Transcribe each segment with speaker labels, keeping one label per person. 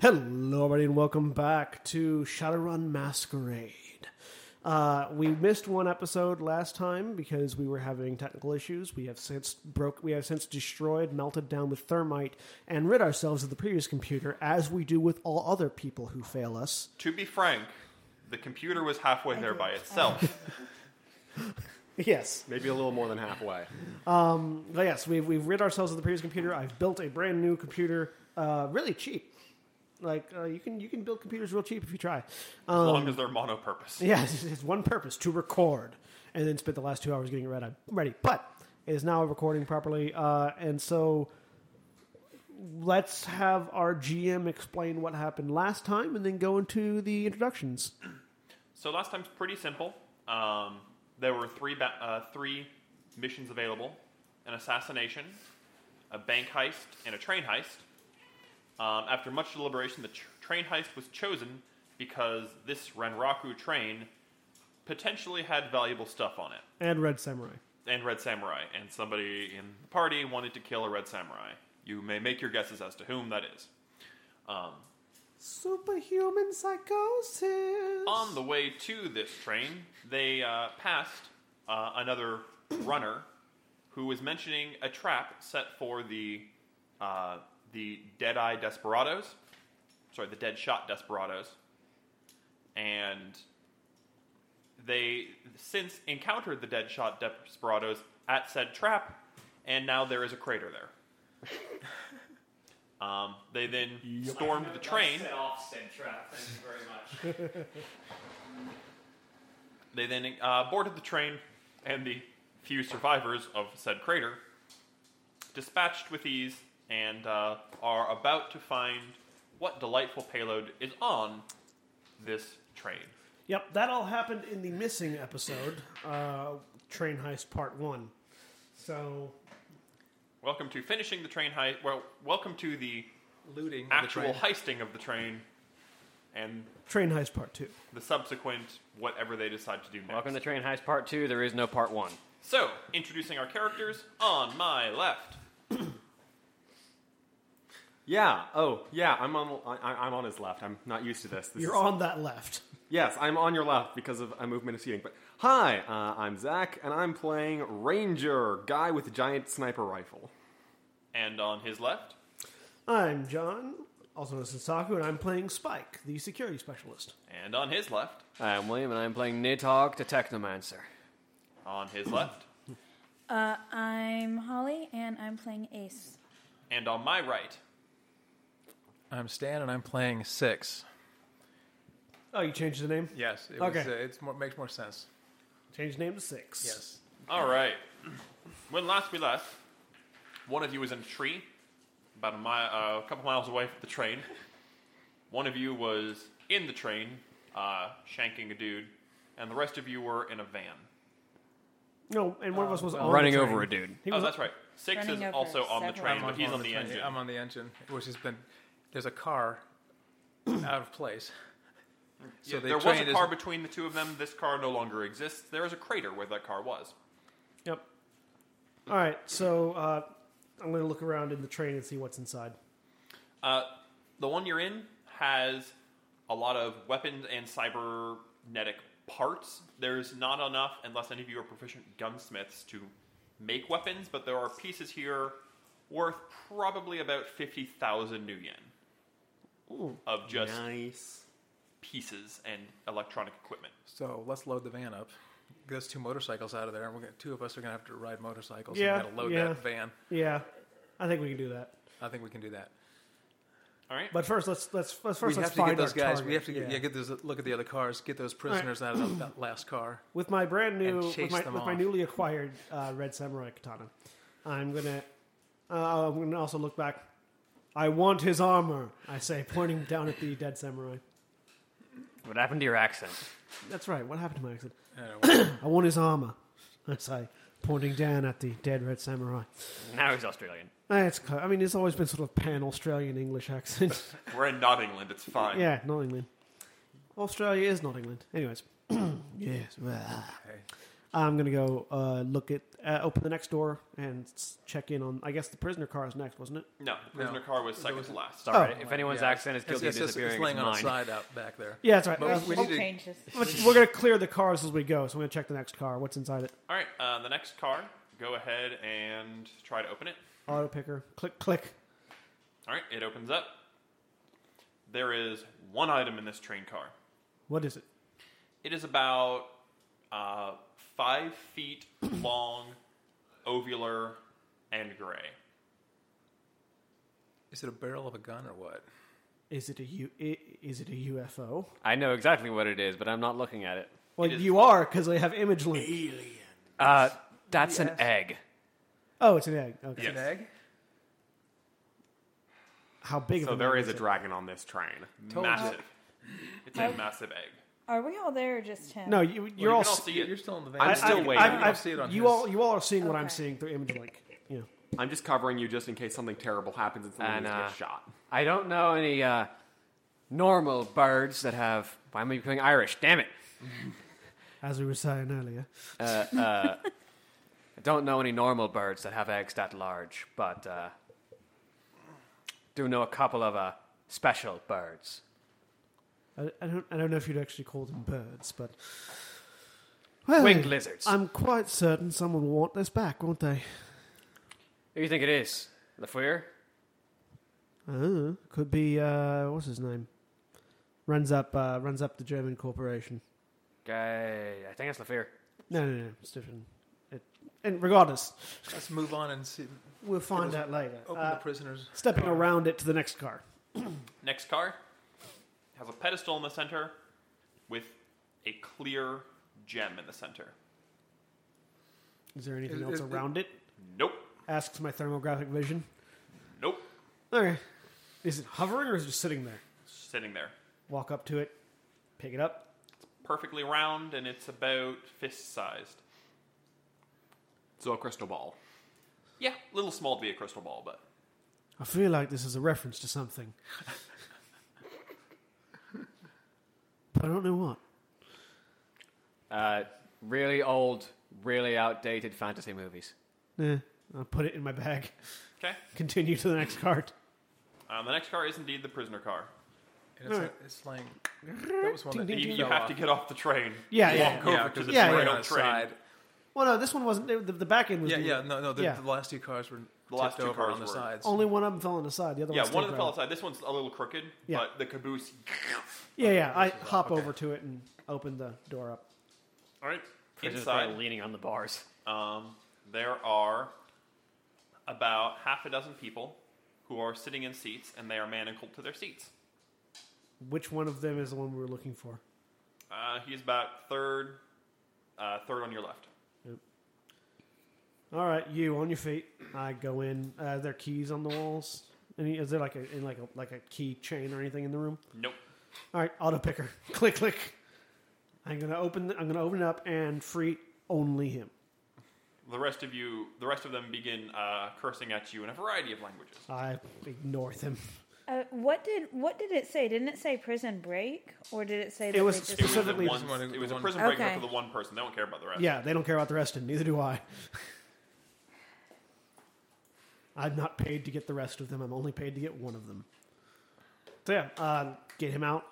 Speaker 1: Hello, everybody, and welcome back to Shadowrun Masquerade. Uh, we missed one episode last time because we were having technical issues. We have since broke, we have since destroyed, melted down with thermite, and rid ourselves of the previous computer, as we do with all other people who fail us.
Speaker 2: To be frank, the computer was halfway there by itself.
Speaker 1: Yes, Um,
Speaker 3: Maybe a little more than halfway.
Speaker 1: But yes, we've, we've rid ourselves of the previous computer. I've built a brand new computer, uh, really cheap. Like uh, you can you can build computers real cheap if you try.
Speaker 2: As long as they're monopurpose.
Speaker 1: Yeah, it's, it's one purpose to record, and then spent the last two hours getting it ready. Ready, but it is now recording properly, uh, and so let's have our GM explain what happened last time, and then go into the introductions.
Speaker 2: So last time's pretty simple. Um, there were three ba- uh, three missions available: an assassination, a bank heist, and a train heist. Um, after much deliberation, the tr- train heist was chosen because this Renraku train potentially had valuable stuff on it,
Speaker 1: And Red Samurai.
Speaker 2: and Red Samurai, and somebody in the party wanted to kill a Red Samurai. You may make your guesses as to whom that is. Um,
Speaker 1: Superhuman psychosis.
Speaker 2: On the way to this train, they uh, passed uh, another runner who was mentioning a trap set for the uh, the Dead Eye Desperados, sorry, the Dead Shot Desperados, and they since encountered the Dead Shot Desperados at said trap, and now there is a crater there. um, they then stormed the train.
Speaker 4: Set off said trap. Thank you very much.
Speaker 2: They then uh, boarded the train, and the few survivors of said crater dispatched with ease and uh, are about to find what delightful payload is on this train.
Speaker 1: Yep, that all happened in the missing episode, uh, Train Heist Part 1. So,
Speaker 2: Welcome to finishing the train heist. Well, welcome to the
Speaker 3: Looting
Speaker 2: actual heisting of the train and
Speaker 1: Train Heist Part 2.
Speaker 2: the subsequent whatever they decide to do next.
Speaker 4: Welcome to Train Heist Part 2. There is no Part 1.
Speaker 2: so, introducing our characters on my left.
Speaker 3: Yeah. Oh, yeah. I'm on. I, I'm on his left. I'm not used to this. this
Speaker 1: You're
Speaker 3: is-
Speaker 1: on that left.
Speaker 3: Yes, I'm on your left because of a movement of seating. But hi, uh, I'm Zach, and I'm playing Ranger, guy with giant sniper rifle.
Speaker 2: And on his left,
Speaker 1: I'm John, also known as Saku, and I'm playing Spike, the security specialist.
Speaker 2: and on his left,
Speaker 4: I am William, and I am playing Nidhogg, the Technomancer.
Speaker 2: on his left,
Speaker 5: Uh, I'm Holly, and I'm playing Ace.
Speaker 2: and on my right.
Speaker 6: I'm Stan, and I'm playing six.
Speaker 1: Oh, you changed the name?
Speaker 6: Yes, it
Speaker 1: Okay.
Speaker 6: was, uh, it's more, makes more sense.
Speaker 1: Changed the name to Six.
Speaker 6: Yes,
Speaker 2: All right. When last we left, one of you was in a tree, about a, mi- uh, a couple miles away from the train. One of you was in the train, uh, shanking a dude, and the rest of you were in a van.
Speaker 1: No, and
Speaker 6: Uh,
Speaker 1: one of us was on
Speaker 4: running
Speaker 1: the train.
Speaker 4: over a dude.
Speaker 1: He
Speaker 2: Oh,
Speaker 1: was
Speaker 2: that's right. Six is
Speaker 5: Running over
Speaker 2: also on the
Speaker 5: several.
Speaker 2: train,
Speaker 5: I'm
Speaker 2: but he's on the
Speaker 6: train. Um,
Speaker 2: engine.
Speaker 6: I'm on the engine, which has been there's a car out of place.
Speaker 2: Yeah,
Speaker 6: the
Speaker 2: there was
Speaker 6: train
Speaker 2: a
Speaker 6: is-
Speaker 2: car between the two of them. This car no longer exists. There is a crater where that car was.
Speaker 1: Yep. All right, so uh, I'm going to look around in the train and see what's inside.
Speaker 2: Uh, the one you're in has a lot of weapons and cybernetic parts. There's not enough, unless any of you are proficient gunsmiths, to make weapons, but there are pieces here worth probably about 50,000 new yen of just
Speaker 3: Nice.
Speaker 2: pieces and electronic equipment.
Speaker 6: So let's load the van up. Get those two motorcycles out of there, and we're gonna, two of us are going to have to ride motorcycles.
Speaker 1: Yeah,
Speaker 6: and we got to load
Speaker 1: yeah.
Speaker 6: that van.
Speaker 1: Yeah, I think we can do that.
Speaker 6: I think we can do that.
Speaker 2: All right?
Speaker 1: But first, let's let's let's
Speaker 6: We
Speaker 1: first let's
Speaker 6: have to
Speaker 1: find
Speaker 6: get those
Speaker 1: our
Speaker 6: guys.
Speaker 1: target.
Speaker 6: We have to get, yeah, get those, look at the other cars. Get those prisoners out of that, that last car.
Speaker 1: with my brand new
Speaker 6: and
Speaker 1: with
Speaker 6: chase
Speaker 1: my,
Speaker 6: them
Speaker 1: with my
Speaker 6: off.
Speaker 1: newly acquired uh, red samurai katana. I'm gonna uh, I'm gonna also look back. I want his armor. I say, pointing down at the dead samurai.
Speaker 4: What happened to your accent?
Speaker 1: That's right. What happened to my accent?
Speaker 6: I don't know.
Speaker 1: I want his armor. I say, pointing down at the dead red samurai.
Speaker 4: Now he's Australian.
Speaker 1: That's cl- I mean, it's always been sort of pan Australian English accent.
Speaker 2: We're in Nottingland, it's fine.
Speaker 1: yeah, not England. Australia is not England. Anyways, yes. well,
Speaker 6: Okay.
Speaker 1: I'm going to go uh, look at, uh, open the next door and s- check in on, I guess the prisoner car is next, wasn't it?
Speaker 2: No, the prisoner car was second to last.
Speaker 4: Sorry, if anyone's
Speaker 6: Yeah,
Speaker 4: accent is
Speaker 6: it's-
Speaker 4: guilty of
Speaker 6: it's, it's,
Speaker 4: disappearing,
Speaker 6: it's laying on
Speaker 4: mine.
Speaker 6: its side out back there.
Speaker 1: Yeah, that's right.
Speaker 6: But
Speaker 1: Uh,
Speaker 6: we, we
Speaker 5: We'll
Speaker 6: need to-
Speaker 5: change this.
Speaker 1: let's- we're going to clear the cars as we go, so I'm going to check the next car. What's inside it?
Speaker 2: All right, uh, the next car. Go ahead and try to open it.
Speaker 1: Auto picker. Click, click.
Speaker 2: All right, it opens up. There is one item in this train car.
Speaker 1: What is it?
Speaker 2: It is about uh, five feet long, ovular, and gray.
Speaker 6: Is it a barrel of a gun or what?
Speaker 1: Is it a U? i- Is it a UFO?
Speaker 4: I know exactly what it is, but I'm not looking at it.
Speaker 1: Well,
Speaker 2: It is-
Speaker 1: you are because they have image link.
Speaker 4: Uh, that's an
Speaker 6: Yes.
Speaker 4: egg.
Speaker 1: Oh, it's an egg. Okay.
Speaker 2: Yes.
Speaker 6: An egg?
Speaker 1: How big?
Speaker 3: So
Speaker 1: of
Speaker 3: there
Speaker 1: egg
Speaker 3: is a
Speaker 1: it?
Speaker 3: dragon on this train.
Speaker 6: Told you.
Speaker 2: massive. It's a massive egg.
Speaker 5: Are we all there or just him?
Speaker 1: No, you, you're
Speaker 2: you
Speaker 1: all.
Speaker 2: can all
Speaker 1: s-
Speaker 2: see
Speaker 6: You-
Speaker 2: it.
Speaker 6: You're still in the van.
Speaker 3: I'm
Speaker 1: I-
Speaker 3: still
Speaker 1: I- I've-
Speaker 3: waiting. You
Speaker 1: I've-
Speaker 6: don't see it on
Speaker 1: you
Speaker 6: his.
Speaker 1: all. You all are seeing what I'm
Speaker 5: Okay.
Speaker 1: seeing through image link. Yeah.
Speaker 3: I'm just covering you just in case something terrible happens and someone
Speaker 4: And,
Speaker 3: needs to
Speaker 4: uh,
Speaker 3: get shot.
Speaker 4: I don't know any uh, normal birds that have. Why am I becoming Irish? Damn it!
Speaker 1: As we were saying earlier.
Speaker 4: Uh, I don't know any normal birds that have eggs that large, but uh, do know a couple of uh, special birds.
Speaker 1: I, I don't. I don't know if you'd actually call them birds, but. Well,
Speaker 4: Winged lizards.
Speaker 1: I'm quite certain someone will want this back, won't they?
Speaker 4: Who do you think it is? Lafleur?
Speaker 1: Uh, could be uh, what's his name? Runs up, uh, runs up the German corporation.
Speaker 4: Guy, I think it's Lafleur.
Speaker 1: No, no, no, it's different. It, and regardless,
Speaker 6: Let's move on and see,
Speaker 1: we'll find
Speaker 6: Open
Speaker 1: out later.
Speaker 6: open
Speaker 1: Uh,
Speaker 6: the prisoners.
Speaker 1: stepping around it to the next car.
Speaker 2: Next car has a pedestal in the center with a clear gem in the center.
Speaker 1: Is there anything
Speaker 6: Is-
Speaker 1: else
Speaker 6: is-
Speaker 1: around it?
Speaker 2: Nope.
Speaker 1: Asks my thermographic vision.
Speaker 2: Nope.
Speaker 1: Okay. Is it hovering or is it just sitting there?
Speaker 2: Sitting there.
Speaker 1: Walk up to it, pick it up.
Speaker 2: Perfectly round, and it's about fist sized.
Speaker 3: So a crystal ball.
Speaker 2: Yeah, a little small to be a crystal ball, but
Speaker 1: I feel like this is a reference to something. but I don't know what.
Speaker 4: Uh, really old, really outdated fantasy movies.
Speaker 1: Eh, I'll put it in my bag.
Speaker 2: okay.
Speaker 1: Continue to the next card.
Speaker 2: Um, the next car is indeed the prisoner car.
Speaker 6: And it's,
Speaker 1: Alright.
Speaker 6: it's like that was one
Speaker 1: Ding,
Speaker 6: that
Speaker 1: ding,
Speaker 2: You,
Speaker 1: ding.
Speaker 2: you have to get off the train.
Speaker 1: Yeah,
Speaker 2: walk
Speaker 1: yeah,
Speaker 2: over
Speaker 6: yeah,
Speaker 2: to
Speaker 6: 'cause
Speaker 2: the
Speaker 1: it's
Speaker 2: rail
Speaker 1: right
Speaker 6: on the
Speaker 2: train.
Speaker 6: side.
Speaker 1: Well, no, this one wasn't. The, the back end was.
Speaker 6: Yeah,
Speaker 1: the-
Speaker 6: yeah, no, no. The,
Speaker 1: yeah.
Speaker 6: the last two cars were
Speaker 2: The last
Speaker 6: tipped
Speaker 2: two
Speaker 6: over
Speaker 2: cars
Speaker 6: on the
Speaker 2: were.
Speaker 6: sides.
Speaker 1: Only one of them fell on the side. The other
Speaker 2: Yeah,
Speaker 1: one
Speaker 2: one of them fell
Speaker 1: right up.
Speaker 2: aside. This one's a little crooked,
Speaker 1: Yeah.
Speaker 2: but the caboose.
Speaker 1: Yeah, yeah. I hop over to it and open the door up.
Speaker 2: All right.
Speaker 4: Prisoners
Speaker 2: Inside,
Speaker 4: probably leaning on the bars.
Speaker 2: um, there are about half a dozen people who are sitting in seats, and they are manacled to their seats.
Speaker 1: Which one of them is the one we were looking for?
Speaker 2: Uh, he's about third, uh, third on your left.
Speaker 1: All right, you on your feet. I go in. Uh, are there keys on the walls? Any, is there like a in like a like a key chain or anything in the room?
Speaker 2: Nope.
Speaker 1: All right, auto picker. click click. I'm gonna open. The, I'm gonna open it up and free only him.
Speaker 2: The rest of you, the rest of them, begin uh, cursing at you in a variety of languages.
Speaker 1: I ignore them.
Speaker 5: Uh, what did what did it say? Didn't it say prison break, or did it say that
Speaker 1: It was
Speaker 5: they just-
Speaker 2: It was, a,
Speaker 1: Specifically-
Speaker 2: one, it was a prison
Speaker 5: Okay.
Speaker 2: break up to the one person. They don't care about the rest.
Speaker 1: Yeah, they don't care about the rest, and neither do I. I'm not paid to get the rest of them. I'm only paid to get one of them. So yeah, uh, get him out.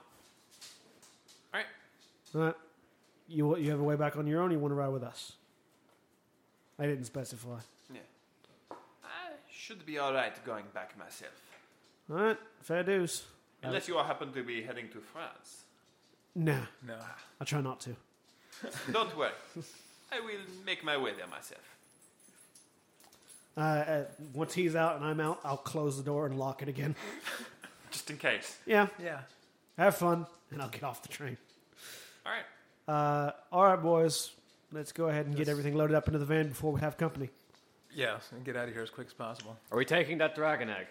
Speaker 2: All right.
Speaker 1: Uh, you you have a way back on your own. You want to ride with us? I didn't specify.
Speaker 2: Yeah. I should be all right going back myself,
Speaker 1: All right, fair dues.
Speaker 2: unless you all happen to be heading to France.
Speaker 1: Nah,
Speaker 6: No,
Speaker 1: I try not to.
Speaker 2: Don't worry. I will make my way there myself.
Speaker 1: Uh, uh, once he's out and I'm out, I'll close the door and lock it again.
Speaker 2: Just in case.
Speaker 1: Yeah,
Speaker 6: yeah.
Speaker 1: have fun, and I'll get off the train.
Speaker 2: All right.
Speaker 1: Uh, all right, boys, let's go ahead and get everything loaded up into the van before we have company.
Speaker 6: Yeah, so get out of here as quick as possible.
Speaker 4: Are we taking that dragon egg?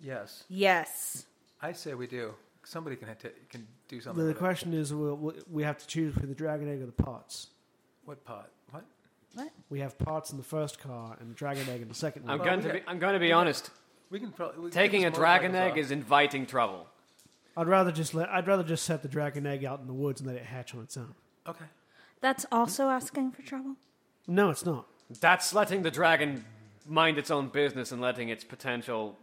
Speaker 6: Yes,
Speaker 5: yes.
Speaker 6: I say we do. Somebody can t- can do something.
Speaker 1: The
Speaker 6: with it.
Speaker 1: question is, we'll, we- we have to choose between the dragon egg or the pots.
Speaker 6: What pot? What?
Speaker 1: We have pots in the first car and dragon egg in the second one.
Speaker 4: I'm
Speaker 6: Well,
Speaker 4: going
Speaker 6: we
Speaker 4: to be.
Speaker 6: got-
Speaker 4: I'm going to be honest.
Speaker 6: We can probably we can
Speaker 4: Taking a
Speaker 6: give us
Speaker 4: dragon
Speaker 6: motorcycles
Speaker 4: egg is inviting trouble.
Speaker 1: I'd rather just let. I'd rather just set the dragon egg out in the woods and let it hatch on its own.
Speaker 6: off. okay.
Speaker 5: That's also asking for trouble.
Speaker 1: No, it's not.
Speaker 4: That's letting the dragon mind its own business and letting its potential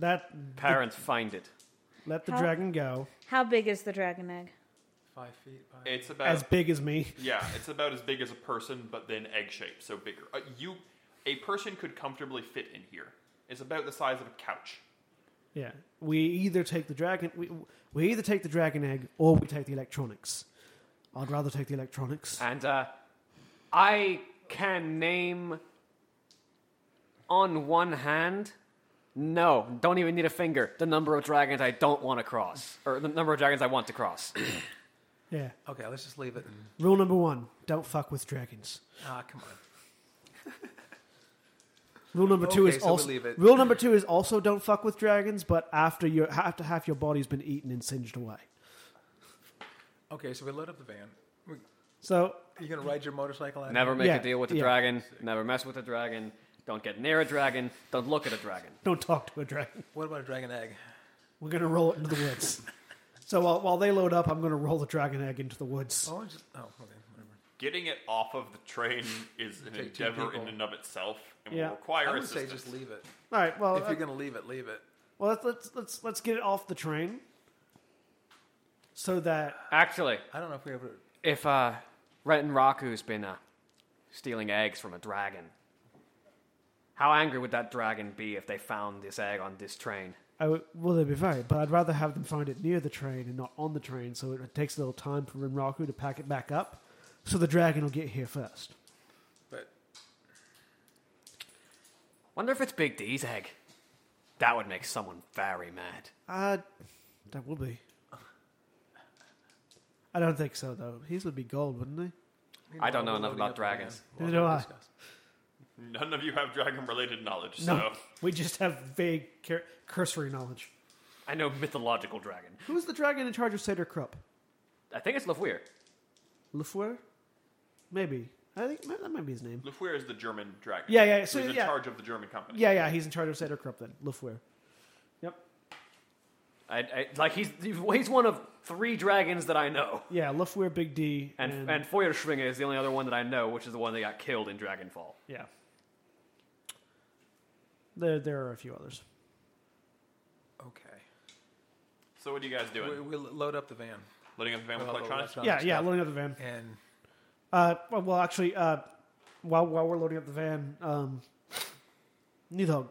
Speaker 1: That
Speaker 4: parent find it.
Speaker 1: let the
Speaker 5: How-
Speaker 1: dragon go.
Speaker 5: How big is the dragon egg?
Speaker 6: Five feet. Five.
Speaker 2: It's about
Speaker 1: As big as me.
Speaker 2: yeah, it's about as big as a person, but then egg shaped, so bigger. Uh, you, a person could comfortably fit in here. It's about the size of a couch.
Speaker 1: Yeah. We either take the dragon we, we either take the dragon egg or we take the electronics. I'd rather take the electronics.
Speaker 4: And uh, I can name on one hand. No, don't even need a finger. The number of dragons I don't want to cross, or the number of dragons I want to cross.
Speaker 1: Yeah.
Speaker 6: Okay, let's just leave it.
Speaker 1: Rule number 1, don't fuck with dragons.
Speaker 6: Ah, come on.
Speaker 1: Rule number 2
Speaker 6: Okay,
Speaker 1: is
Speaker 6: so we
Speaker 1: also
Speaker 6: leave it.
Speaker 1: Rule number 2 is also don't fuck with dragons, but after your after half your body's been eaten and singed away.
Speaker 6: Okay, so we load up the van. We-
Speaker 1: So,
Speaker 6: You gonna ride your motorcycle out?
Speaker 4: Never make
Speaker 1: Yeah,
Speaker 4: a deal with a
Speaker 1: yeah.
Speaker 4: dragon. Never mess with a dragon. Don't get near a dragon. Don't look at a dragon.
Speaker 1: don't talk to a dragon.
Speaker 6: What about a dragon egg?
Speaker 1: We're going to roll it into the woods. so while, while they load up, I'm going to roll the dragon egg into the woods.
Speaker 6: Oh, just, oh, okay, whatever.
Speaker 2: Getting it off of the train is an
Speaker 6: Take two
Speaker 2: endeavor
Speaker 6: people.
Speaker 2: in and of itself, and
Speaker 1: Yeah.
Speaker 2: will
Speaker 6: I
Speaker 2: require
Speaker 6: would say
Speaker 2: assistance.
Speaker 6: just leave it.
Speaker 1: All right, well,
Speaker 6: If
Speaker 1: uh,
Speaker 6: you're gonna leave it, leave it.
Speaker 1: Well, let's let's let's, let's get it off the train, so that
Speaker 4: Actually,
Speaker 6: I don't know if we ever.
Speaker 4: if uh, Renton Raku's been uh, stealing eggs from a dragon, how angry would that dragon be if they found this egg on this train?
Speaker 1: I w- well they'd be very. But I'd rather have them find it near the train and not on the train, so it takes a little time for Renraku to pack it back up, so the dragon will get here first.
Speaker 6: But
Speaker 4: Wonder if it's Big D's egg. That would make someone very mad.
Speaker 1: Uh that will be. I don't think so though. His would be gold, wouldn't he?
Speaker 4: I don't know
Speaker 6: we're
Speaker 4: enough
Speaker 6: loading
Speaker 4: about
Speaker 6: up the
Speaker 4: dragons.
Speaker 6: van. Well,
Speaker 1: Neither do
Speaker 6: we'll
Speaker 1: I.
Speaker 6: discuss.
Speaker 2: None of you have dragon-related knowledge,
Speaker 1: No,
Speaker 2: so
Speaker 1: we just have vague, cur- cursory knowledge.
Speaker 4: I know mythological dragon.
Speaker 1: Who's the dragon in charge of Seder Krupp?
Speaker 4: I think it's Lafwir.
Speaker 1: Lufuer? Maybe. I think that might be his name.
Speaker 2: Lufuer is the German dragon.
Speaker 1: Yeah, yeah, so,
Speaker 2: who's in
Speaker 1: yeah.
Speaker 2: charge of the German company.
Speaker 1: Yeah, yeah, he's in charge of Seder Krupp then. Lufuer.
Speaker 4: I, I, like he's he's one of three dragons that I know.
Speaker 1: Yeah, Luftwehr, Big D,
Speaker 4: And and, Feuerschwinger is the only other one that I know, which is the one that got killed in Dragonfall.
Speaker 1: yeah, there there are a few others.
Speaker 6: Okay.
Speaker 2: So what are you guys doing?
Speaker 6: We, we load up the van.
Speaker 2: Loading up the van with
Speaker 6: Well,
Speaker 2: electronics.
Speaker 6: electronic
Speaker 1: yeah, yeah,
Speaker 6: stuff.
Speaker 1: loading up the van.
Speaker 6: And
Speaker 1: Uh, well, well, actually, uh, while while we're loading up the van, um, Nidhogg,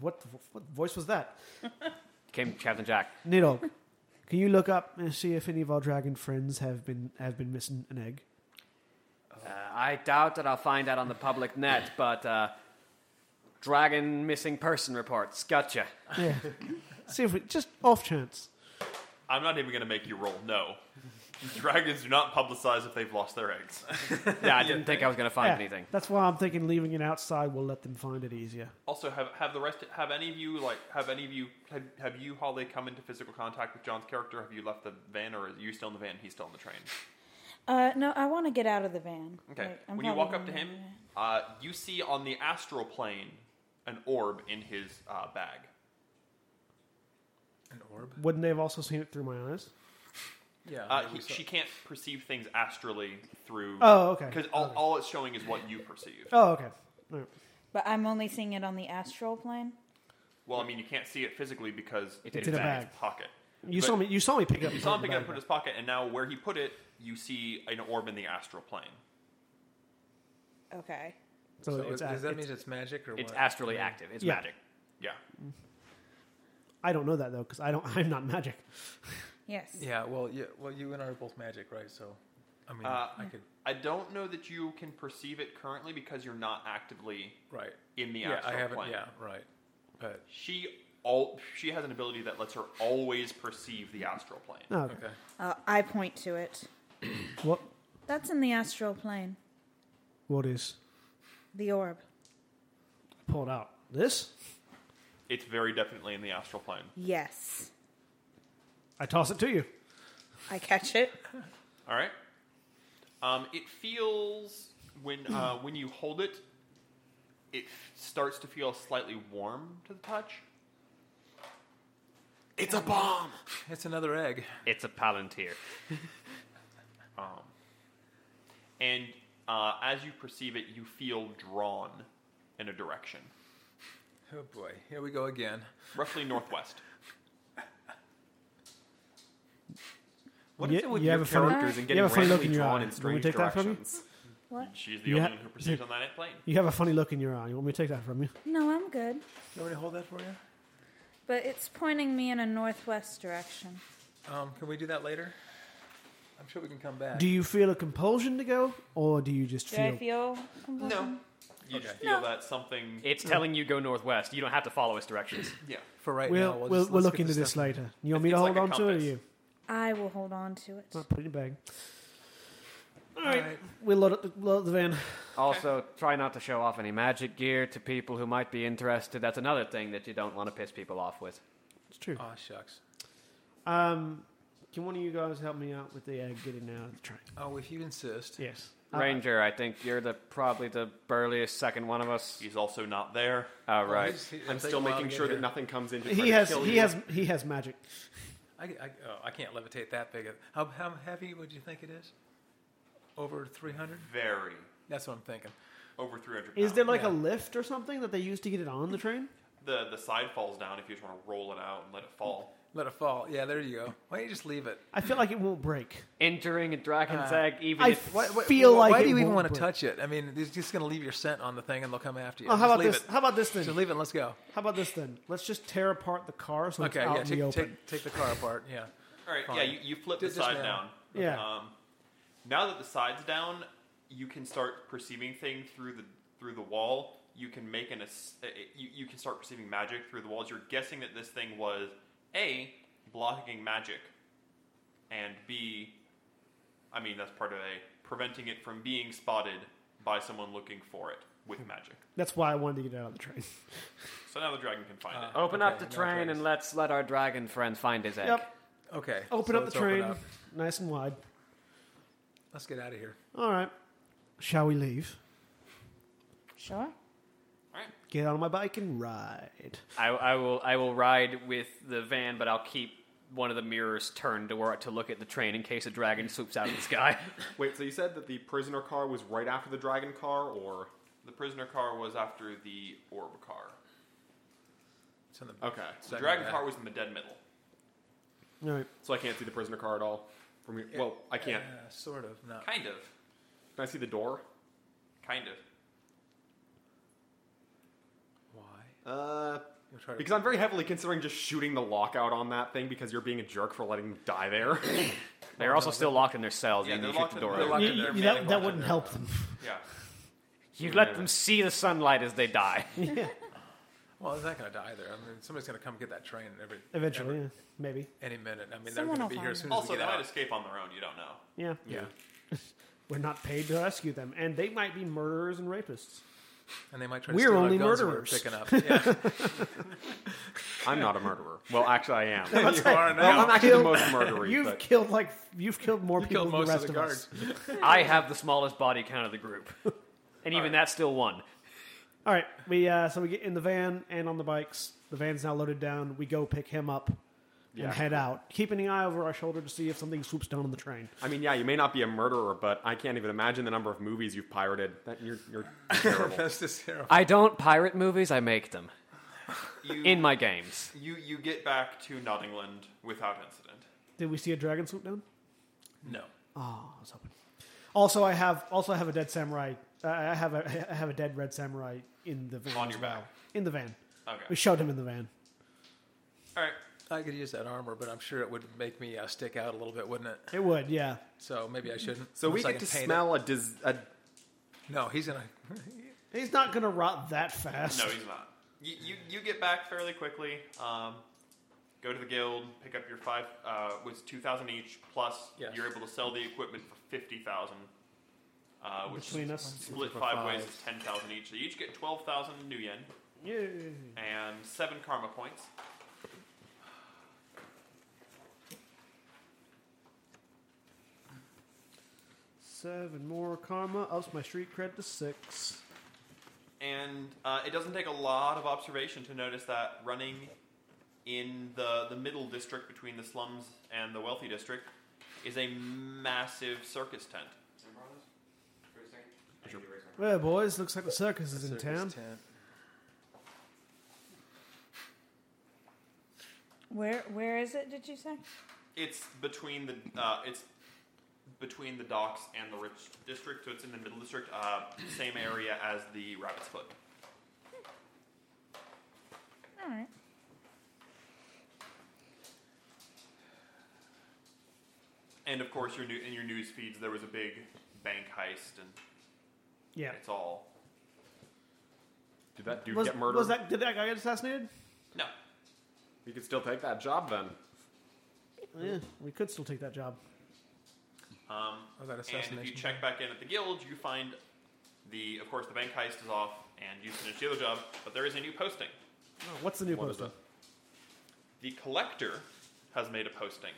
Speaker 1: what what voice was that?
Speaker 4: Came Captain Jack.
Speaker 1: Nidhogg, can you look up and see if any of our dragon friends have been have been missing an egg?
Speaker 6: Oh.
Speaker 4: Uh, I doubt that I'll find out on the public net, but uh, dragon missing person reports. Gotcha.
Speaker 1: Yeah, see if we just off chance.
Speaker 2: I'm not even going to make you roll. No, dragons do not publicize if they've lost their eggs.
Speaker 4: Yeah, I didn't think I was going to find
Speaker 1: Yeah,
Speaker 4: anything.
Speaker 1: That's why I'm thinking leaving it outside will let them find it easier.
Speaker 2: also, have have the rest? Have any of you like? Have any of you? Have, have you, Holly, come into physical contact with John's character? Have you left the van, or are you still in the van? He's still in the train.
Speaker 5: Uh, no, I want to get out of the van.
Speaker 2: Okay.
Speaker 5: Like, I'm
Speaker 2: when you
Speaker 5: probably
Speaker 2: walk up to
Speaker 5: gonna-
Speaker 2: him, uh, you see on the astral plane an orb in his uh, bag.
Speaker 6: an orb.
Speaker 1: Wouldn't they have also seen it through my eyes?
Speaker 6: Yeah.
Speaker 2: Uh,
Speaker 6: maybe
Speaker 2: he,
Speaker 6: so.
Speaker 2: she can't perceive things astrally through.
Speaker 1: Oh, okay.
Speaker 2: Because all,
Speaker 1: Okay.
Speaker 2: all it's showing is what you perceive.
Speaker 1: Oh, okay. All right.
Speaker 5: But I'm only seeing it on the astral plane.
Speaker 2: Well, I mean, you can't see it physically because
Speaker 4: It's
Speaker 2: it's
Speaker 1: in a
Speaker 2: in
Speaker 1: bag.
Speaker 2: his pocket.
Speaker 1: You
Speaker 2: But-
Speaker 1: saw me. You saw me pick it up.
Speaker 2: You saw him pick it up in his pocket, and now where he put it, you see an orb in the astral plane.
Speaker 5: Okay.
Speaker 1: So,
Speaker 6: So
Speaker 1: it's,
Speaker 6: is- does that
Speaker 1: it's-
Speaker 6: mean it's magic or
Speaker 4: It's
Speaker 6: what?
Speaker 4: astrally active. It's
Speaker 1: Yeah.
Speaker 4: magic.
Speaker 2: Yeah.
Speaker 1: I don't know that though because I don't. I'm not magic.
Speaker 5: Yes.
Speaker 6: Yeah. Well, yeah. Well, you and I are both magic, right? So, I mean,
Speaker 2: Uh,
Speaker 6: I could.
Speaker 2: I don't know that you can perceive it currently because you're not actively
Speaker 6: Right.
Speaker 2: in the
Speaker 6: Yeah.
Speaker 2: astral
Speaker 6: I haven't.
Speaker 2: plane.
Speaker 6: Yeah. Right. But
Speaker 2: She all she has an ability that lets her always perceive the astral plane.
Speaker 1: No. Oh, okay.
Speaker 6: okay.
Speaker 5: Uh, I point to it.
Speaker 1: What?
Speaker 5: That's in the astral plane.
Speaker 1: What is?
Speaker 5: The orb.
Speaker 1: Pull it out. This.
Speaker 2: It's very definitely in the astral plane.
Speaker 5: Yes.
Speaker 1: I toss it to you.
Speaker 5: I catch it.
Speaker 2: All right. Um, it feels when uh, when you hold it, it f- starts to feel slightly warm to the touch.
Speaker 3: It's a bomb!
Speaker 6: It's another egg.
Speaker 4: It's a palantir.
Speaker 2: and Uh, as you perceive it, you feel drawn in a direction,
Speaker 6: Oh boy, here we go again.
Speaker 2: roughly northwest.
Speaker 3: What is
Speaker 1: You-
Speaker 3: it with
Speaker 1: you
Speaker 3: your
Speaker 1: have a funny-
Speaker 3: characters and
Speaker 1: you
Speaker 3: getting
Speaker 1: have a funny look
Speaker 3: randomly
Speaker 1: in your
Speaker 3: drawn
Speaker 1: eye. Can
Speaker 3: in
Speaker 1: we
Speaker 3: strange
Speaker 1: take that from you?
Speaker 3: directions?
Speaker 5: What?
Speaker 2: She's the
Speaker 1: You
Speaker 2: only
Speaker 1: ha-
Speaker 2: one who perceives on that plane.
Speaker 1: You have a funny look in your eye. You want me to take that from you?
Speaker 5: No, I'm good.
Speaker 6: You want me to hold that for you?
Speaker 5: But it's pointing me in a northwest direction.
Speaker 6: Um, can we do that later? I'm sure we can come back.
Speaker 1: Do you feel a compulsion to go, or do you just
Speaker 5: Do
Speaker 1: feel?
Speaker 5: I feel compulsion?
Speaker 2: You just
Speaker 6: Okay.
Speaker 2: feel
Speaker 5: No.
Speaker 2: that something.
Speaker 4: It's telling you go northwest. You don't have to follow its directions.
Speaker 2: yeah.
Speaker 6: For right
Speaker 1: we'll
Speaker 6: now,
Speaker 1: we'll,
Speaker 6: we'll,
Speaker 1: we'll,
Speaker 6: just, let's
Speaker 1: look
Speaker 6: get
Speaker 1: into
Speaker 6: this
Speaker 1: this
Speaker 6: stuff-
Speaker 1: later. You want me
Speaker 2: It's
Speaker 1: to
Speaker 2: like
Speaker 1: hold
Speaker 2: a
Speaker 1: on to it, or
Speaker 2: compass.
Speaker 1: you?
Speaker 5: I will hold on to it.
Speaker 1: Not put it in your bag. All
Speaker 6: All
Speaker 1: right,
Speaker 6: right.
Speaker 1: we'll load up, the, load up the van.
Speaker 4: Also, try not to show off any magic gear to people who might be interested. That's another thing that you don't want to piss people off with.
Speaker 1: It's true.
Speaker 6: Aw, Oh, shucks.
Speaker 1: Um, can one of you guys help me out with the egg getting out of the train?
Speaker 6: Oh, if you insist.
Speaker 1: Yes.
Speaker 4: Ranger, I think you're the probably the burliest second one of us.
Speaker 2: He's also not there.
Speaker 4: All
Speaker 6: Well,
Speaker 4: right.
Speaker 6: he's- he- it'll
Speaker 3: I'm
Speaker 6: take
Speaker 3: still
Speaker 6: a while to
Speaker 3: making
Speaker 6: get
Speaker 3: sure
Speaker 6: here.
Speaker 3: that nothing comes in. To try
Speaker 1: He
Speaker 3: to
Speaker 1: has
Speaker 3: kill
Speaker 1: he
Speaker 3: you.
Speaker 1: has he has magic.
Speaker 6: I, I, oh, I can't levitate that big. How, how heavy would you think it is? Over 300?
Speaker 2: Very.
Speaker 6: That's what I'm thinking.
Speaker 2: Over 300 pounds.
Speaker 1: Is there like
Speaker 6: Yeah.
Speaker 1: a lift or something that they use to get it on the train?
Speaker 2: the, the side falls down if you just want to roll it out and let it fall.
Speaker 6: Let it fall. Yeah, there you go. Why don't you just leave it?
Speaker 1: I feel like it won't break.
Speaker 4: Entering a dragon's
Speaker 6: Uh,
Speaker 4: egg, even
Speaker 1: I
Speaker 4: if
Speaker 1: f- feel like
Speaker 6: why
Speaker 1: it
Speaker 6: do you even
Speaker 1: won't
Speaker 6: want
Speaker 1: break.
Speaker 6: to touch it? I mean, it's just going to leave your scent on the thing, and they'll come after you.
Speaker 1: Oh,
Speaker 6: just
Speaker 1: how about
Speaker 6: leave
Speaker 1: this?
Speaker 6: It.
Speaker 1: How about this then?
Speaker 6: Just leave it. and Let's go.
Speaker 1: How about this then? Let's just tear apart the car so it's
Speaker 6: Okay.
Speaker 1: out
Speaker 6: Yeah.
Speaker 1: in the
Speaker 6: Take,
Speaker 1: open.
Speaker 6: take, take the car apart. Yeah.
Speaker 2: All right, yeah,
Speaker 6: Fine.
Speaker 2: you, you flip
Speaker 6: Do
Speaker 2: the
Speaker 6: it
Speaker 2: side
Speaker 6: just
Speaker 2: down.
Speaker 6: now.
Speaker 1: Yeah.
Speaker 2: Um, now that the side's down, you can start perceiving things through the through the wall. You can make an ass- uh, you, you can start perceiving magic through the walls. You're guessing that this thing was a blocking magic, and b, I mean that's part of a preventing it from being spotted by someone looking for it with magic.
Speaker 1: That's why I wanted to get it out of the train.
Speaker 2: So now the dragon can find it.
Speaker 4: open up
Speaker 6: Okay,
Speaker 4: the
Speaker 6: no
Speaker 4: train
Speaker 6: worries.
Speaker 4: and let's let our dragon friend find his egg.
Speaker 1: Yep.
Speaker 6: Okay.
Speaker 1: Open
Speaker 6: so
Speaker 1: up
Speaker 6: let's
Speaker 1: the train,
Speaker 6: up.
Speaker 1: nice and wide.
Speaker 6: Let's get out of here.
Speaker 1: All right. Shall we leave?
Speaker 5: Sure.
Speaker 2: All right.
Speaker 1: Get on my bike and ride.
Speaker 4: I, I will I will ride with the van, but I'll keep one of the mirrors turned to where to look at the train in case a dragon swoops out of the sky.
Speaker 3: Wait, so you said that the prisoner car was right after the dragon car, or
Speaker 2: The prisoner car was after the orb car.
Speaker 6: It's in the
Speaker 3: okay?
Speaker 2: The
Speaker 6: second
Speaker 2: dragon
Speaker 6: half.
Speaker 2: car was in the dead middle.
Speaker 1: All right.
Speaker 3: So I can't see the prisoner car at all. From here. well, I can't.
Speaker 6: Yeah, sort of. No.
Speaker 2: Kind of.
Speaker 3: Can I see the door?
Speaker 2: Kind of.
Speaker 6: Why?
Speaker 3: Uh,
Speaker 6: You'll try to-
Speaker 3: because I'm very heavily considering just shooting the lockout on that thing because you're being a jerk for letting them die there.
Speaker 4: They're also still locked in their cells.
Speaker 2: Yeah,
Speaker 4: and you
Speaker 2: they're
Speaker 4: shoot
Speaker 2: locked
Speaker 4: the
Speaker 2: in-
Speaker 4: door.
Speaker 2: they're
Speaker 4: open.
Speaker 2: locked-
Speaker 1: You-
Speaker 2: in there,
Speaker 1: you-
Speaker 2: man.
Speaker 1: that, that wouldn't help them.
Speaker 2: Yeah.
Speaker 4: You let them see the sunlight as they die.
Speaker 6: Well, it's not going to die there. I mean, somebody's going to come get that train every
Speaker 1: Eventually,
Speaker 6: every-
Speaker 1: yeah. maybe.
Speaker 6: any minute. I mean,
Speaker 5: Someone
Speaker 6: they're
Speaker 5: will
Speaker 6: going to be here as
Speaker 5: find
Speaker 6: soon as
Speaker 2: Also,
Speaker 6: we
Speaker 2: they
Speaker 6: get
Speaker 2: might
Speaker 6: out.
Speaker 2: escape on their own. You don't know.
Speaker 1: Yeah.
Speaker 6: Yeah.
Speaker 1: We're not paid to rescue them, and they might be murderers and rapists.
Speaker 6: And they might try to
Speaker 1: We're
Speaker 6: steal
Speaker 1: only
Speaker 6: our guns
Speaker 1: murderers.
Speaker 6: We're picking up. Yeah,
Speaker 3: I'm not a murderer. Well, actually, I am.
Speaker 6: you are now.
Speaker 3: I'm actually the most murdery.
Speaker 1: You've
Speaker 3: but
Speaker 1: killed like you've killed more
Speaker 6: You
Speaker 1: people than
Speaker 6: killed most
Speaker 1: the
Speaker 6: of
Speaker 1: rest
Speaker 6: the
Speaker 1: of,
Speaker 6: guards.
Speaker 1: us.
Speaker 4: I have the smallest body count of the group, and even that's still one.
Speaker 1: All right, we uh, so we get in the van and on the bikes. The van's now loaded down. We go pick him up
Speaker 3: Yeah.
Speaker 1: and head out, keeping an eye over our shoulder to see if something swoops down on the train.
Speaker 3: I mean, yeah, you may not be a murderer, but I can't even imagine the number of movies you've pirated. That you're, you're terrible.
Speaker 6: That's just terrible.
Speaker 4: I don't pirate movies; I make them
Speaker 2: You,
Speaker 4: in my games.
Speaker 2: you, you get back to Nottingland without incident.
Speaker 1: Did we see a dragon swoop down?
Speaker 6: No.
Speaker 1: Oh, I was hoping. Also, I have also I have a dead samurai. Uh, I have a I have a dead red samurai in the van
Speaker 2: On
Speaker 1: as
Speaker 2: your
Speaker 1: well.
Speaker 2: back.
Speaker 1: In the van, we
Speaker 2: Okay.
Speaker 1: showed him in the van.
Speaker 2: All right.
Speaker 6: I could use that armor, but I'm sure it would make me uh, stick out a little bit, wouldn't it?
Speaker 1: It would, yeah.
Speaker 6: So maybe I shouldn't.
Speaker 3: So we
Speaker 6: unless I
Speaker 3: get to
Speaker 6: can paint it.
Speaker 3: smell a, dis- a
Speaker 6: No, he's gonna.
Speaker 1: He's not gonna rot that fast.
Speaker 2: No, he's not. You, you, you get back fairly quickly. Um, go to the guild, pick up your five, uh, was 2,000 each, plus
Speaker 6: Yes.
Speaker 2: you're able to sell the equipment for 50,000. Uh, which
Speaker 1: Between us.
Speaker 2: split
Speaker 6: For
Speaker 2: five,
Speaker 6: five.
Speaker 2: ways is 10,000 each. So you each get 12,000 new yen
Speaker 1: Yay.
Speaker 2: and seven karma points.
Speaker 1: Seven more karma ups my street cred to six.
Speaker 2: and uh, it doesn't take a lot of observation to notice that running in the the middle district between the slums and the wealthy district is a massive circus tent.
Speaker 1: Well, boys, looks like the circus is in town.
Speaker 5: Where where is it? Did you say?
Speaker 2: It's between the uh, it's between the docks and the rich district, so it's in the middle district, uh, same area as the Rabbit's Foot.
Speaker 5: All right.
Speaker 2: And of course, your new, in your news feeds, there was a big bank heist, and
Speaker 1: Yeah.
Speaker 2: it's all
Speaker 3: Did that dude
Speaker 1: Was,
Speaker 3: get murdered?
Speaker 1: was that did that guy get assassinated?
Speaker 2: no.
Speaker 3: You could still take that job then.
Speaker 1: Oh, Yeah, we could still take that job.
Speaker 2: Um,
Speaker 6: Oh, that
Speaker 2: and if you
Speaker 6: assassination.
Speaker 2: check back in at the guild, you find the of course the bank heist is off, and you finished the other job, but there is a new posting.
Speaker 1: Oh, what's the new
Speaker 3: What is
Speaker 1: posting?
Speaker 2: The collector has made a posting.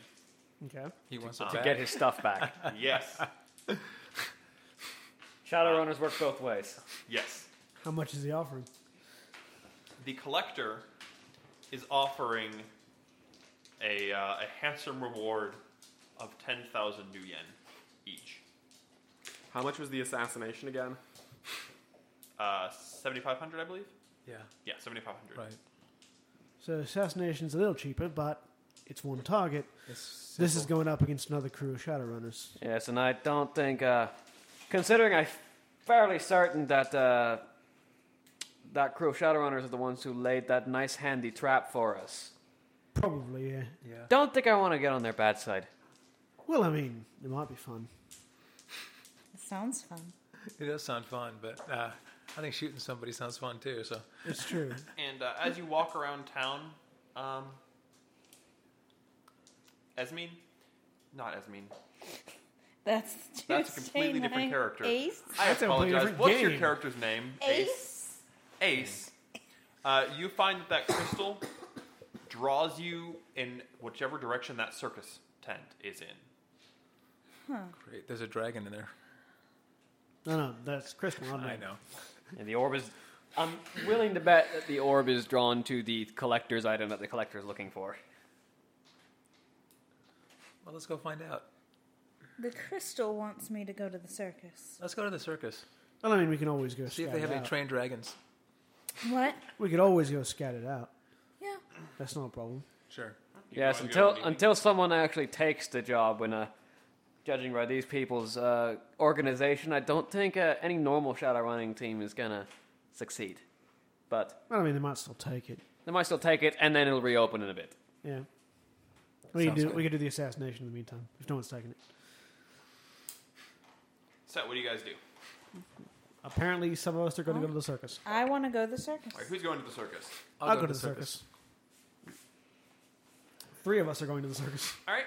Speaker 1: Okay.
Speaker 6: He wants
Speaker 2: To
Speaker 6: it
Speaker 4: to
Speaker 6: back.
Speaker 4: get his stuff back.
Speaker 2: Yes,
Speaker 4: Shadowrunners work both ways.
Speaker 2: yes.
Speaker 1: How much is he offering?
Speaker 2: the collector is offering a, uh, a handsome reward of 10,000 new yen each.
Speaker 3: How much was the assassination again?
Speaker 2: Uh, 7,500, I believe?
Speaker 6: Yeah,
Speaker 2: Yeah, 7,500.
Speaker 6: right.
Speaker 1: So assassination's a little cheaper, but it's one target.
Speaker 6: It's
Speaker 1: This is
Speaker 6: simple.
Speaker 1: going up against another crew of Shadowrunners.
Speaker 4: Yes, and I don't think, uh, considering I'm fairly certain that uh, that crew of Shadowrunners are the ones who laid that nice handy trap for us.
Speaker 1: Probably, yeah.
Speaker 6: Yeah.
Speaker 4: Don't think I want to get on their bad side.
Speaker 1: Well, I mean, it might be fun.
Speaker 5: It sounds fun.
Speaker 6: It does sound fun, but uh, I think shooting somebody sounds fun too. So
Speaker 1: It's true.
Speaker 2: And uh, as you walk around town, um, Esmin? Not Esmin.
Speaker 5: That's
Speaker 2: That's a
Speaker 5: Tuesday
Speaker 2: completely different
Speaker 5: night.
Speaker 2: character.
Speaker 5: Ace.
Speaker 2: I
Speaker 1: That's a completely
Speaker 2: apologize.
Speaker 1: different
Speaker 2: What's your
Speaker 1: game.
Speaker 2: character's name?
Speaker 5: Ace.
Speaker 2: Ace, uh, you find that that crystal draws you in whichever direction that circus tent is in.
Speaker 6: great. There's a dragon in there.
Speaker 1: No, no, that's Crystal. not
Speaker 6: I
Speaker 1: me.
Speaker 6: know.
Speaker 4: And the orb is. I'm willing to bet that the orb is drawn to the collector's item that the collector is looking for.
Speaker 6: Well, let's go find out.
Speaker 5: The crystal wants me to go to the circus.
Speaker 6: Let's go to the circus.
Speaker 1: Well, I mean, we can always go
Speaker 6: See if
Speaker 1: scout
Speaker 6: they have
Speaker 1: it
Speaker 6: any
Speaker 1: out.
Speaker 6: trained dragons.
Speaker 5: What?
Speaker 1: we could always go scout it out.
Speaker 5: Yeah.
Speaker 1: That's not a problem.
Speaker 6: Sure.
Speaker 2: You
Speaker 4: yes,
Speaker 2: wanna go
Speaker 4: until
Speaker 2: to the meeting?
Speaker 4: until someone actually takes the job. When uh, judging by these people's uh, organization, I don't think uh, any normal shadow running team is gonna succeed. But
Speaker 1: Well, I mean, they might still take it.
Speaker 4: They might still take it, and then it'll reopen in a bit.
Speaker 1: Yeah. We could,
Speaker 6: Sounds
Speaker 1: do,
Speaker 6: good.
Speaker 1: we could do the assassination in the meantime, if no one's taking it.
Speaker 2: So, what do you guys do?
Speaker 1: Apparently, some of us are going to go to the circus.
Speaker 5: I want to go to the circus.
Speaker 2: All right, who's going to the circus?
Speaker 1: I'll, go, to the circus. Three of us are going to the circus.
Speaker 2: All right.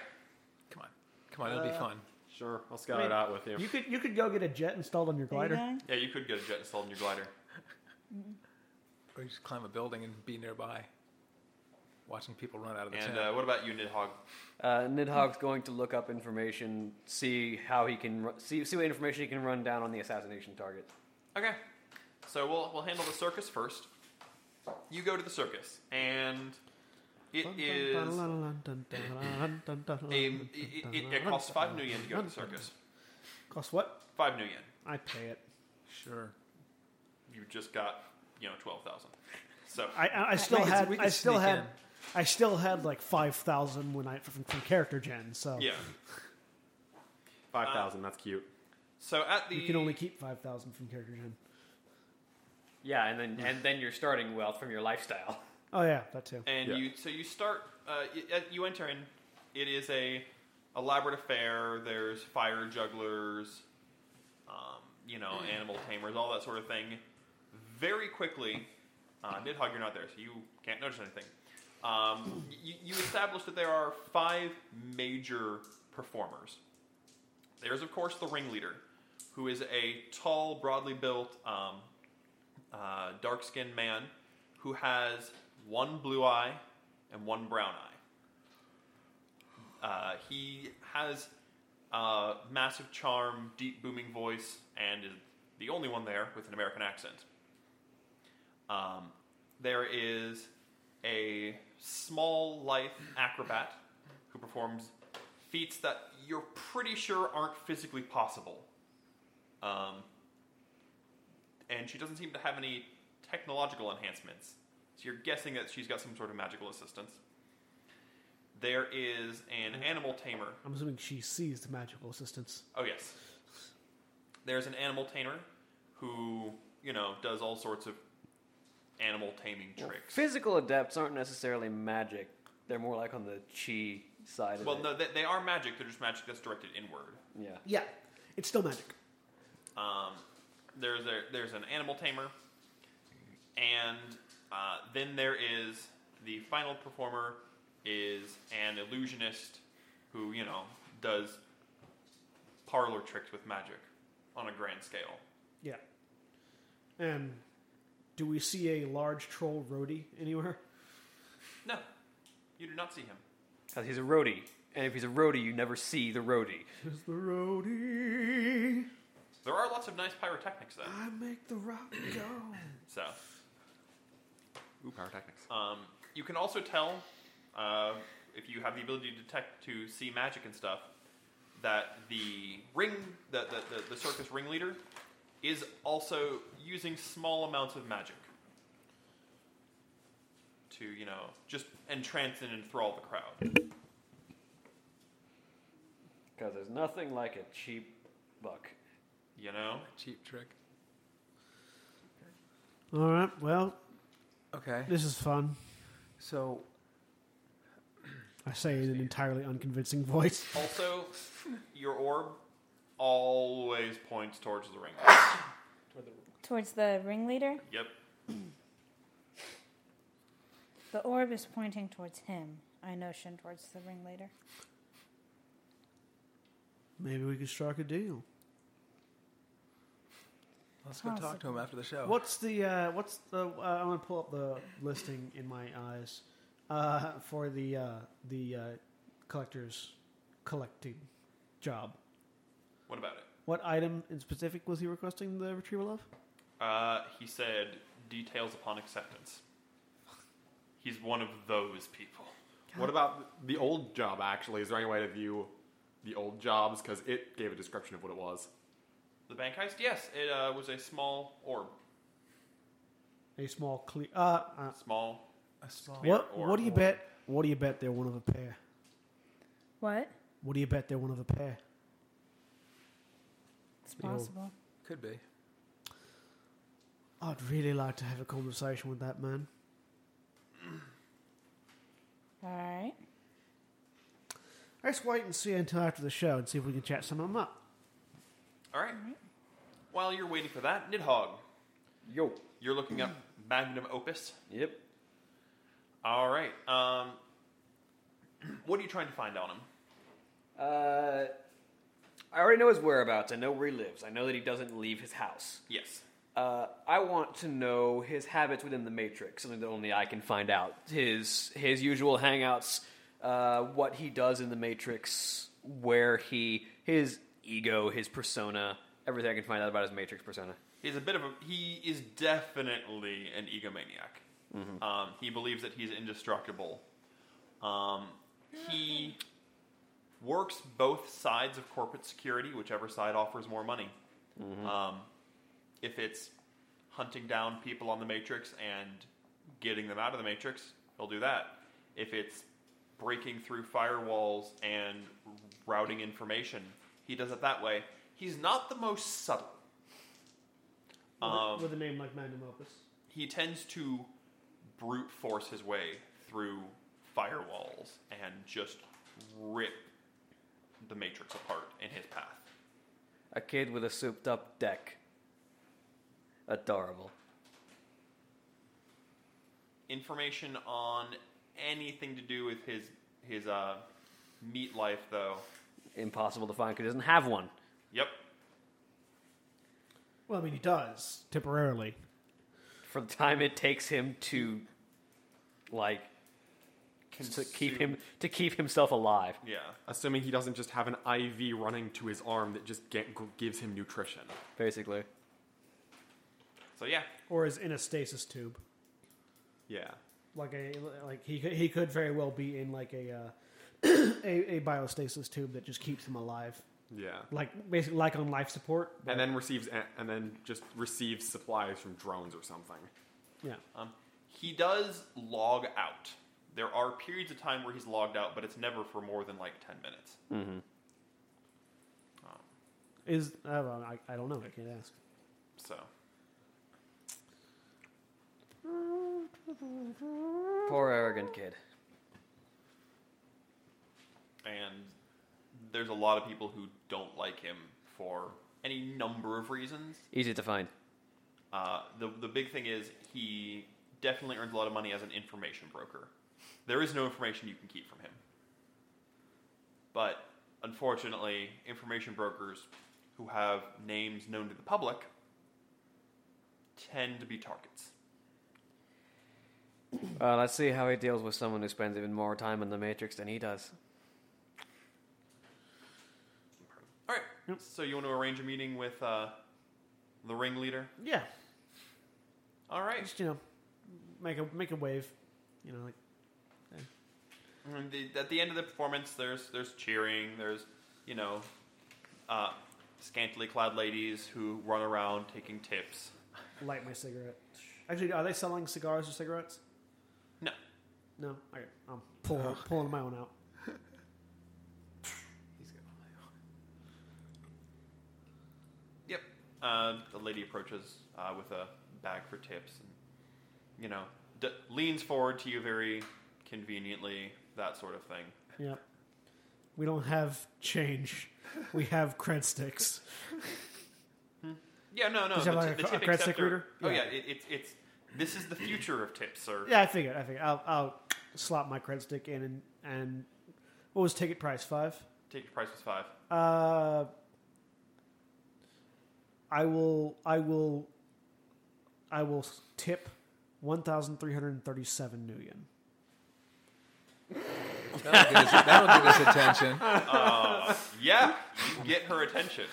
Speaker 6: Come on. Come on.
Speaker 1: Uh,
Speaker 6: It'll be fun.
Speaker 3: Sure, I'll scout
Speaker 1: I mean,
Speaker 3: it out with you.
Speaker 1: You could you could go get a jet installed on your
Speaker 5: Are you
Speaker 1: glider.
Speaker 5: going?
Speaker 2: Yeah, you could get a jet installed in your glider.
Speaker 6: Or you just climb a building and be nearby, watching people run out of the
Speaker 2: And uh,
Speaker 6: tent.
Speaker 2: what about you, Nidhogg?
Speaker 4: Uh, Nidhogg's going to look up information, see how he can ru- see see what information he can run down on the assassination target.
Speaker 2: Okay. So we'll we'll handle the circus first. You go to the circus, and it is a, it, it, it costs five new yen to go to the circus.
Speaker 1: Costs what?
Speaker 2: Five new yen.
Speaker 1: I pay it.
Speaker 6: Sure.
Speaker 2: You just got you know twelve thousand. So
Speaker 1: I, I, I still
Speaker 6: can-
Speaker 1: had
Speaker 6: we can
Speaker 1: I still
Speaker 6: sneak
Speaker 1: had
Speaker 6: in.
Speaker 1: I still had like five thousand when I from, from character gen. So
Speaker 2: yeah.
Speaker 3: 5,000, that's cute.
Speaker 2: So at the
Speaker 1: you can only keep five thousand from character gen.
Speaker 4: Yeah, and then and then you're starting wealth from your lifestyle.
Speaker 1: Oh yeah, that too.
Speaker 2: and
Speaker 3: Yeah.
Speaker 2: you so you start uh, y- uh, you enter in. It is a elaborate affair. There's fire jugglers, um, you know, animal tamers, all that sort of thing. Very quickly, uh, Nidhogg, you're not there, so you can't notice anything. Um, you, you establish that there are five major performers. There's of course the ringleader, who is a tall, broadly built um, uh, dark skinned man who has one blue eye and one brown eye. Uh, he has a massive charm, deep booming voice, and is the only one there with an American accent. Um, there is a small life acrobat who performs feats that you're pretty sure aren't physically possible. Um, and she doesn't seem to have any technological enhancements. So you're guessing that she's got some sort of magical assistance. There is an animal tamer.
Speaker 1: I'm assuming she seized magical assistance.
Speaker 2: Oh yes, there's an animal tamer who you know does all sorts of animal taming tricks.
Speaker 4: Physical adepts aren't necessarily magic. They're more like on the chi side of
Speaker 2: Well,
Speaker 4: it.
Speaker 2: no, they, they are magic. They're just magic that's directed inward.
Speaker 4: Yeah.
Speaker 1: Yeah, it's still magic.
Speaker 2: Um, there's a, there's an animal tamer, and uh, then there is the final performer is an illusionist who you know does parlor tricks with magic on a grand scale.
Speaker 1: Yeah. And do we see a large troll roadie anywhere?
Speaker 2: No, you do not see him.
Speaker 4: 'Cause he's a roadie. And if he's a roadie, you never see the roadie.
Speaker 1: Is the roadie?
Speaker 2: There are lots of nice pyrotechnics though.
Speaker 1: I make the rock go.
Speaker 2: So
Speaker 3: Ooh, pyrotechnics.
Speaker 2: Um, you can also tell uh, if you have the ability to detect to see magic and stuff that the ring, the the, the, the circus ringleader, is also using small amounts of magic to you know just entrance and enthrall the crowd.
Speaker 4: Because there's nothing like a cheap buck.
Speaker 2: You know,
Speaker 6: Cheap trick.
Speaker 1: All right. Well,
Speaker 6: Okay.
Speaker 1: this is fun.
Speaker 6: So
Speaker 1: I say in an entirely unconvincing voice.
Speaker 2: also your orb always points towards the ring.
Speaker 5: Towards the ringleader?
Speaker 2: Yep.
Speaker 5: The orb is pointing towards him. I notion towards the ringleader.
Speaker 1: Maybe we could strike a deal.
Speaker 6: let's go
Speaker 5: How's
Speaker 6: talk
Speaker 5: it-
Speaker 6: to him after the
Speaker 2: Oh.
Speaker 6: show.
Speaker 1: What's the uh, what's the? Uh, I'm gonna pull up the listing in my eyes uh, for the uh, the uh, collector's collecting job.
Speaker 2: What about it?
Speaker 1: What item in specific was he requesting the retrieval of?
Speaker 2: Uh, he said details upon acceptance. He's one of those people.
Speaker 3: What about the old job, actually? Is there any way to view the old jobs? Because it gave a description of what it was.
Speaker 2: The bank heist? Yes, it uh, was a small orb.
Speaker 1: A small clear. Uh, uh,
Speaker 2: Small.
Speaker 6: A small
Speaker 2: Clear
Speaker 1: what?
Speaker 2: or
Speaker 1: What do you
Speaker 2: orb.
Speaker 1: bet? What do you bet they're one of a pair?
Speaker 5: What?
Speaker 1: What do you bet they're one of a pair?
Speaker 5: It's
Speaker 1: The orb.
Speaker 5: possible.
Speaker 6: could be.
Speaker 1: I'd really like to have a conversation with that man.
Speaker 5: All right.
Speaker 1: Let's wait and see until after the show and see if we can chat some of them up.
Speaker 2: All right. While you're waiting for that, Nidhogg,
Speaker 4: Yo.
Speaker 2: you're looking up Magnum Opus.
Speaker 4: Yep.
Speaker 2: All right. Um, what are you trying to find on him?
Speaker 4: Uh, I already know his whereabouts. I know where he lives. I know that he doesn't leave his house.
Speaker 2: Yes.
Speaker 4: Uh, I want to know his habits within the Matrix, something that only I can find out. His his usual hangouts, uh, what he does in the Matrix, where he his ego, his persona, everything I can find out about his Matrix persona.
Speaker 2: He's a bit of a. He is definitely an egomaniac. Um, he believes that he's indestructible. Um, he works both sides of corporate security, whichever side offers more money. Um, if it's hunting down people on the Matrix and getting them out of the Matrix, he'll do that. If it's breaking through firewalls and routing information, he does it that way. He's not the most subtle. Um,
Speaker 1: with a name like Magnum Opus.
Speaker 2: he tends to brute force his way through firewalls and just rip the matrix apart in his path.
Speaker 4: A kid with a souped up deck. Adorable.
Speaker 2: Information on anything to do with his his uh, meat life, though.
Speaker 4: Impossible to find because he doesn't have one.
Speaker 2: Yep,
Speaker 1: Well, I mean, he does temporarily.
Speaker 4: For the time it takes him to, like, to keep him to keep himself alive.
Speaker 2: yeah.
Speaker 3: Assuming he doesn't just have an IV running to his arm that just get, gives him nutrition.
Speaker 4: Basically,
Speaker 2: So yeah,
Speaker 1: or is in a stasis tube.
Speaker 3: Yeah.
Speaker 1: Like a like he could, he could very well be in like a uh, a, a biostasis tube that just keeps him alive.
Speaker 3: Yeah.
Speaker 1: like basically like on life support. but-
Speaker 3: And then receives and then just receives supplies from drones or something.
Speaker 1: yeah,
Speaker 2: Um, he does log out. There are periods of time where he's logged out, but it's never for more than like ten minutes.
Speaker 1: is uh, well, I, I don't know. I can't ask.
Speaker 2: So
Speaker 4: Poor arrogant kid.
Speaker 2: and there's a lot of people who don't like him for any number of reasons.
Speaker 4: Easy to find.
Speaker 2: Uh, the the big thing is he definitely earns a lot of money as an information broker. There is no information you can keep from him. But unfortunately, information brokers who have names known to the public tend to be targets.
Speaker 4: Well, Uh, let's see how he deals with someone who spends even more time in the Matrix than he does.
Speaker 2: All right. So you want to arrange a meeting with uh, the ringleader?
Speaker 1: Yeah,
Speaker 2: All right.
Speaker 1: just you know, make a make a wave. You know, like
Speaker 2: And the- At the end of the performance, there's there's cheering. There's you know, uh, scantily clad ladies who run around taking tips.
Speaker 1: light my cigarette. Actually, are they selling cigars or cigarettes?
Speaker 2: No.
Speaker 1: No. Okay, I'm pulling pulling my own out.
Speaker 2: Yep. Uh, the lady approaches uh, with a bag for tips, and you know, d- leans forward to you very conveniently. That sort of thing.
Speaker 1: Yeah, we don't have change. We have cred sticks.
Speaker 2: Yeah. No. No.
Speaker 1: Does she
Speaker 2: the
Speaker 1: have
Speaker 2: ti-
Speaker 1: like a cr-
Speaker 2: the tip
Speaker 1: a cred stick
Speaker 2: acceptor-
Speaker 1: reader?
Speaker 2: Oh
Speaker 1: Yeah.
Speaker 2: yeah. It, it's it's this is the future of tips, sir.
Speaker 1: Yeah, I figured. I figured. I'll, I'll slot my cred stick in and and what was ticket price five?
Speaker 2: Take your price was five.
Speaker 1: Uh, I will. I will. I will tip one thousand three hundred thirty-seven new yen.
Speaker 6: That'll get his, that'll get his attention.
Speaker 2: Uh, Yeah. You get her attention.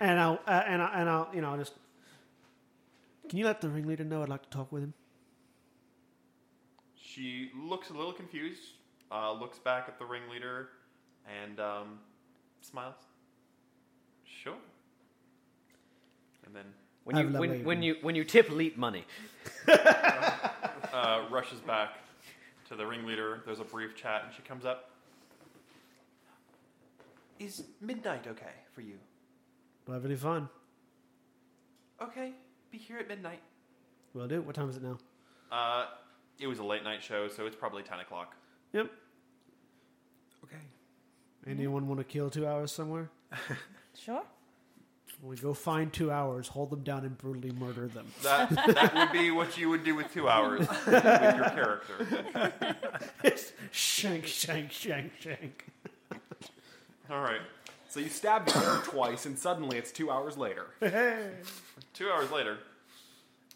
Speaker 1: And I'll uh, and I and I'll you know I'll just. Can you let the ringleader know I'd like to talk with him?
Speaker 2: She looks a little confused, uh, looks back at the ringleader, and um, smiles. Sure. And then
Speaker 4: When
Speaker 1: Have
Speaker 4: you
Speaker 1: a lovely
Speaker 4: when, when
Speaker 1: evening.
Speaker 4: you when you tip leap money,
Speaker 2: uh, rushes back to the ringleader. There's a brief chat, and she comes up. Is midnight okay for you?
Speaker 1: Well, have any fun.
Speaker 2: Okay, be here at midnight.
Speaker 1: Will do. What time is it now?
Speaker 2: Uh, it was a late night show, so it's probably 10 o'clock.
Speaker 1: Yep.
Speaker 6: Okay.
Speaker 1: Anyone want to kill two hours somewhere?
Speaker 5: Sure.
Speaker 1: We go find two hours, hold them down, and brutally murder them.
Speaker 2: That, that would be what you would do with two hours with your character.
Speaker 1: shank, shank, shank, shank.
Speaker 2: All right.
Speaker 3: So you stab her twice, and suddenly it's two hours later.
Speaker 2: Two hours later,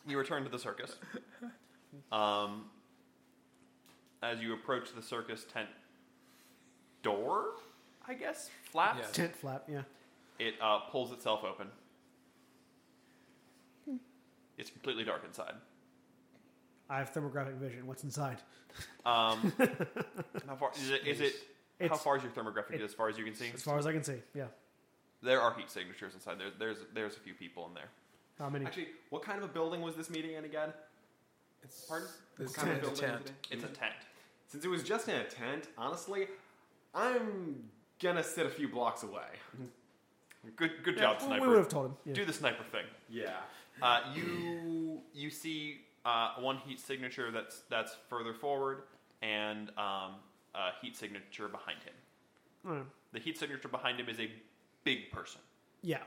Speaker 2: you return to the circus. Um, as you approach the circus tent door, I guess, flaps,
Speaker 6: Yes.
Speaker 1: Tent flap, yeah.
Speaker 2: it uh, pulls itself open. It's completely dark inside.
Speaker 1: I have thermographic vision. What's inside?
Speaker 2: Um, how far is it? Is it how
Speaker 1: It's-
Speaker 2: far is your thermographic?
Speaker 1: it-
Speaker 2: as far as you can see,
Speaker 1: As far as I can see, yeah.
Speaker 2: there are heat signatures inside. There, there's there's a few people in there.
Speaker 1: How many?
Speaker 3: Actually, what kind of a building was this meeting in again?
Speaker 6: It's,
Speaker 3: Pardon?
Speaker 6: This
Speaker 3: What kind
Speaker 6: is
Speaker 3: of
Speaker 6: a
Speaker 3: building
Speaker 6: tent.
Speaker 3: was it in?
Speaker 2: It's a tent.
Speaker 3: Since it was just in a tent, honestly, I'm gonna sit a few blocks away.
Speaker 2: Good good
Speaker 1: Yeah,
Speaker 2: job,
Speaker 1: we-
Speaker 2: sniper.
Speaker 1: We would have told him. Yeah.
Speaker 2: Do the sniper thing.
Speaker 3: Yeah.
Speaker 2: Uh, you you see uh, one heat signature that's that's further forward, and um, a heat signature behind him.
Speaker 1: Alright.
Speaker 2: The heat signature behind him is a big person.
Speaker 1: Yeah.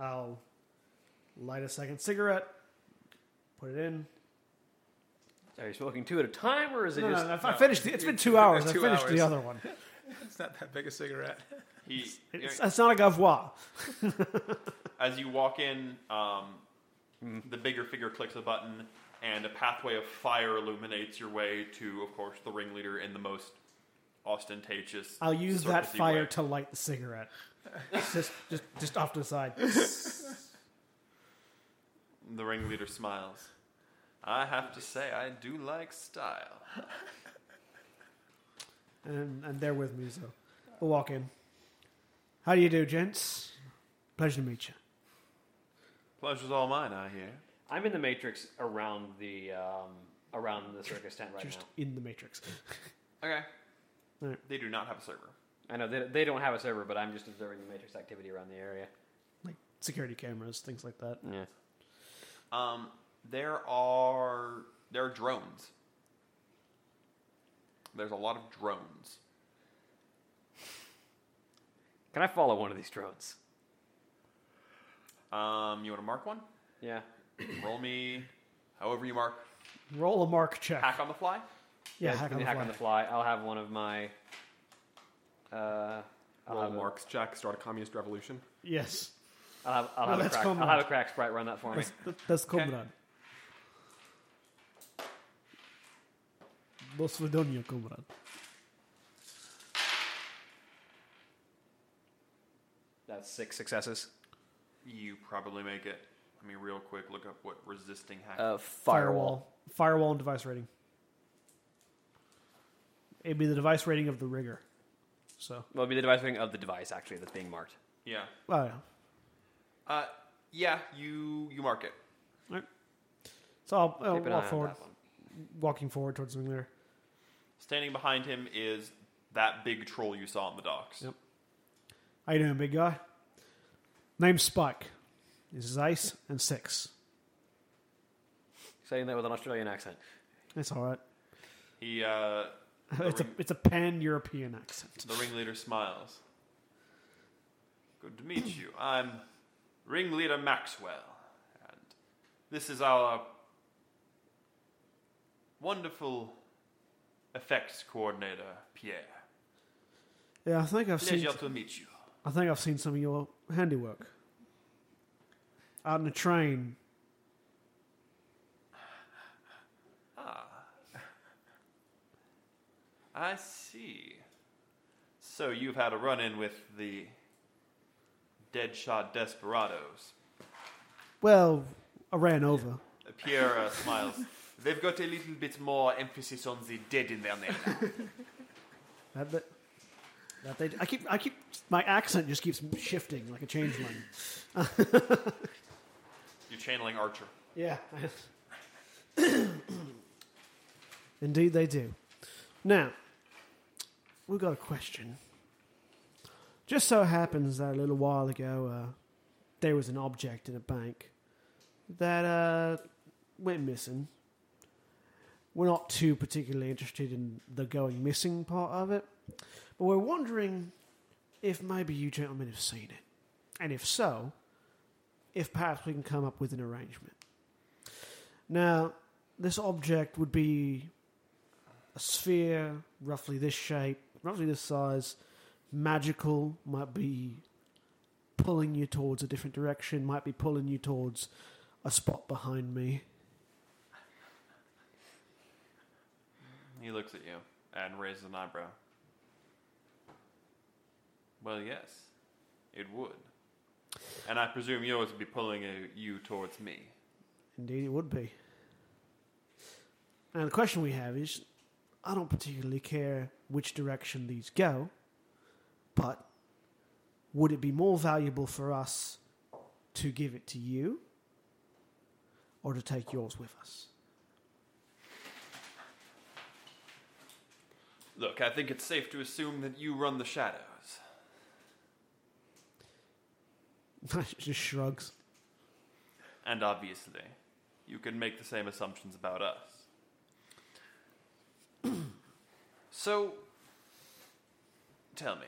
Speaker 1: I'll light a second cigarette, put it in.
Speaker 4: are you smoking two at a time, or is it
Speaker 1: No,
Speaker 4: just
Speaker 1: no, no, I finished. The, it's been two hours. I
Speaker 6: Two
Speaker 1: finished the
Speaker 6: hours.
Speaker 1: other one.
Speaker 6: It's not that big a cigarette.
Speaker 2: He
Speaker 1: It's, it's not a gavois.
Speaker 2: as you walk in, um, the bigger figure clicks a button, and a pathway of fire illuminates your way to, of course, the ringleader in the most ostentatious.
Speaker 1: I'll use that
Speaker 2: circusy
Speaker 1: fire
Speaker 2: way.
Speaker 1: to light the cigarette. just, just, just off to the side.
Speaker 2: the ringleader smiles. I have to say, I do like style.
Speaker 1: and, and they're with me, so we'll walk in. How do you do, gents? Pleasure to meet you.
Speaker 2: Pleasure's all mine, I hear.
Speaker 4: I'm in the Matrix around the um, around the circus tent right
Speaker 1: Just
Speaker 4: now.
Speaker 1: in the Matrix.
Speaker 2: Okay.
Speaker 1: Alright.
Speaker 2: They do not have a server.
Speaker 4: I know they, they don't have a server, but I'm just observing the Matrix activity around the area.
Speaker 1: like security cameras, things like that.
Speaker 4: Yeah.
Speaker 2: Um, there are there are drones. There's a lot of drones.
Speaker 4: Can I follow one of these drones?
Speaker 2: Um, you want to mark one?
Speaker 4: Yeah.
Speaker 2: Roll me, however you mark.
Speaker 1: Roll a mark check.
Speaker 2: Hack on the fly.
Speaker 1: yeah,
Speaker 4: Guys,
Speaker 1: hack,
Speaker 4: give
Speaker 1: on
Speaker 4: me
Speaker 1: the,
Speaker 4: hack
Speaker 1: fly.
Speaker 4: on the fly. I'll have one of my. Uh, I'll,
Speaker 3: Roll
Speaker 4: have a,
Speaker 3: Marx check, start a communist revolution.
Speaker 1: Yes,
Speaker 4: I'll have, I'll
Speaker 1: No,
Speaker 4: have a
Speaker 1: that's
Speaker 4: crack.
Speaker 1: Comrade.
Speaker 4: I'll have a crack sprite run that for me.
Speaker 1: that's, that's Comrade. Do svidaniya, Comrade.
Speaker 4: That's six successes.
Speaker 2: You probably make it. Let me real quick look up what resisting hack.
Speaker 4: Uh,
Speaker 1: Firewall. Firewall and device rating. It'd be the device rating of the rigger. So,
Speaker 4: Well, it'd be the device rating of the device actually that's being marked.
Speaker 2: yeah.
Speaker 1: oh, yeah.
Speaker 2: Uh, yeah. You you mark it.
Speaker 1: So I'll, I'll
Speaker 4: Keep an
Speaker 1: Oh, walk
Speaker 4: eye on
Speaker 1: forward,
Speaker 4: that one.
Speaker 1: walking forward towards the McNair.
Speaker 2: Standing behind him is that big troll you saw on the docks.
Speaker 1: Yep. How you doing, big guy? Name's Spike. This is Ace and Six.
Speaker 4: Saying that with an Australian accent.
Speaker 1: It's all right.
Speaker 2: He uh, the,
Speaker 1: It's a
Speaker 2: ring,
Speaker 1: it's a pan European accent.
Speaker 2: the ringleader smiles. Good to meet you. I'm ringleader Maxwell, and this is our wonderful effects coordinator Pierre.
Speaker 1: Yeah, I think I've seen
Speaker 2: Pleasure to meet you.
Speaker 1: I think I've seen some of your handiwork out on the train.
Speaker 2: I see. So you've had a run in with the Deadshot Desperados.
Speaker 1: Well, I ran over.
Speaker 2: Pierre uh, smiles. They've got a little bit more emphasis on the dead in their name.
Speaker 1: That, that, that they, I keep I keep my accent just keeps shifting like a changeling.
Speaker 2: You're channeling Archer.
Speaker 1: Yeah. Indeed, they do. Now, we've got a question. Just so happens that a little while ago, uh, there was an object in a bank that uh, went missing. We're not too particularly interested in the going missing part of it, but we're wondering if maybe you gentlemen have seen it. And if so, if perhaps we can come up with an arrangement. Now, this object would be a sphere, roughly this shape, roughly this size, magical, might be pulling you towards a different direction, might be pulling you towards a spot behind me.
Speaker 2: He looks at you and raises an eyebrow. Well, yes, it would. And I presume yours would be pulling uh, you towards me.
Speaker 1: Indeed, it would be. Now, the question we have is I don't particularly care which direction these go, but would it be more valuable for us to give it to you or to take yours with us?
Speaker 2: Look, I think it's safe to assume that you run the shadows.
Speaker 1: Just shrugs.
Speaker 2: And obviously, you can make the same assumptions about us. so, tell me.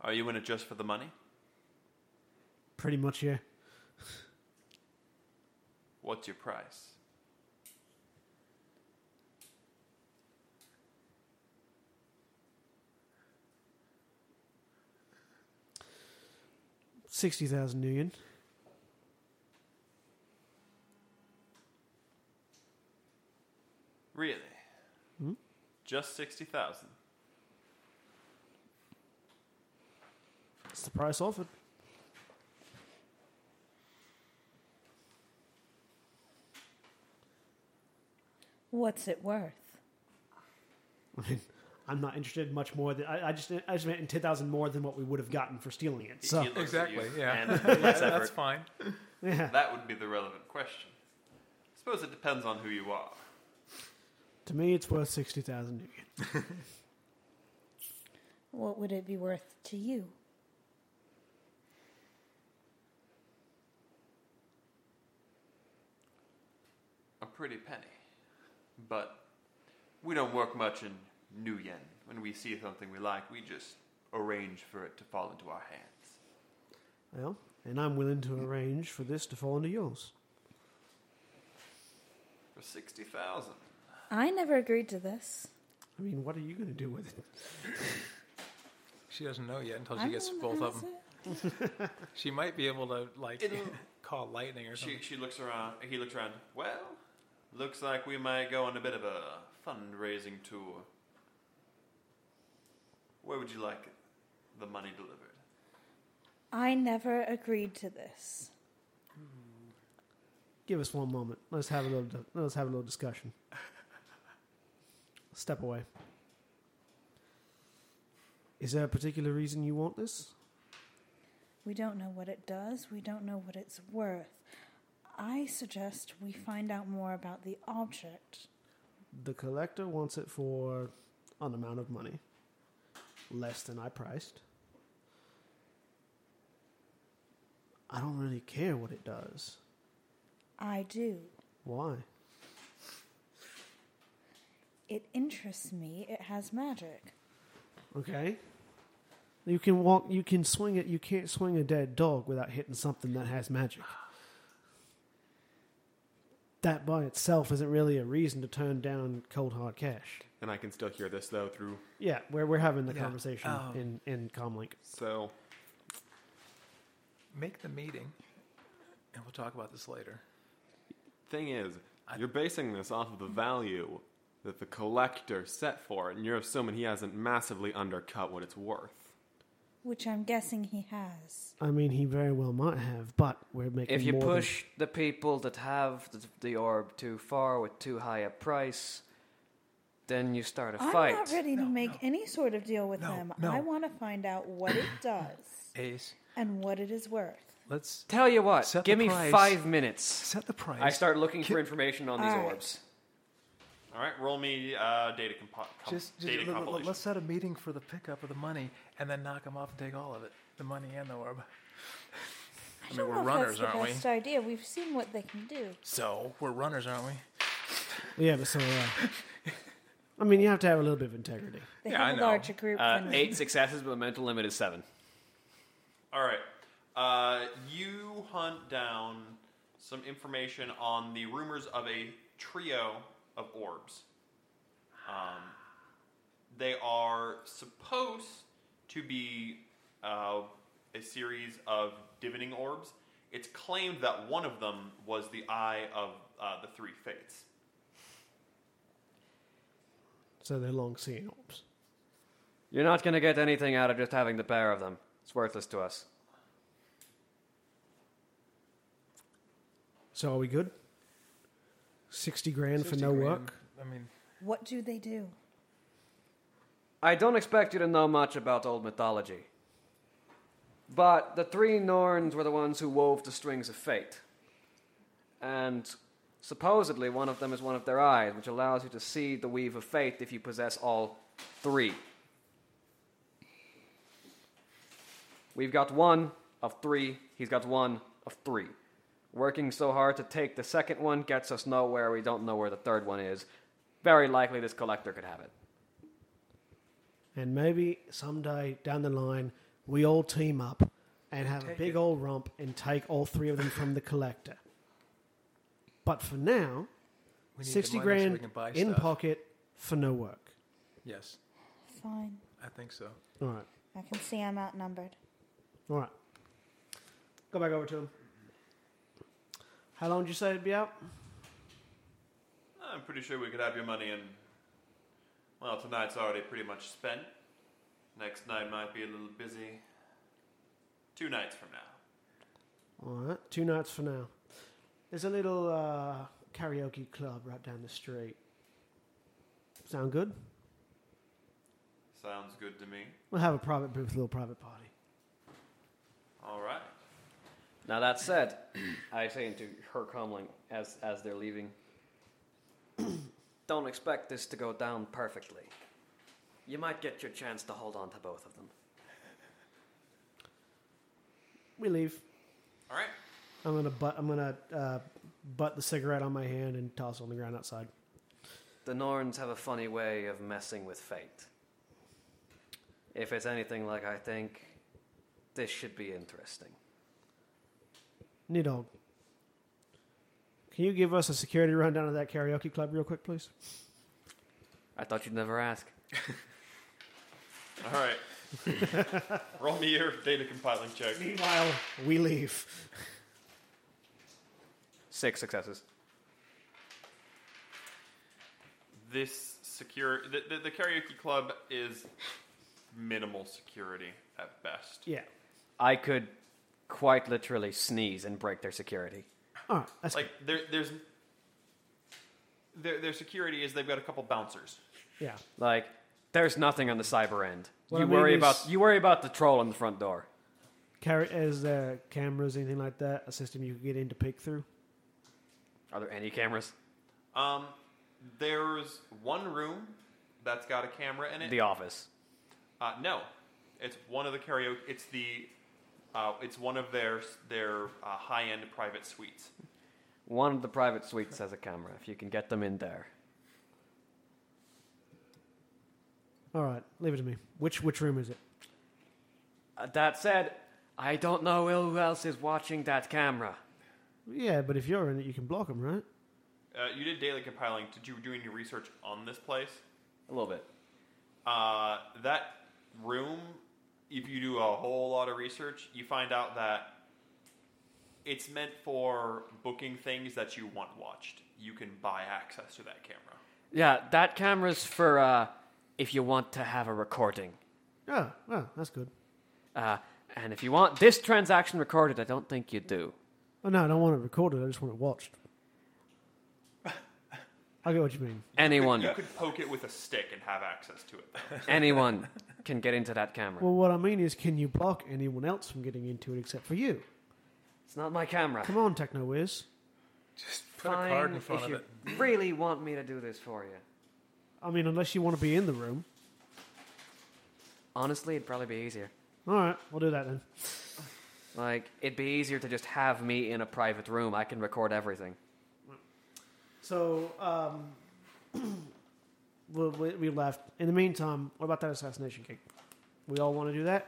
Speaker 2: Are you in it just for the money?
Speaker 1: Pretty much, yeah.
Speaker 2: What's your price?
Speaker 1: Sixty thousand million.
Speaker 2: Really? Just 60,000.
Speaker 1: That's the price offered.
Speaker 5: What's it worth?
Speaker 1: I mean, I'm not interested in much more. Than, I, I just I just meant in ten thousand more than what we would have gotten for stealing it. So
Speaker 2: He looks at
Speaker 6: Exactly.
Speaker 2: you,
Speaker 6: Yeah.
Speaker 4: and
Speaker 6: Yeah,
Speaker 4: less
Speaker 6: that's
Speaker 4: effort.
Speaker 6: fine.
Speaker 2: That would be the relevant question. suppose it depends on who you are.
Speaker 1: to me, it's worth sixty thousand.
Speaker 5: What would it be worth to you?
Speaker 2: A pretty penny. But we don't work much in New Yen. When we see something we like, we just arrange for it to fall into our hands.
Speaker 1: Well, and I'm willing to arrange for this to fall into yours.
Speaker 2: For 60,000.
Speaker 5: I never agreed to this.
Speaker 1: I mean, what are you going to do with it?
Speaker 6: She doesn't know yet until she
Speaker 5: I'm
Speaker 6: gets
Speaker 5: the one
Speaker 6: both
Speaker 5: that
Speaker 6: of
Speaker 5: has
Speaker 6: them.
Speaker 5: it.
Speaker 6: She might be able to like
Speaker 2: It'll-
Speaker 6: call lightning or
Speaker 2: She,
Speaker 6: something.
Speaker 2: she looks around. He looks around. Well, looks like we might go on a bit of a fundraising tour. Where would you like the money delivered?
Speaker 5: I never agreed to this.
Speaker 1: Give us one moment. Let's have a little. di- Let's have a little discussion. Step away. Is there a particular reason you want this?
Speaker 5: We don't know what it does. We don't know what it's worth. I suggest we find out more about the object.
Speaker 1: The collector wants it for an amount of money less than I priced. I don't really care what it does.
Speaker 5: I do.
Speaker 1: Why?
Speaker 5: It interests me. It has magic.
Speaker 1: Okay. You can walk. You can swing it. You can't swing a dead dog without hitting something that has magic. That by itself isn't really a reason to turn down cold hard cash.
Speaker 3: And I can still hear this though through.
Speaker 1: Yeah, we're we're having the
Speaker 6: Yeah.
Speaker 1: conversation
Speaker 6: Oh.
Speaker 1: in in comlink.
Speaker 3: So
Speaker 6: Make the meeting, and we'll talk about this later.
Speaker 3: thing is, you're basing this off of the value that the collector set for it, and you're assuming he hasn't massively undercut what it's worth.
Speaker 5: Which I'm guessing he has.
Speaker 1: I mean, he very well might have, but we're making.
Speaker 4: If you
Speaker 1: more than-
Speaker 4: push the people that have the, the orb too far with too high a price, then you start a
Speaker 5: I'm
Speaker 4: fight.
Speaker 5: not ready to
Speaker 6: No,
Speaker 5: make
Speaker 6: no.
Speaker 5: any sort of deal with
Speaker 6: No,
Speaker 5: him.
Speaker 6: no.
Speaker 5: I want to find out what it does
Speaker 6: Ace,
Speaker 5: and what it is worth.
Speaker 6: let's
Speaker 4: Tell you what,
Speaker 6: Set the
Speaker 4: give me
Speaker 6: price.
Speaker 4: five minutes.
Speaker 6: set the price.
Speaker 4: I start looking for information on these
Speaker 5: All right.
Speaker 4: orbs.
Speaker 2: All right, roll me uh, data, compo- com-
Speaker 6: just, just
Speaker 2: data
Speaker 6: let- let-
Speaker 2: compilation.
Speaker 6: let's set a meeting for the pickup of the money, and then knock them off and take all of it, the money and the orb.
Speaker 5: I,
Speaker 6: mean,
Speaker 5: don't
Speaker 6: we're
Speaker 5: know if
Speaker 6: runners,
Speaker 5: that's the
Speaker 6: aren't we?
Speaker 5: best idea. We've seen what they can do.
Speaker 6: So we're runners, aren't we?
Speaker 1: yeah, but so. Uh, I mean, you have to have a little bit of integrity.
Speaker 5: They
Speaker 6: Yeah, I
Speaker 5: have a
Speaker 6: know.
Speaker 5: larger group
Speaker 4: Uh,
Speaker 5: than
Speaker 4: eight successes, but the mental limit is seven.
Speaker 2: All right. Uh, you hunt down some information on the rumors of a trio of orbs. Um, they are supposed to be uh, a series of divining orbs. It's claimed that one of them was the Eye of uh, the Three Fates.
Speaker 1: So they're long seeing orbs.
Speaker 4: You're not going to get anything out of just having the pair of them. It's worthless to us.
Speaker 1: So are we good? Sixty grand for
Speaker 6: 60
Speaker 1: no
Speaker 6: grand.
Speaker 1: work.
Speaker 6: I mean,
Speaker 5: What do they do?
Speaker 4: I don't expect you to know much about old mythology. But the three Norns were the ones who wove the strings of fate. And supposedly one of them is one of their eyes, which allows you to see the weave of fate if you possess all three. We've got one of three, he's got one of three. Working so hard to take the second one gets us nowhere, we don't know where the third one is. Very likely this collector could have it.
Speaker 1: And maybe someday down the line, we all team up and have a
Speaker 6: Take
Speaker 1: big
Speaker 6: it.
Speaker 1: old romp and take all three of them from the collector. But for now,
Speaker 6: we need the
Speaker 1: 60
Speaker 6: money so we
Speaker 1: grand
Speaker 6: can buy
Speaker 1: in
Speaker 6: stuff.
Speaker 1: pocket for no work.
Speaker 6: Yes,
Speaker 5: Fine.
Speaker 6: I think so.
Speaker 1: All right.
Speaker 5: I can see I'm outnumbered.
Speaker 1: All right. Go back over to him. How long did you say it'd be out?
Speaker 2: I'm pretty sure we could have your money in. Well, tonight's already pretty much spent. Next night might be a little busy. Two nights from now.
Speaker 1: All right. Two nights for now. There's a little uh, karaoke club right down the street. Sound good?
Speaker 2: Sounds good to me.
Speaker 1: We'll have a private booth, little private party.
Speaker 2: All right.
Speaker 4: Now that said, I say to her comling as as they're leaving, don't expect this to go down perfectly. You might get your chance to hold on to both of them.
Speaker 1: We leave.
Speaker 2: All right.
Speaker 1: I'm gonna butt. I'm gonna uh, butt the cigarette on my hand and toss it on the ground outside.
Speaker 4: The Norns have a funny way of messing with fate. If it's anything like I think, this should be interesting.
Speaker 1: Nidog, can you give us a security rundown of that karaoke club real quick, please?
Speaker 4: I thought you'd never ask.
Speaker 2: All right. Roll me your data compiling check.
Speaker 1: Meanwhile, we leave.
Speaker 4: Six successes.
Speaker 2: This secure the, the, the karaoke club is minimal security at best.
Speaker 1: Yeah.
Speaker 4: I could quite literally sneeze and break their security.
Speaker 1: All right. That's
Speaker 2: Like there there's their their security is they've got a couple bouncers.
Speaker 1: yeah.
Speaker 4: Like, there's nothing on the cyber end.
Speaker 1: What
Speaker 4: you
Speaker 1: I mean
Speaker 4: worry
Speaker 1: is-
Speaker 4: about you worry about the troll on the front door.
Speaker 1: Carry as uh, cameras, anything like that. A system you can get in to pick through.
Speaker 4: Are there any cameras?
Speaker 2: Um, there's one room that's got a camera in it.
Speaker 4: The office.
Speaker 2: Uh, no, it's one of the karaoke. It's the uh, it's one of their their uh, high end private suites.
Speaker 4: One of the private suites has a camera. If you can get them in there,
Speaker 1: All right. Leave it to me. Which which room is it?
Speaker 4: Uh, that said, I don't know who else is watching that camera.
Speaker 1: Yeah, but if you're in it, you can block them, right?
Speaker 2: Uh, you did daily compiling. Did you do any research on this place?
Speaker 4: A little bit.
Speaker 2: Uh, that room, if you do a whole lot of research, you find out that it's meant for booking things that you want watched. You can buy access to that camera.
Speaker 4: Yeah, that camera's for uh, if you want to have a recording.
Speaker 1: Oh, well, that's good.
Speaker 4: Uh, and if you want this transaction recorded, I don't think you do.
Speaker 1: Oh no, I don't want it recorded. I just want it watched. I get what you mean.
Speaker 4: Anyone,
Speaker 2: You could poke it with a stick and have access to it. though.
Speaker 4: anyone can get into that camera.
Speaker 1: Well, what I mean is, can you block anyone else from getting into it except for you?
Speaker 4: It's not my camera.
Speaker 1: Come on, Techno Wiz.
Speaker 6: Just put
Speaker 4: Fine,
Speaker 6: a card in front
Speaker 4: if
Speaker 6: of
Speaker 4: you
Speaker 6: it.
Speaker 4: really want me to do this for you.
Speaker 1: I mean, unless you want to be in the room.
Speaker 4: Honestly, it'd probably be easier.
Speaker 1: All right, we'll do that then.
Speaker 4: Like, it'd be easier to just have me in a private room. I can record everything.
Speaker 1: So, um, we, we, we left. In the meantime, what about that assassination cake? We all want to do that.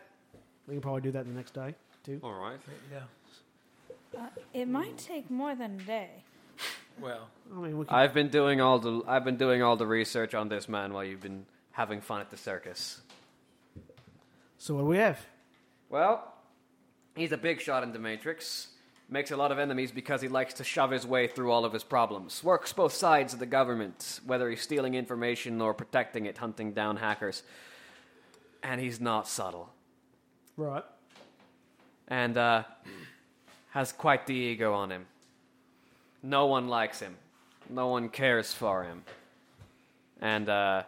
Speaker 1: We can probably do that the next day too.
Speaker 3: All right.
Speaker 6: Yeah.
Speaker 5: Uh, it might take more than a day.
Speaker 6: Well,
Speaker 1: I mean, we can.
Speaker 4: I've been doing all the I've been doing all the research on this man while you've been having fun at the circus.
Speaker 1: so, what do we have?
Speaker 4: Well, he's a big shot in the Matrix. Makes a lot of enemies because he likes to shove his way through all of his problems. Works both sides of the government, whether he's stealing information or protecting it, hunting down hackers. And he's not subtle.
Speaker 1: Right.
Speaker 4: And uh, has quite the ego on him. No one likes him. No one cares for him. And uh,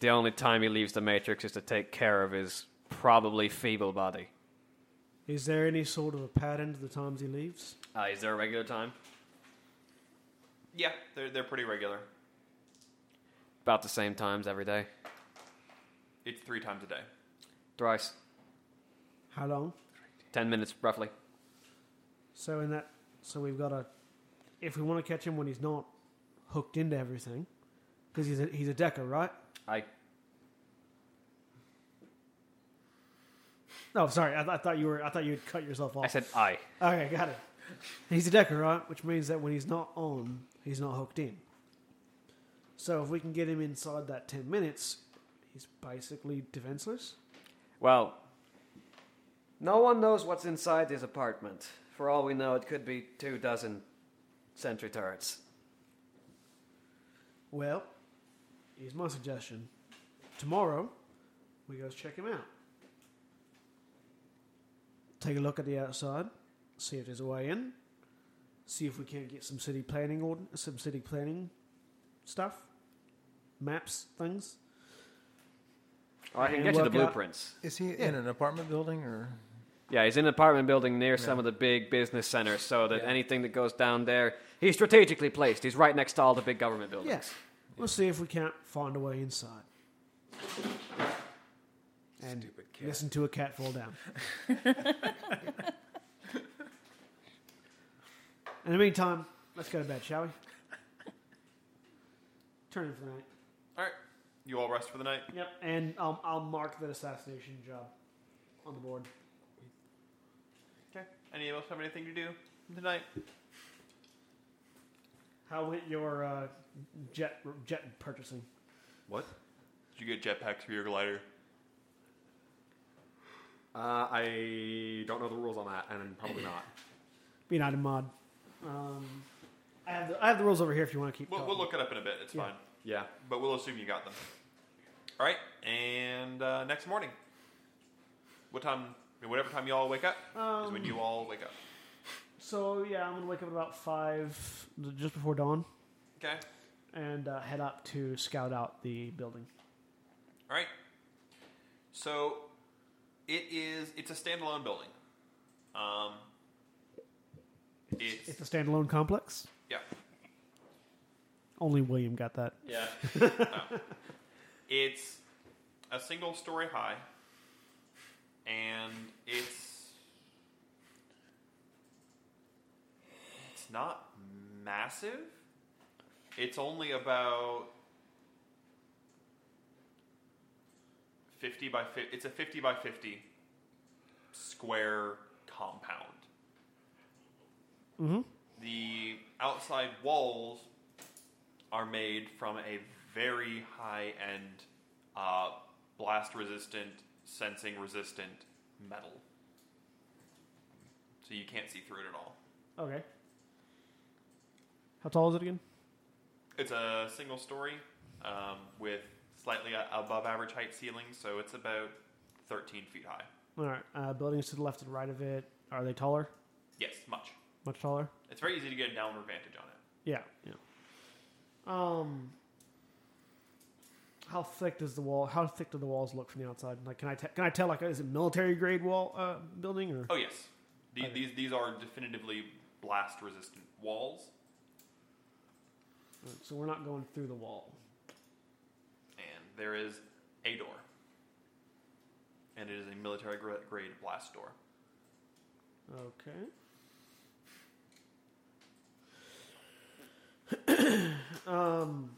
Speaker 4: the only time he leaves the Matrix is to take care of his probably feeble body.
Speaker 1: Is there any sort of a pattern to the times he leaves?
Speaker 4: Uh, is there a regular time?
Speaker 2: yeah, they're, they're pretty regular.
Speaker 4: About the same times every day.
Speaker 2: It's three times a day.
Speaker 4: Thrice.
Speaker 1: How long?
Speaker 4: Ten minutes, roughly.
Speaker 1: So in that, so we've got to, if we want to catch him when he's not hooked into everything, because he's a, he's a decker, right?
Speaker 4: I.
Speaker 1: No, sorry, I, th- I thought you were, I thought you had cut yourself off.
Speaker 4: I said I.
Speaker 1: okay, got it. He's a decker, right? Which means that when he's not on, he's not hooked in. So if we can get him inside that ten minutes, he's basically defenseless.
Speaker 4: Well, no one knows what's inside this apartment. For all we know, it could be two dozen sentry turrets.
Speaker 1: Well, here's my suggestion. Tomorrow, we go check him out. Take a look at the outside, see if there's a way in, see if we can get some city planning ord- some city planning stuff, maps, things.
Speaker 4: Or I can
Speaker 1: And
Speaker 4: get you the
Speaker 1: look up-
Speaker 4: blueprints.
Speaker 6: Is he in an apartment building or?
Speaker 4: Yeah, he's in an apartment building near some of the big business centers, so that
Speaker 6: Yeah.
Speaker 4: anything that goes down there, he's strategically placed. He's right next to all the big government buildings.
Speaker 1: Yes. We'll see if we can't find a way inside. And
Speaker 6: Stupid cat.
Speaker 1: listen to a cat fall down. In the meantime, let's go to bed, shall we? Turn in for the night.
Speaker 2: All right. You all rest for the night.
Speaker 1: Yep. And um, I'll mark that assassination job on the board.
Speaker 2: Okay. Any of us have anything to do tonight?
Speaker 1: How went your uh, jet jet purchasing?
Speaker 2: What? Did you get jetpacks for your glider?
Speaker 3: Uh, I don't know the rules on that, and probably not.
Speaker 1: Being out of mod. Um, I have the, I have the rules over here if you want to keep.
Speaker 2: We'll,
Speaker 1: talking.
Speaker 2: we'll look it up in a bit. It's
Speaker 1: Yeah.
Speaker 2: fine.
Speaker 3: Yeah.
Speaker 2: But we'll assume you got them. All right. And uh, next morning, what time? I mean, Whatever time you all wake up is when you all wake up.
Speaker 1: So yeah, I'm gonna wake up at about five, just before dawn,
Speaker 2: Okay.
Speaker 1: and uh, head up to scout out the building.
Speaker 2: All right. So it is. It's a standalone building. Um. It's
Speaker 1: It's a standalone complex.
Speaker 2: yeah
Speaker 1: Only William got that.
Speaker 2: yeah. It's a single story high, and it's it's not massive. It's only about fifty by fifty. It's a fifty by fifty square compound.
Speaker 1: Mm-hmm.
Speaker 2: The outside walls are made from a very high end, uh, blast resistant, sensing resistant metal. So you can't see through it at all.
Speaker 1: Okay. How tall is it again?
Speaker 2: It's a single story um, with slightly a- above average height ceilings, so it's about 13 feet high.
Speaker 1: All right. Uh, buildings to the left and right of it. Are they taller?
Speaker 2: Yes, much.
Speaker 1: Much taller?
Speaker 2: It's very easy to get a downward vantage on it.
Speaker 1: Yeah. Yeah. Um. How thick does the wall? How thick do the walls look from the outside? Like, can I te- can I tell? Like, is it military grade wall uh, building or?
Speaker 2: Oh, yes. The,
Speaker 1: Okay.
Speaker 2: these, these are definitively blast resistant walls.
Speaker 1: So we're not going through the wall.
Speaker 2: and there is a door. And it is a military gra- grade blast door.
Speaker 1: Okay. um,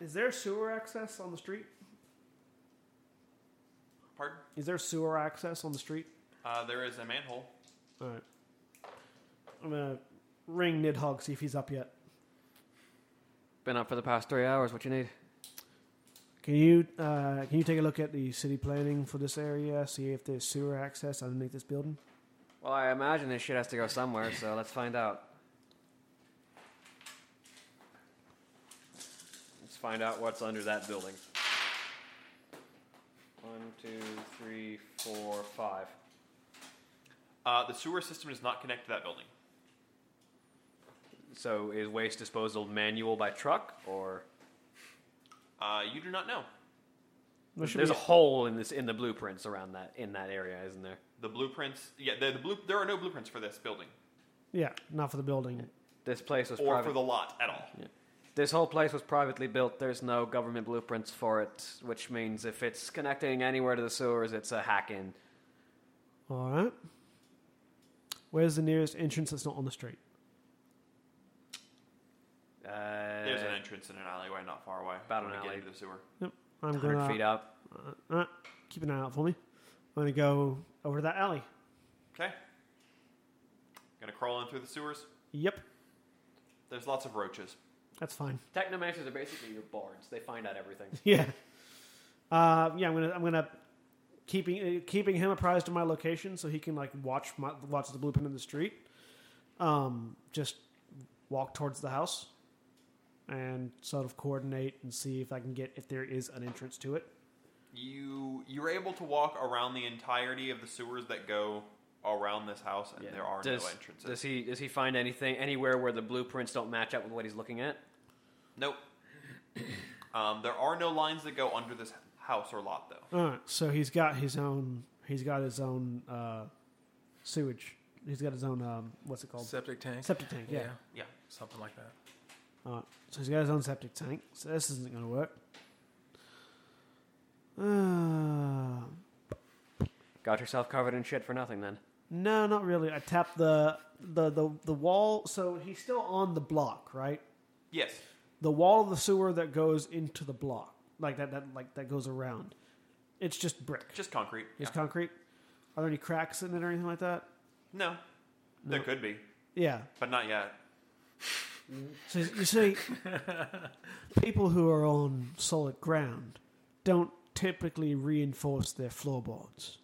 Speaker 1: is there sewer access on the street?
Speaker 2: Pardon?
Speaker 1: Is there sewer access on the street?
Speaker 2: Uh, there is a manhole.
Speaker 1: All right. I'm gonna ring Nidhogg see if he's up yet.
Speaker 4: Been up for the past three hours. What you need?
Speaker 1: Can you uh, can you take a look at the city planning for this area? See if there's sewer access underneath this building.
Speaker 4: Well, I imagine this shit has to go somewhere, so let's find out. Let's find out what's under that building. One, two, three, four, five.
Speaker 2: Uh, the sewer system does not connect to that building.
Speaker 4: So is waste disposal manual by truck or
Speaker 2: Uh, you do not know.
Speaker 1: There should
Speaker 4: there's
Speaker 1: be-
Speaker 4: a hole in this in the blueprints around that in that area, isn't there?
Speaker 2: The blueprints, yeah, the, the blue, there are no blueprints for this building
Speaker 1: yeah, not for the building.
Speaker 4: This place was
Speaker 2: or
Speaker 4: private.
Speaker 2: for the lot at all.
Speaker 4: This whole place was privately built. There's no government blueprints for it, which means if it's connecting anywhere to the sewers, it's a hack in.
Speaker 1: All right. Where's the nearest entrance that's not on the street?
Speaker 4: Uh,
Speaker 2: There's an entrance and an alleyway not far away.
Speaker 4: About
Speaker 2: when
Speaker 4: an
Speaker 2: we get
Speaker 4: alley.
Speaker 2: into the sewer.
Speaker 1: I'm
Speaker 4: 100
Speaker 1: gonna
Speaker 4: feet up.
Speaker 1: All right, Uh, keep an eye out for me. I'm gonna go over to that alley.
Speaker 2: Okay. Gonna crawl in through the sewers.
Speaker 1: Yep,
Speaker 2: There's lots of roaches.
Speaker 1: that's fine.
Speaker 4: Technomancers are basically your bards. They find out everything.
Speaker 1: Yeah, uh, yeah. I'm gonna I'm gonna keeping uh, keeping him apprised of my location so he can like watch my watch the blueprint in the street. Um, just walk towards the house and sort of coordinate and see if I can get if there is an entrance to it.
Speaker 2: You you're able to walk around the entirety of the sewers that go around this house, and there are
Speaker 4: does,
Speaker 2: no entrances.
Speaker 4: Does he does he find anything anywhere where the blueprints don't match up with what he's looking at?
Speaker 2: Nope. Um, there are no lines that go under this house or lot, though.
Speaker 1: All right, so he's got his own. He's got his own uh, sewage. He's got his own. Um, what's it called?
Speaker 6: Septic tank.
Speaker 1: septic tank. Yeah.
Speaker 2: Yeah.
Speaker 6: something like that.
Speaker 1: All right, so he's got his own septic tank. So this isn't going to work. Uh,
Speaker 4: Got yourself covered in shit for nothing then.
Speaker 1: no, not really. I tapped the, the the the wall. So he's still on the block, right?
Speaker 2: Yes.
Speaker 1: The wall of the sewer that goes into the block, like that that like that goes around. It's just brick.
Speaker 2: Just concrete.
Speaker 1: It's
Speaker 2: Yeah.
Speaker 1: concrete. Are there any cracks in it or anything like that?
Speaker 2: no. There could be,
Speaker 1: Yeah.
Speaker 2: but not yet.
Speaker 1: So you see, people who are on solid ground don't typically reinforce their floorboards.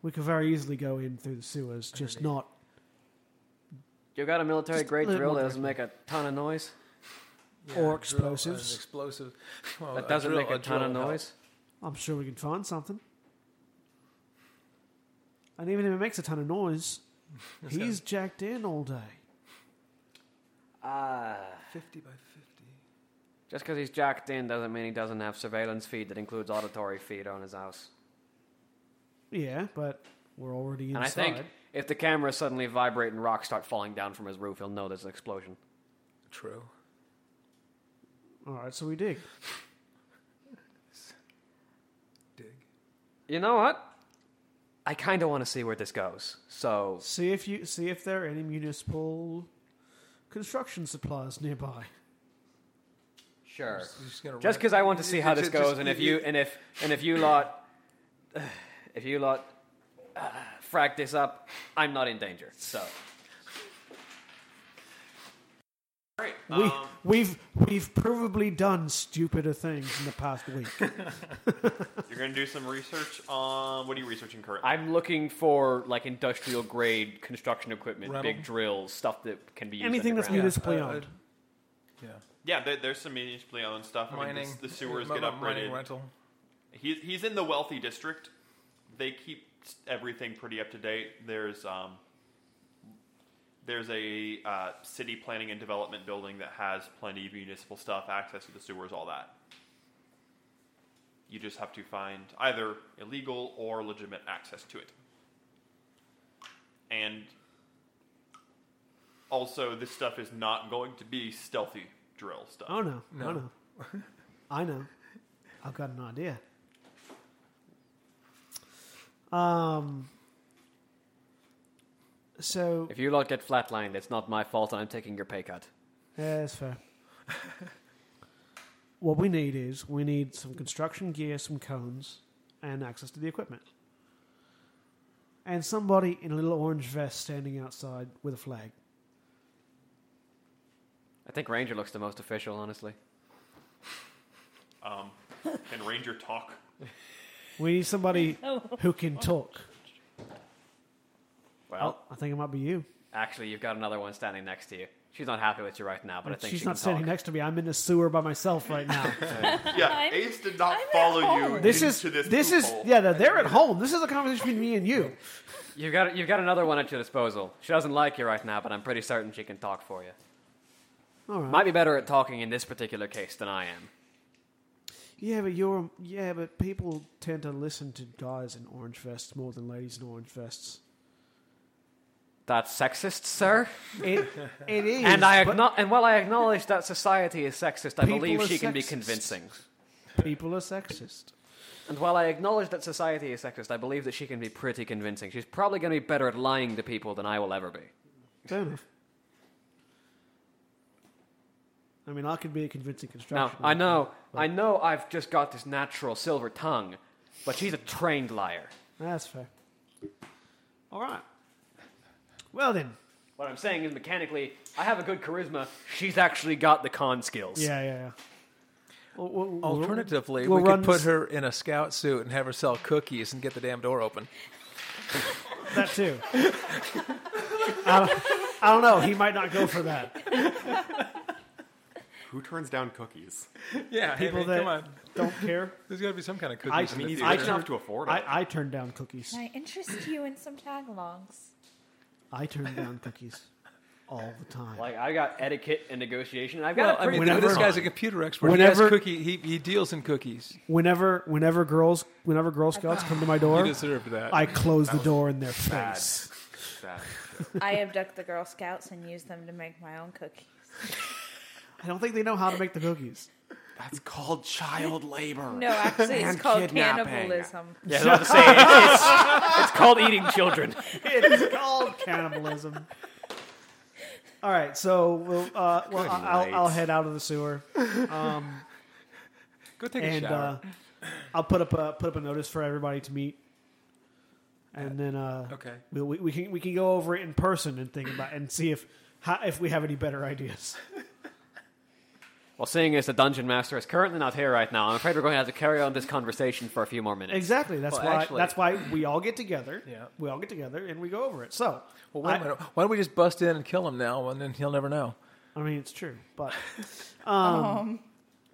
Speaker 1: We could very easily go in through the sewers, just not.
Speaker 4: You got a military grade
Speaker 1: Just a
Speaker 4: drill that
Speaker 1: little
Speaker 4: doesn't make a ton of noise?
Speaker 6: Yeah,
Speaker 1: Or
Speaker 6: drill, uh,
Speaker 1: explosives.
Speaker 6: explosive. Well,
Speaker 4: That doesn't
Speaker 6: Oh, drill-
Speaker 4: make a ton of
Speaker 6: drill helps.
Speaker 4: noise?
Speaker 1: I'm sure we can find something. And even if it makes a ton of noise, he's jacked in all day.
Speaker 4: Ah.
Speaker 6: Fifty by fifty.
Speaker 4: Just because he's jacked in doesn't mean he doesn't have surveillance feed that includes auditory feed on his house.
Speaker 1: Yeah, but we're already
Speaker 4: And I
Speaker 1: inside.
Speaker 4: think if the cameras suddenly vibrate and rocks start falling down from his roof, he'll know there's an explosion.
Speaker 6: True.
Speaker 1: All right, so we dig.
Speaker 6: Dig.
Speaker 4: You know what? I kind of want to see where this goes. So,
Speaker 1: See if you see if there are any municipal construction supplies nearby.
Speaker 4: sure.
Speaker 6: Just gonna
Speaker 4: Just
Speaker 6: run-
Speaker 4: because I want to see how this
Speaker 6: Just- just-
Speaker 4: goes, and if you and if and if you lot, if you lot, uh, frack this up, I'm not in danger. So
Speaker 2: All right.
Speaker 1: We,
Speaker 2: Um,
Speaker 1: we've we've provably done stupider things in the past week.
Speaker 2: you're going to do some research on what are you researching currently?
Speaker 4: I'm looking for like industrial grade construction equipment,
Speaker 6: Rental.
Speaker 4: big drills, stuff that can be used
Speaker 1: Anything that's
Speaker 4: underground.
Speaker 1: municipally
Speaker 6: uh,
Speaker 1: owned.
Speaker 6: Yeah.
Speaker 2: yeah, there, there's some municipally owned stuff. I mean,
Speaker 6: Mining.
Speaker 2: the, the sewers
Speaker 6: mi-
Speaker 2: get
Speaker 6: mi- Mining
Speaker 2: upgraded.
Speaker 6: rental.
Speaker 2: He's he's in the wealthy district. They keep everything pretty up to date. There's um, there's a uh, city planning and development building that has plenty of municipal stuff, access to the sewers, all that. You just have to find either illegal or legitimate access to it. And also, this stuff is not going to be stealthy drill stuff.
Speaker 1: Oh no,
Speaker 6: No.
Speaker 1: I know, I know. I've got an idea. Um. So
Speaker 4: If you lot get flatlined, it's not my fault, and I'm taking your pay cut.
Speaker 1: Yeah, that's fair. what we need is we need some construction gear, some cones, and access to the equipment. And somebody in a little orange vest standing outside with a flag.
Speaker 4: I think Ranger looks the most official, honestly.
Speaker 2: Um, can Ranger talk?
Speaker 1: We need somebody who can talk.
Speaker 4: Well,
Speaker 1: Oh, I think it might be you.
Speaker 4: actually, you've got another one standing next to you. She's not happy with you right now, but I think
Speaker 1: She's
Speaker 4: she
Speaker 1: not
Speaker 4: can
Speaker 1: standing
Speaker 4: talk.
Speaker 1: next to me. I'm in a sewer by myself right now.
Speaker 2: Yeah,
Speaker 5: I'm-
Speaker 2: Ace did not
Speaker 5: I'm at
Speaker 2: follow you
Speaker 5: home.
Speaker 1: this is
Speaker 2: into this.
Speaker 1: this is
Speaker 2: loophole.
Speaker 1: yeah. They're, they're at home. This is a conversation between me and you.
Speaker 4: You've got you've got another one at your disposal. She doesn't like you right now, but I'm pretty certain she can talk for you.
Speaker 1: All right.
Speaker 4: Might be better at talking in this particular case than I am.
Speaker 1: Yeah, but you're yeah, but people tend to listen to guys in orange vests more than ladies in orange vests.
Speaker 4: That's sexist, sir.
Speaker 1: It, it is.
Speaker 4: And I
Speaker 1: but
Speaker 4: acknow- and while I acknowledge that society is sexist, I
Speaker 1: People
Speaker 4: believe
Speaker 1: are
Speaker 4: she can be
Speaker 1: sexist.
Speaker 4: convincing.
Speaker 1: people are sexist.
Speaker 4: And while I acknowledge that society is sexist, I believe that she can be pretty convincing. She's probably going to be better at lying to people than I will ever be.
Speaker 1: Fair enough. I mean, I could be a convincing
Speaker 4: Now,
Speaker 1: construction.
Speaker 4: I know, I know I've just got this natural silver tongue, but she's a trained liar.
Speaker 1: That's fair. All right. Well then.
Speaker 4: What I'm saying is, mechanically, I have a good charisma. She's actually got the con skills.
Speaker 1: Yeah, yeah, yeah. We'll- we'll- we'll-
Speaker 6: Alternatively,
Speaker 1: we'll
Speaker 6: we
Speaker 1: run
Speaker 6: could put
Speaker 1: this-
Speaker 6: her in a scout suit and have her sell cookies and get the damn door open.
Speaker 1: that too. I, don't, I don't know. He might not go for that.
Speaker 3: Who turns down cookies?
Speaker 6: Yeah,
Speaker 1: People that
Speaker 6: come on.
Speaker 1: Don't care.
Speaker 6: There's got to be some kind of cookies.
Speaker 1: I-
Speaker 6: in
Speaker 1: I
Speaker 6: the
Speaker 1: mean, he's
Speaker 6: future.
Speaker 1: I
Speaker 3: I
Speaker 1: turn-
Speaker 3: have to afford it.
Speaker 1: I, I turned down cookies.
Speaker 5: Can I interest you in some tagalongs?
Speaker 1: I turned down cookies. all the time.
Speaker 4: Like I got etiquette and negotiation, and I've got
Speaker 6: Well,
Speaker 4: a
Speaker 6: I
Speaker 4: pretty
Speaker 6: mean,
Speaker 1: whenever-
Speaker 6: this guy's a computer expert. he,
Speaker 1: whenever-
Speaker 6: has cookie, he, he deals in cookies.
Speaker 1: whenever whenever girls whenever Girl Scouts come to my door,
Speaker 6: You deserved that.
Speaker 1: I close the door in their face.
Speaker 3: Sad.
Speaker 5: I abduct the Girl Scouts and use them to make my own cookies.
Speaker 1: I don't think they know how to make the cookies.
Speaker 3: That's called child labor.
Speaker 5: No, actually, it's
Speaker 3: And
Speaker 5: called
Speaker 3: kidnapping.
Speaker 5: cannibalism.
Speaker 4: Yeah, I was about to say, it's, it's called eating children.
Speaker 1: it's called cannibalism. All right, so we'll, uh, well,
Speaker 3: Good
Speaker 1: I'll,
Speaker 3: night.
Speaker 1: I'll head out of the sewer
Speaker 6: Go take
Speaker 1: and
Speaker 6: a shower.
Speaker 1: uh, I'll put up a put up a notice for everybody to meet, and then uh,
Speaker 6: Okay.
Speaker 1: we, we, we can we can go over it in person and think about and see if how, if we have any better ideas.
Speaker 4: Well, seeing as the dungeon master is currently not here right now, I'm afraid we're going to have to carry on this conversation for a few more minutes.
Speaker 1: Exactly. That's
Speaker 4: Well,
Speaker 1: why
Speaker 4: actually-
Speaker 1: that's why we all get together.
Speaker 6: Yeah.
Speaker 1: we all get together and we go over it. So
Speaker 6: Well, wait a
Speaker 1: I-
Speaker 6: minute. Why don't we just bust in and kill him now, and then he'll never know.
Speaker 1: I mean, it's true, but um,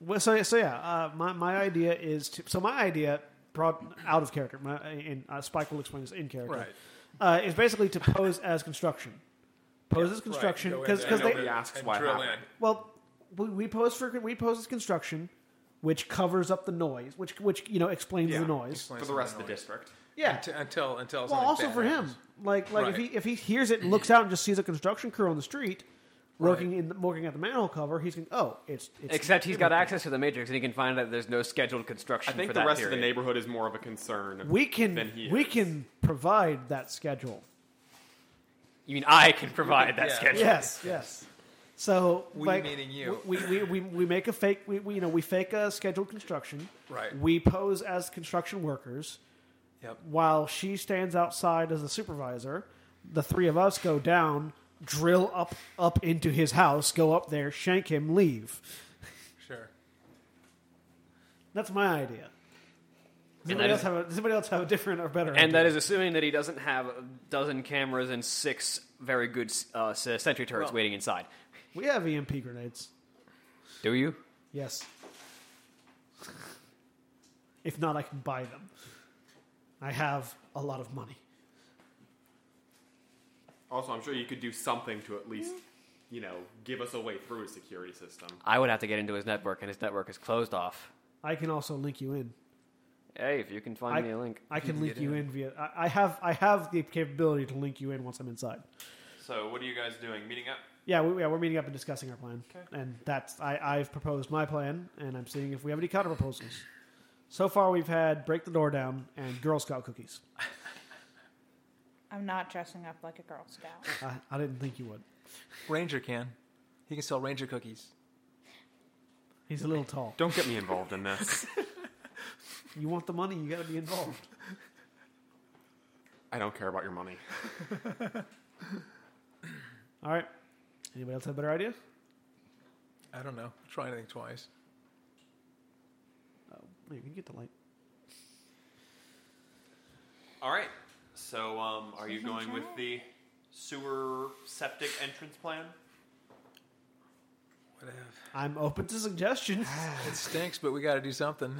Speaker 1: well, so so yeah. Uh, my my idea is to so my idea brought out of character. My and uh, Spike will explain this in character.
Speaker 6: Right.
Speaker 1: Uh, is basically to pose as construction. Pose as construction because they
Speaker 3: and- asks why happened.
Speaker 1: well we, we pose for we pose as construction, which covers up the noise, which which you know explains the noise.
Speaker 6: explains-
Speaker 3: For the rest of the district.
Speaker 1: Yeah.
Speaker 6: Until until, until
Speaker 1: well,
Speaker 6: something
Speaker 1: also
Speaker 6: bad
Speaker 1: for him,
Speaker 6: happens.
Speaker 1: like like if he
Speaker 6: Right.
Speaker 1: if he hears it and looks out and just sees a construction crew on the street. Working in the, working at the manhole cover, he's going. Oh, it's, it's
Speaker 4: Except he's got access to the Matrix, and he can find that there's no scheduled construction
Speaker 3: I think
Speaker 4: for
Speaker 3: the
Speaker 4: that
Speaker 3: rest of
Speaker 4: period.
Speaker 3: the neighborhood is more of a concern.
Speaker 1: We can
Speaker 3: than he
Speaker 1: we
Speaker 3: is.
Speaker 1: can provide that schedule.
Speaker 4: You mean I can provide that
Speaker 6: Yeah.
Speaker 4: schedule?
Speaker 1: Yes, yes. So
Speaker 6: We
Speaker 1: like,
Speaker 6: meaning you.
Speaker 1: We, we, we, we make a fake we, we you know we fake a scheduled construction.
Speaker 6: Right.
Speaker 1: We pose as construction workers
Speaker 6: Yep.
Speaker 1: while she stands outside as a supervisor. The three of us go down, drill up up into his house, go up there, shank him, leave.
Speaker 6: Sure.
Speaker 1: That's my idea. Does
Speaker 4: And
Speaker 1: anybody,
Speaker 4: that
Speaker 1: else
Speaker 4: is-
Speaker 1: have a, does anybody else have a different or better?
Speaker 4: And
Speaker 1: idea?
Speaker 4: that is assuming that he doesn't have a dozen cameras and six very good uh, s- sentry turrets
Speaker 6: Well-
Speaker 4: waiting inside.
Speaker 1: we have EMP grenades.
Speaker 4: Do you?
Speaker 1: Yes. If not, I can buy them. I have a lot of money.
Speaker 3: Also, I'm sure you could do something to at least, you know, give us a way through a security system.
Speaker 4: I would have to get into his network, and his network is closed off.
Speaker 1: I can also link you in.
Speaker 4: Hey, if you can find
Speaker 1: I,
Speaker 4: me a link.
Speaker 1: I can
Speaker 6: can
Speaker 1: link
Speaker 6: get
Speaker 1: you
Speaker 6: in.
Speaker 1: in via. I, I have. I have the capability to link you in once I'm inside.
Speaker 2: So, what are you guys doing? Meeting up?
Speaker 1: Yeah, we, yeah, we're meeting up and discussing our plan, and that's. I, I've proposed my plan, and I'm seeing if we have any counter proposals. So far, we've had break the door down and Girl Scout cookies.
Speaker 5: I'm not dressing up like a Girl Scout.
Speaker 1: I, I didn't think you would.
Speaker 6: Ranger can. He can sell Ranger cookies.
Speaker 1: He's a little tall.
Speaker 3: Don't get me involved in this.
Speaker 1: You want the money? You got to be involved.
Speaker 3: I don't care about your money.
Speaker 1: All right. Anybody else have better ideas?
Speaker 6: I don't know. Try anything twice.
Speaker 1: Oh, You can you get the light.
Speaker 2: All right. So, um, are you going with the sewer septic entrance plan?
Speaker 6: Whatever.
Speaker 1: I'm open to suggestions.
Speaker 6: It stinks, but we got to do something.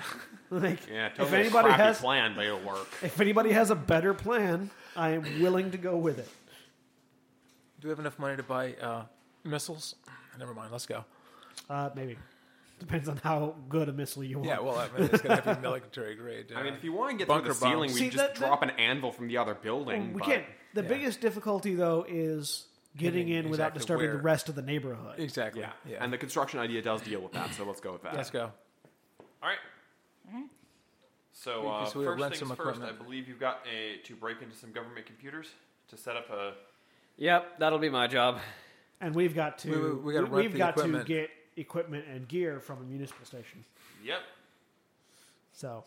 Speaker 1: like,
Speaker 3: Yeah,
Speaker 1: if
Speaker 3: totally
Speaker 1: anybody
Speaker 3: crappy
Speaker 1: has
Speaker 3: plan, but it'll work.
Speaker 1: if anybody has a better plan, I am willing to go with it.
Speaker 6: Do we have enough money to buy uh, missiles? Never mind. Let's go.
Speaker 1: Uh, maybe depends on how good a missile you want.
Speaker 6: Yeah. Well, I mean, it's gonna have to be military grade. Uh,
Speaker 3: I mean, if you want to get through
Speaker 6: Bunker
Speaker 3: the ceiling, we
Speaker 6: bombs.
Speaker 1: See,
Speaker 3: just
Speaker 1: that- that-
Speaker 3: drop an anvil from the other building.
Speaker 1: we
Speaker 3: but-
Speaker 1: can't. The
Speaker 6: yeah.
Speaker 1: biggest difficulty though is getting
Speaker 6: Getting
Speaker 1: in without
Speaker 6: exactly
Speaker 1: disturbing the
Speaker 6: where-
Speaker 1: rest of the neighborhood.
Speaker 6: exactly.
Speaker 3: Yeah.
Speaker 6: Yeah.
Speaker 3: and the construction idea does deal with that, so let's go with that.
Speaker 6: let's go.
Speaker 2: All right.
Speaker 5: Mm-hmm.
Speaker 2: So,
Speaker 6: We-
Speaker 2: uh,
Speaker 6: so we'll
Speaker 2: first
Speaker 6: rent
Speaker 2: things
Speaker 6: some
Speaker 2: first, I
Speaker 6: equipment.
Speaker 2: believe you've got a, to break into some government computers to set up a.
Speaker 4: Yep, that'll be my job.
Speaker 1: And we've got to
Speaker 6: We- we- we gotta
Speaker 1: we,
Speaker 6: rent
Speaker 1: have
Speaker 6: the
Speaker 1: got
Speaker 6: equipment.
Speaker 1: to get equipment and gear from a municipal station.
Speaker 2: Yep.
Speaker 1: So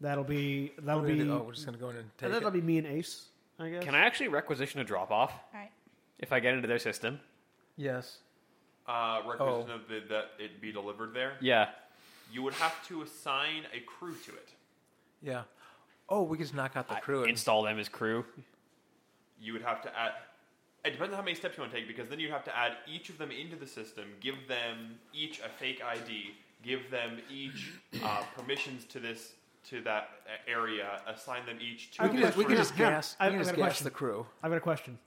Speaker 1: that'll be that'll
Speaker 6: We're gonna
Speaker 1: be
Speaker 6: do- oh, we're just gonna go in and take
Speaker 1: and that'll
Speaker 6: it.
Speaker 1: be me and Ace. I guess.
Speaker 4: Can I actually requisition a drop off
Speaker 5: All right.
Speaker 4: if I get into their system?
Speaker 6: yes.
Speaker 2: Uh,
Speaker 1: Oh.
Speaker 2: requisition of the, that it be delivered there.
Speaker 4: Yeah.
Speaker 2: You would have to assign a crew to it.
Speaker 6: Yeah. Oh, we can just knock out the
Speaker 4: I-
Speaker 6: crew. and-
Speaker 4: install them as crew.
Speaker 2: You would have to add. It depends on how many steps you want to take, because then you'd have to add each of them into the system, give them each a fake ID, give them each uh, permissions to this to that uh, area, assign them each two.
Speaker 6: we can just, we can
Speaker 1: Yeah,
Speaker 2: different-
Speaker 6: just
Speaker 1: yeah.
Speaker 6: gas.
Speaker 1: I've- I've
Speaker 6: we can just
Speaker 1: got a
Speaker 6: gas
Speaker 1: question.
Speaker 6: the crew.
Speaker 1: I've got a question.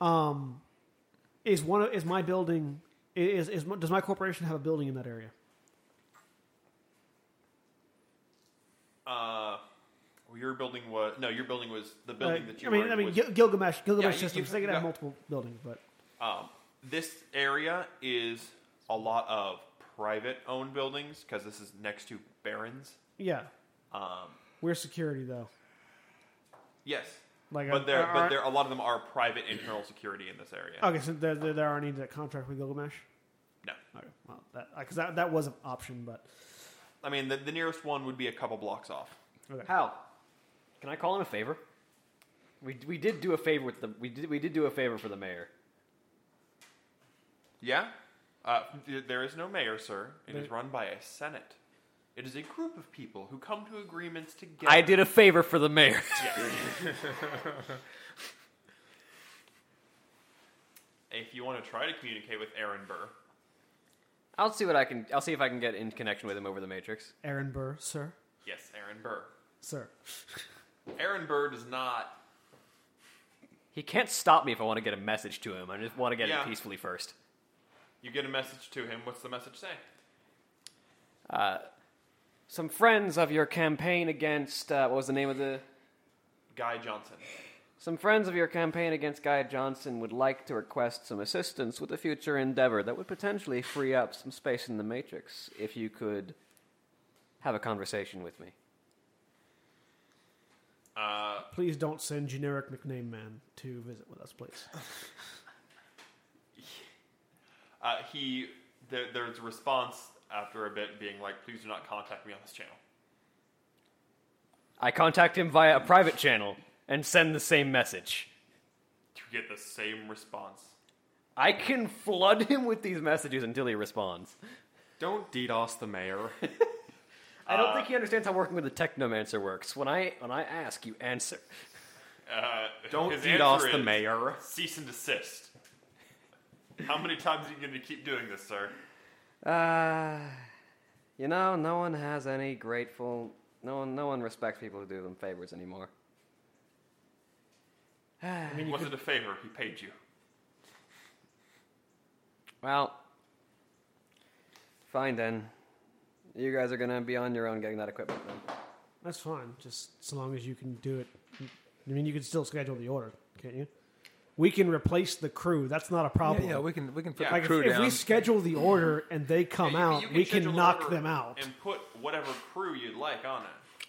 Speaker 1: Um, is one of, is my building is, is does my corporation have a building in that area?
Speaker 2: Uh, well, your building was no, your building was the building
Speaker 1: Uh,
Speaker 2: that you
Speaker 1: I mean,
Speaker 2: were in
Speaker 1: I mean
Speaker 2: was-
Speaker 1: Gil- Gilgamesh, Gilgamesh
Speaker 2: you-
Speaker 1: systems.
Speaker 2: you've
Speaker 1: they could have
Speaker 2: got-
Speaker 1: multiple buildings, but
Speaker 2: Um, this area is a lot of private owned buildings because this is next to barons.
Speaker 1: yeah,
Speaker 2: Um,
Speaker 1: we're security though.
Speaker 2: yes,
Speaker 1: Like, uh,
Speaker 2: but there,
Speaker 1: are-
Speaker 2: but there, a lot of them are private internal security in this area.
Speaker 1: Okay, so there, there, there aren't any that contract with Gilgamesh.
Speaker 2: No,
Speaker 1: Okay, well, that because that, that was an option, but
Speaker 2: I mean the, the nearest one would be a couple blocks off.
Speaker 4: Hal, can I call in a favor? We, we did do a favor with the we did we did do a favor for the mayor.
Speaker 2: Yeah, uh, th- there is no mayor, sir. It is run by a senate. It is a group of people who come to agreements together.
Speaker 4: I did a favor for the mayor.
Speaker 2: If you want to try to communicate with Aaron Burr,
Speaker 4: I'll see what I can. I'll see if I can get in connection with him over the matrix.
Speaker 1: Aaron Burr, sir,
Speaker 2: yes, Aaron Burr.
Speaker 1: sir.
Speaker 2: Aaron Burr does not
Speaker 4: He can't stop me if I want to get a message to him. I just want to get
Speaker 2: Yeah.
Speaker 4: it peacefully first.
Speaker 2: You get a message to him. What's the message say?
Speaker 4: Uh, some friends of your campaign against uh, what was the name of the
Speaker 2: Guy Johnson.
Speaker 4: Some friends of your campaign against Guy Johnson would like to request some assistance with a future endeavor that would potentially free up some space in the Matrix if you could have a conversation with me.
Speaker 2: Uh,
Speaker 1: Please don't send generic McName man to visit with us, please.
Speaker 2: uh, he there, there's a response after a bit being like, "Please do not contact me on this channel."
Speaker 4: I contact him via a private channel and send the same message.
Speaker 2: You get the same response.
Speaker 4: I can flood him with these messages until he responds.
Speaker 3: Don't DDoS the mayor.
Speaker 4: I don't think he understands how working with a technomancer works. When I when I ask, you answer.
Speaker 2: Uh,
Speaker 3: Don't
Speaker 2: his
Speaker 3: DDoS
Speaker 2: answer
Speaker 3: the
Speaker 2: is,
Speaker 3: mayor.
Speaker 2: Cease and desist. How many times are you going to keep doing this, sir?
Speaker 4: Uh, you know, no one has any grateful. No one, no one respects people who do them favors anymore.
Speaker 2: Was it a favor? He paid you.
Speaker 4: Well, fine then. You guys are gonna be on your own getting that equipment then.
Speaker 1: That's fine, just so long as you can do it. I mean, you can still schedule the order, can't you? We can replace the crew. That's not a problem.
Speaker 6: Yeah, yeah, we can we can put
Speaker 2: Yeah.
Speaker 6: the
Speaker 1: like if,
Speaker 6: crew
Speaker 1: if
Speaker 6: down.
Speaker 1: we schedule the order and they come
Speaker 2: Yeah, you-
Speaker 1: out,
Speaker 2: you
Speaker 1: we
Speaker 2: schedule
Speaker 1: can
Speaker 2: an
Speaker 1: knock
Speaker 2: order
Speaker 1: them out.
Speaker 2: and put whatever crew you'd like on it.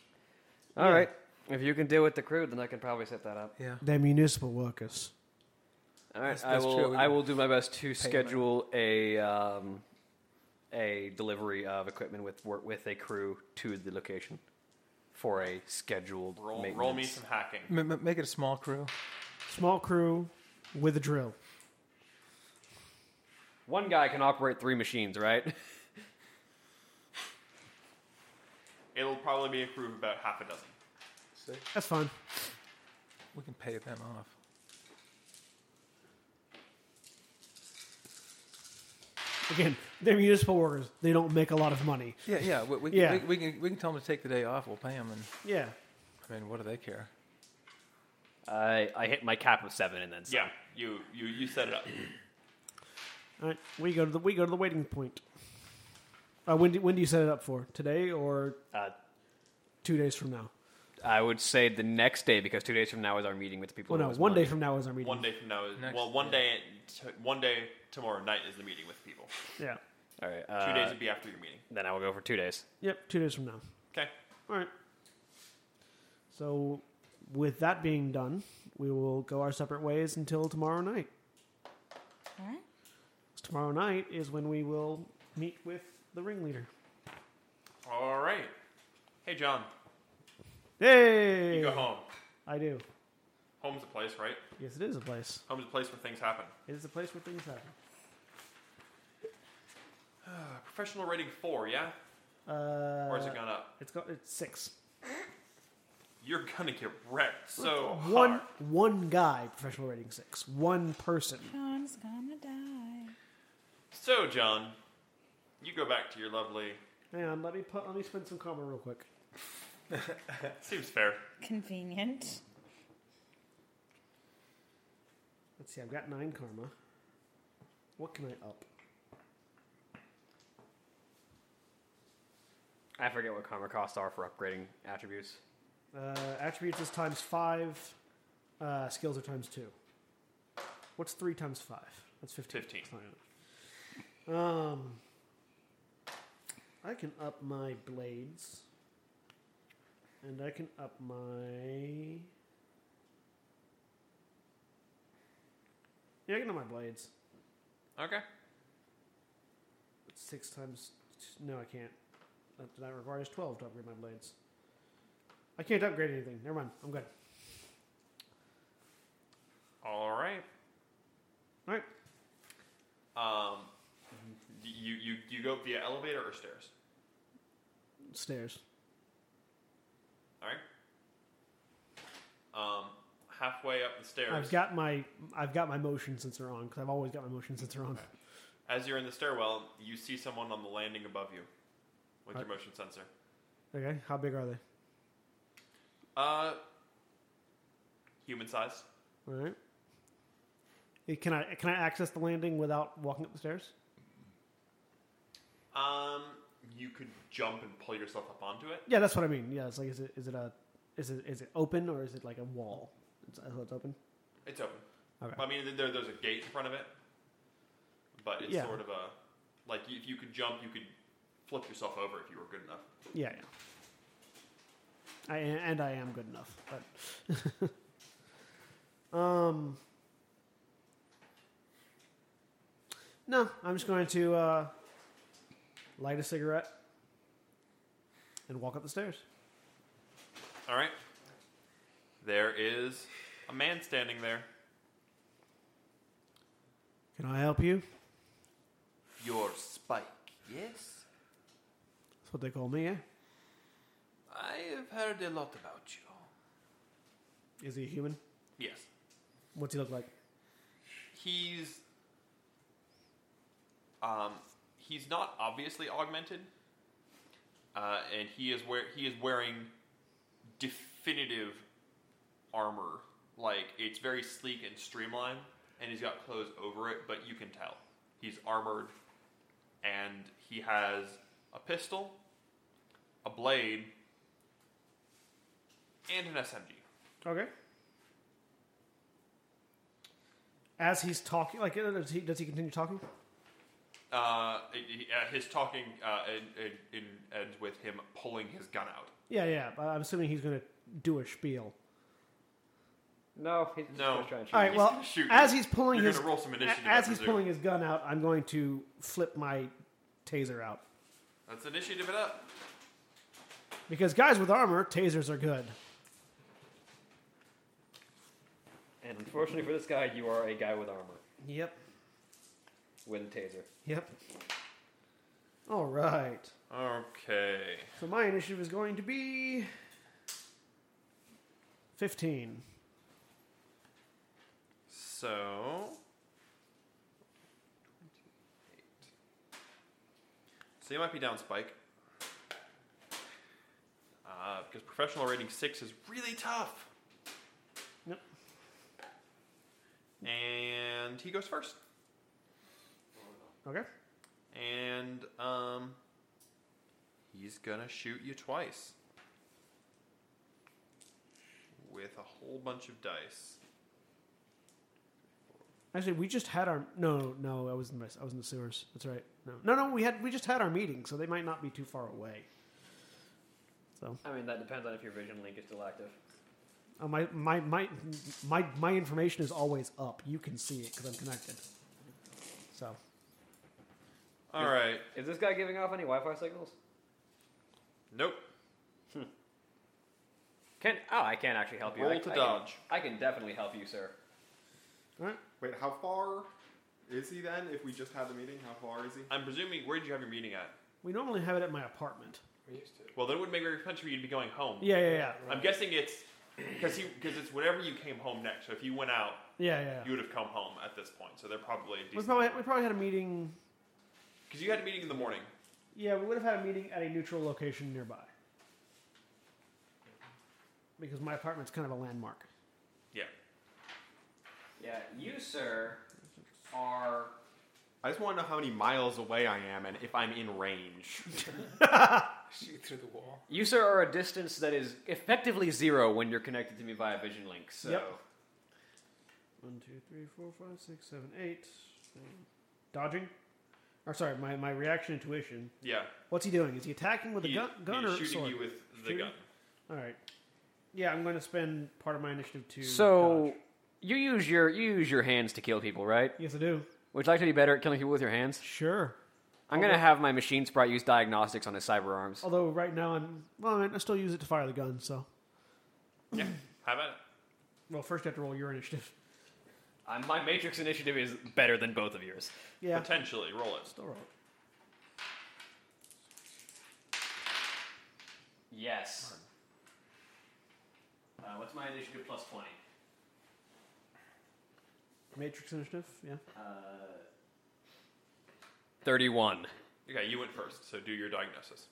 Speaker 4: All right. If you can deal with the crew, then I can probably set that up.
Speaker 6: yeah,
Speaker 1: They're municipal workers.
Speaker 4: All right,
Speaker 6: That's-
Speaker 4: I
Speaker 6: that's
Speaker 4: will.
Speaker 6: true, we
Speaker 4: I
Speaker 6: can
Speaker 4: will do my best to
Speaker 6: them.
Speaker 4: schedule a um, a delivery of equipment with work with a crew to the location for a scheduled
Speaker 2: Roll,
Speaker 4: maintenance.
Speaker 2: roll me some hacking.
Speaker 6: M- m- make it a small crew.
Speaker 1: Small crew with a drill.
Speaker 4: One guy can operate three machines, right?
Speaker 2: It'll probably be a crew of about half a dozen.
Speaker 1: That's fine.
Speaker 6: We can pay them off.
Speaker 1: Again, they're municipal workers. They don't make a lot of money.
Speaker 6: Yeah, yeah. We, we,
Speaker 1: Yeah.
Speaker 6: We, we can we can tell them to take the day off. We'll pay them, and
Speaker 1: Yeah.
Speaker 6: I mean, what do they care?
Speaker 4: I I hit my cap of seven and then some.
Speaker 2: Yeah, you you you set it up.
Speaker 1: All right, we go to the we go to the waiting point. Uh, when do, when do you set it up for today or
Speaker 4: Uh,
Speaker 1: two days from now?
Speaker 4: I would say the next day because two days from now is our meeting with the people.
Speaker 1: Well,
Speaker 4: who
Speaker 1: no,
Speaker 4: was
Speaker 1: one day
Speaker 4: money.
Speaker 1: from now is our meeting.
Speaker 2: One day from now is
Speaker 6: Next-
Speaker 2: well, one
Speaker 6: yeah.
Speaker 2: day, t- one day tomorrow night is the meeting with people.
Speaker 1: Yeah.
Speaker 4: All right.
Speaker 2: Two
Speaker 4: Uh,
Speaker 2: days would be after your meeting.
Speaker 4: Then I will go for two days.
Speaker 1: Yep. Two days from now.
Speaker 2: Okay.
Speaker 1: All right. So, with that being done, we will go our separate ways until tomorrow night.
Speaker 5: All right.
Speaker 1: Tomorrow night is when we will meet with the ringleader.
Speaker 2: All right. Hey, John.
Speaker 1: Hey,
Speaker 2: You go home.
Speaker 1: I do.
Speaker 2: Home's a place, right?
Speaker 1: Yes, it is a place.
Speaker 2: Home's a place where things happen.
Speaker 1: It is a place where things happen.
Speaker 2: Uh, professional rating four, yeah?
Speaker 1: Uh,
Speaker 2: Or has it gone up?
Speaker 1: It's got it's six.
Speaker 2: You're gonna get wrecked so
Speaker 1: One
Speaker 2: hard.
Speaker 1: one guy professional rating six. One person.
Speaker 5: John's gonna die.
Speaker 2: So, John, you go back to your lovely.
Speaker 1: Hang on, let me put, let me spin some karma real quick.
Speaker 2: Seems fair.
Speaker 5: Convenient.
Speaker 1: Let's Let's see, I've got nine karma. What can I up?
Speaker 4: I forget what karma costs are for upgrading attributes.
Speaker 1: Uh, attributes is times five. Uh, skills are times two. What's three times five? That's fifteen.
Speaker 2: 15.
Speaker 1: That's not enough. Um, I can up my blades, and I can up my. Yeah, I can up my blades.
Speaker 2: Okay.
Speaker 1: Six times. No, I can't. That, that requires 12 to upgrade my blades. I can't upgrade anything. Never mind. I'm good.
Speaker 2: All right.
Speaker 1: All right.
Speaker 2: Um, you, you, you go via elevator or stairs?
Speaker 1: Stairs.
Speaker 2: All right. Um, halfway up the stairs.
Speaker 1: I've got my I've got my motion sensor on because I've always got my motion sensor on.
Speaker 2: As you're in the stairwell, you see someone on the landing above you with your motion sensor.
Speaker 1: Okay, how big are they?
Speaker 2: Uh, human size.
Speaker 1: All right. Eh, Can I can I access the landing without walking up the stairs?
Speaker 2: Um, you could jump and pull yourself up onto it.
Speaker 1: Yeah, that's what I mean. Yeah, it's like is it is it a is it is it open or is it like a wall? It's, I thought it's open.
Speaker 2: It's open.
Speaker 1: Okay.
Speaker 2: I mean, there, there's a gate in front of it, but it's
Speaker 1: Yeah.
Speaker 2: sort of a like if you could jump, you could flip yourself over if you were good enough.
Speaker 1: Yeah, yeah. I a- and I am good enough, but um, no, I'm just going to uh, light a cigarette and walk up the stairs.
Speaker 2: All right. There is a man standing there.
Speaker 1: Can I help you?
Speaker 2: Your Spike. Yes.
Speaker 1: That's what they call me. Yeah.
Speaker 2: I have heard a lot about you.
Speaker 1: Is he human?
Speaker 2: Yes.
Speaker 1: What's he look like?
Speaker 2: He's um he's not obviously augmented. Uh, and he is wear he is wearing definitive armor. Like it's very sleek and streamlined and he's got clothes over it, but you can tell. He's armored and he has a pistol, a blade, and an SMG.
Speaker 1: Okay. As he's talking, like uh, does he does he continue talking?
Speaker 2: uh, he- he- uh, his talking uh, in, in, in ends with him pulling his gun out.
Speaker 1: Yeah, yeah. but I'm assuming he's going to do a spiel.
Speaker 4: No, he's
Speaker 2: No. gonna try
Speaker 4: and
Speaker 1: All right.
Speaker 2: He's
Speaker 1: well,
Speaker 2: gonna shoot
Speaker 1: as
Speaker 2: you.
Speaker 1: he's pulling
Speaker 2: You're
Speaker 1: his
Speaker 2: gonna roll some initiative.
Speaker 1: as
Speaker 2: I
Speaker 1: he's
Speaker 2: presume.
Speaker 1: pulling his gun out, I'm going to flip my taser out
Speaker 2: Let's initiative it up.
Speaker 1: because guys with armor, tasers are good.
Speaker 4: And unfortunately for this guy, you are a guy with armor
Speaker 1: Yep.
Speaker 4: with a taser.
Speaker 1: Yep. All right.
Speaker 2: Okay.
Speaker 1: So my initiative is going to be fifteen.
Speaker 2: So. So you might be down, Spike. Uh, because professional rating 6 is really tough.
Speaker 1: Yep.
Speaker 2: And he goes first.
Speaker 1: Okay.
Speaker 2: And um, he's gonna shoot you twice with a whole bunch of dice.
Speaker 1: Actually, we just had our no, no. I was in my, I was in the sewers. That's right. No, no, no. We had we just had our meeting, so they might not be too far away. So
Speaker 4: I mean, that depends on if your vision link is still active.
Speaker 1: uh, my, my my my my information is always up. You can see it because I'm connected. So
Speaker 2: All right.
Speaker 4: Is this guy giving off any Wi-Fi signals?
Speaker 2: Nope.
Speaker 4: Can oh, I can actually help you.
Speaker 2: Roll
Speaker 4: I,
Speaker 2: to
Speaker 4: I
Speaker 2: dodge.
Speaker 4: Can, I can definitely help you, sir.
Speaker 1: all right.
Speaker 3: Wait, how far is he then? If we just had the meeting, how far is he?
Speaker 2: I'm presuming where did you have your meeting at?
Speaker 1: We normally have it at my apartment.
Speaker 7: We used to.
Speaker 2: Well, then it would make very sense for you to be going home.
Speaker 1: Yeah, yeah, yeah,
Speaker 2: I'm guessing it's because he because it's whenever you came home next. So if you went out,
Speaker 1: yeah, yeah.
Speaker 2: you would have come home at this point. So they're probably
Speaker 1: we probably we probably had a meeting.
Speaker 2: because you had a meeting in the morning.
Speaker 1: Yeah, we would have had a meeting at a neutral location nearby because my apartment's kind of a landmark.
Speaker 2: Yeah.
Speaker 4: Yeah, you, sir, are.
Speaker 3: I just want to know how many miles away I am and if I'm in range.
Speaker 6: Shoot through the wall.
Speaker 4: You, sir, are a distance that is effectively zero when you're connected to me via Vision Link, so.
Speaker 1: Yep. One, two, three, four, five, six, seven, eight. Dodging? Or sorry, my, my reaction intuition.
Speaker 2: Yeah.
Speaker 1: What's he doing? Is he attacking with a
Speaker 2: He-
Speaker 1: gun, gun
Speaker 2: he's
Speaker 1: or
Speaker 2: shooting
Speaker 1: sword?
Speaker 2: you with the
Speaker 1: Shooting?
Speaker 2: gun.
Speaker 1: All right. Yeah, I'm going to spend part of my initiative to.
Speaker 4: So
Speaker 1: dodge.
Speaker 4: you use your you use your hands to kill people, right?
Speaker 1: Yes, I do.
Speaker 4: Would you like to be better at killing people with your hands?
Speaker 1: Sure.
Speaker 4: I'm gonna have my machine sprite use diagnostics on his cyber arms.
Speaker 1: Although right now I'm. Well, I, mean, I still use it to fire the gun, so.
Speaker 2: Yeah. How about it?
Speaker 1: Well, first you have to roll your initiative.
Speaker 4: Uh, my matrix initiative is better than both of yours.
Speaker 1: Yeah.
Speaker 2: Potentially roll it.
Speaker 1: Still roll.
Speaker 4: Yes. Uh, what's my initiative plus twenty?
Speaker 1: Matrix initiative, yeah.
Speaker 4: Uh, Thirty-one.
Speaker 2: Okay, you went first, so do your diagnosis.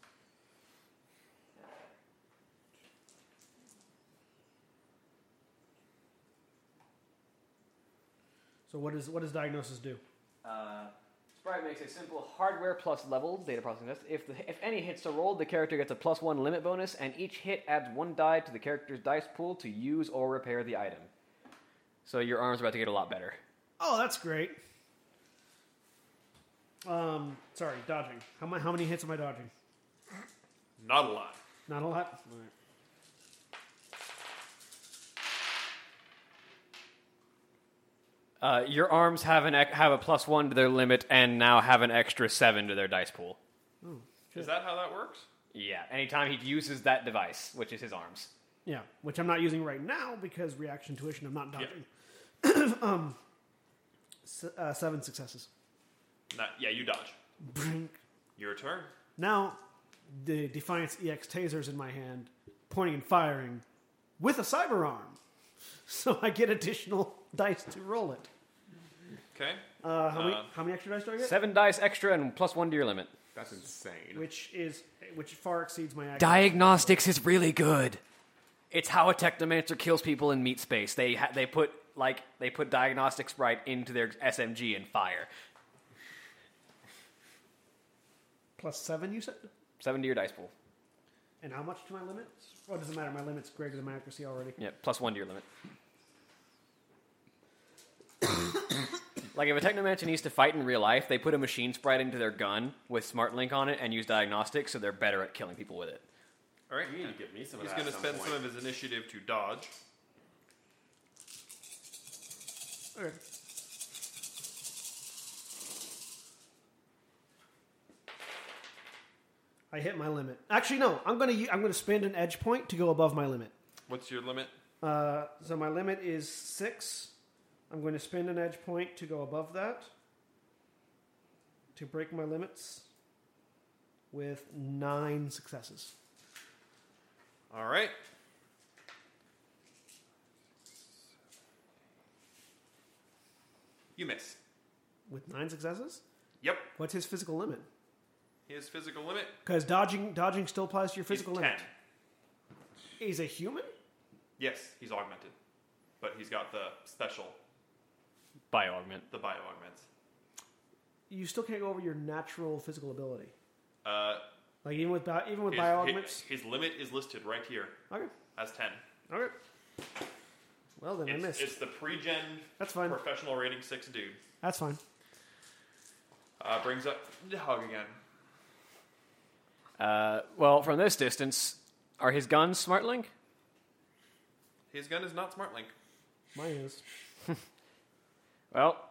Speaker 1: So what is what does diagnosis do?
Speaker 4: Uh, Sprite makes a simple hardware plus level data processing test. If, the, if any hits are rolled, the character gets a plus one limit bonus, and each hit adds one die to the character's dice pool to use or repair the item. So your arm's about to get a lot better.
Speaker 1: Oh, that's great. Um, sorry, dodging. How, mu- how many hits am I dodging?
Speaker 2: Not a lot.
Speaker 1: Not a lot. All right.
Speaker 4: Uh, your arms have an ec- have a plus one to their limit, and now have an extra seven to their dice pool.
Speaker 2: Is that how that works?
Speaker 4: Yeah. Anytime he uses that device, which is his arms.
Speaker 1: Yeah, which I'm not using right now because reaction tuition. I'm not dodging. um, s- uh, seven successes.
Speaker 2: Not, yeah, you dodge.
Speaker 1: Brink.
Speaker 2: Your turn.
Speaker 1: Now, the Defiance EX taser's in my hand, pointing and firing with a cyber arm. So I get additional dice to roll it.
Speaker 2: Okay.
Speaker 1: Uh, how, many,
Speaker 2: Uh.
Speaker 1: how many extra dice do I get?
Speaker 4: Seven dice extra and plus one to your limit.
Speaker 3: That's insane.
Speaker 1: Which is which far exceeds my. Action.
Speaker 4: Diagnostics is really good. It's how a technomancer kills people in meat space. They ha- they put like they put diagnostics right into their SMG and fire.
Speaker 1: Plus seven, you said.
Speaker 4: Seven to your dice pool.
Speaker 1: And how much to my limits? Well, it doesn't matter. My limit's greater than my accuracy already.
Speaker 4: Yeah, plus one to your limit. like if a technomancer needs to fight in real life, they put a machine sprite into their gun with smart link on it and use diagnostics, so they're better at killing people with it.
Speaker 2: All right.
Speaker 3: You need to give me some
Speaker 2: He's
Speaker 3: of that
Speaker 2: going to
Speaker 3: at some
Speaker 2: spend
Speaker 3: point.
Speaker 2: some of his initiative to dodge.
Speaker 1: Okay. I hit my limit. Actually, no. I'm gonna u- I'm gonna spend an edge point to go above my limit.
Speaker 2: What's your limit?
Speaker 1: Uh, so my limit is six. I'm going to spend an edge point to go above that to break my limits with nine successes.
Speaker 2: All right. You miss.
Speaker 1: With nine successes,
Speaker 2: Yep.
Speaker 1: what's his physical limit?
Speaker 2: His physical limit
Speaker 1: Because dodging dodging still applies to your
Speaker 2: is
Speaker 1: physical
Speaker 2: 10.
Speaker 1: limit. He's a human.
Speaker 2: Yes, he's augmented. But he's got the special,
Speaker 4: Bio augment.
Speaker 2: the bio augments.
Speaker 1: You still can't go over your natural physical ability.
Speaker 2: Uh,
Speaker 1: Like even with bio, even with
Speaker 2: his,
Speaker 1: bio
Speaker 2: his-
Speaker 1: augments.
Speaker 2: his limit is listed right here
Speaker 1: Okay.
Speaker 2: as 10.
Speaker 1: Okay. Well then,
Speaker 2: It's,
Speaker 1: I missed.
Speaker 2: it's the pre gen
Speaker 1: That's fine.
Speaker 2: professional rating 6 dude.
Speaker 1: That's fine.
Speaker 2: Uh, brings up Hog again.
Speaker 4: Uh, well, from this distance, are his guns smart link?
Speaker 2: His gun is not smart link.
Speaker 1: Mine is.
Speaker 4: Well,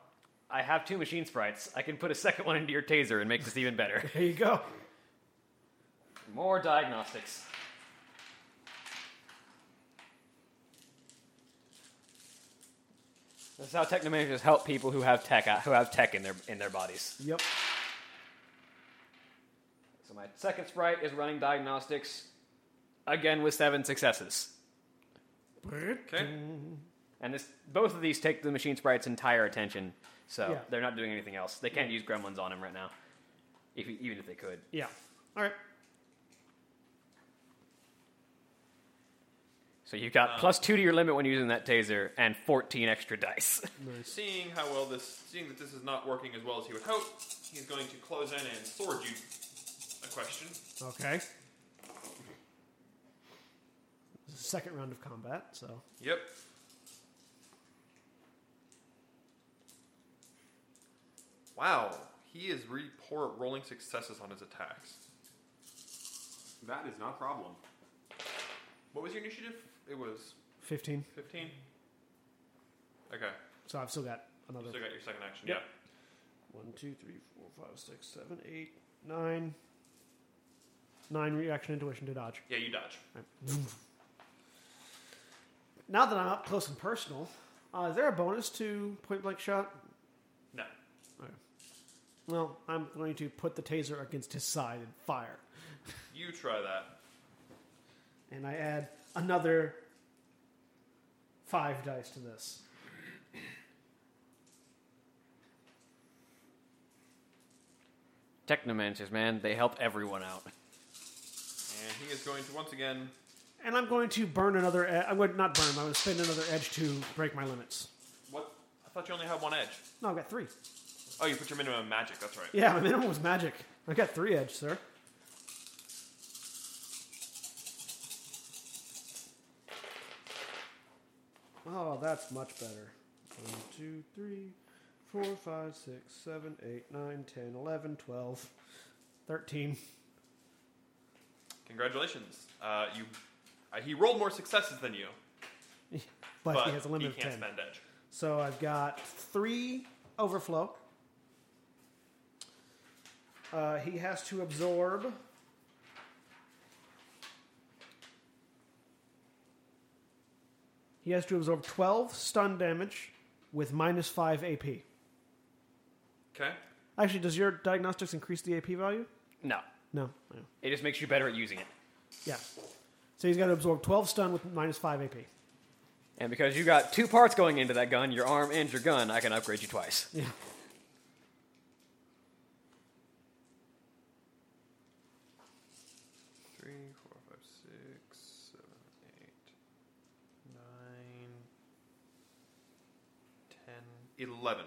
Speaker 4: I have two machine sprites. I can put a second one into your taser and make this even better.
Speaker 1: There you go.
Speaker 4: More diagnostics. This is how technomancers help people who have tech who have tech in their in their bodies.
Speaker 1: Yep.
Speaker 4: So my second sprite is running diagnostics, again with seven successes,
Speaker 2: Okay.
Speaker 4: and this both of these take the machine sprite's entire attention. So
Speaker 1: Yeah.
Speaker 4: they're not doing anything else. They can't use gremlins on him right now, if, even if they could.
Speaker 1: Yeah. All right.
Speaker 4: So So you got plus two to your limit when using that taser and 14 extra dice.
Speaker 2: Seeing how well this, seeing that this is not working as well as he would hope, he's going to close in and sword you a question.
Speaker 1: Okay. This is the second round of combat, so
Speaker 2: Yep. Wow, he is really poor at rolling successes on his attacks.
Speaker 3: That is not a problem.
Speaker 2: What was your initiative? It was
Speaker 1: 15.
Speaker 2: 15. Okay,
Speaker 1: So I've still got another.
Speaker 2: still got your second action.
Speaker 1: Yep.
Speaker 2: Yeah.
Speaker 1: One, two, three, four, five, six, seven, eight, nine. Nine reaction intuition to dodge.
Speaker 2: Yeah, you dodge.
Speaker 1: Now that I'm up close and personal, uh, is there a bonus to point blank shot?
Speaker 2: No.
Speaker 1: Well, I'm going to put the taser against his side and fire.
Speaker 2: You try that.
Speaker 1: And I add another five dice to this.
Speaker 4: Technomancers, man, they help everyone out.
Speaker 2: And he is going to once again.
Speaker 1: And I'm going to burn another. E- I'm going to not burn. I'm going to spend another edge to break my limits.
Speaker 2: What? I thought you only had one edge.
Speaker 1: No, I've got three.
Speaker 2: Oh, you put your minimum in magic. That's right.
Speaker 1: Yeah, my minimum was magic. I've got three edge, sir. Oh, that's much better. One, two, three, four, five, six, seven, eight, nine, ten, eleven, twelve, thirteen.
Speaker 2: Congratulations. Uh, you. Uh, he rolled more successes than you,
Speaker 1: But,
Speaker 2: but
Speaker 1: he has a limit of
Speaker 2: can't
Speaker 1: ten.
Speaker 2: spend edge.
Speaker 1: So I've got three overflow. Uh, he has to absorb. He has to absorb 12 stun damage with minus 5 AP.
Speaker 2: Okay.
Speaker 1: Actually, does your diagnostics increase the AP value?
Speaker 4: No,
Speaker 1: No. no.
Speaker 4: it just makes you better at using it.
Speaker 1: Yeah. So he's got to absorb 12 stun with minus 5 AP.
Speaker 4: And because you got two parts going into that gun, your arm and your gun, I can upgrade you twice.
Speaker 1: Yeah.
Speaker 2: Three, four, five, six, seven, eight, nine, ten, eleven.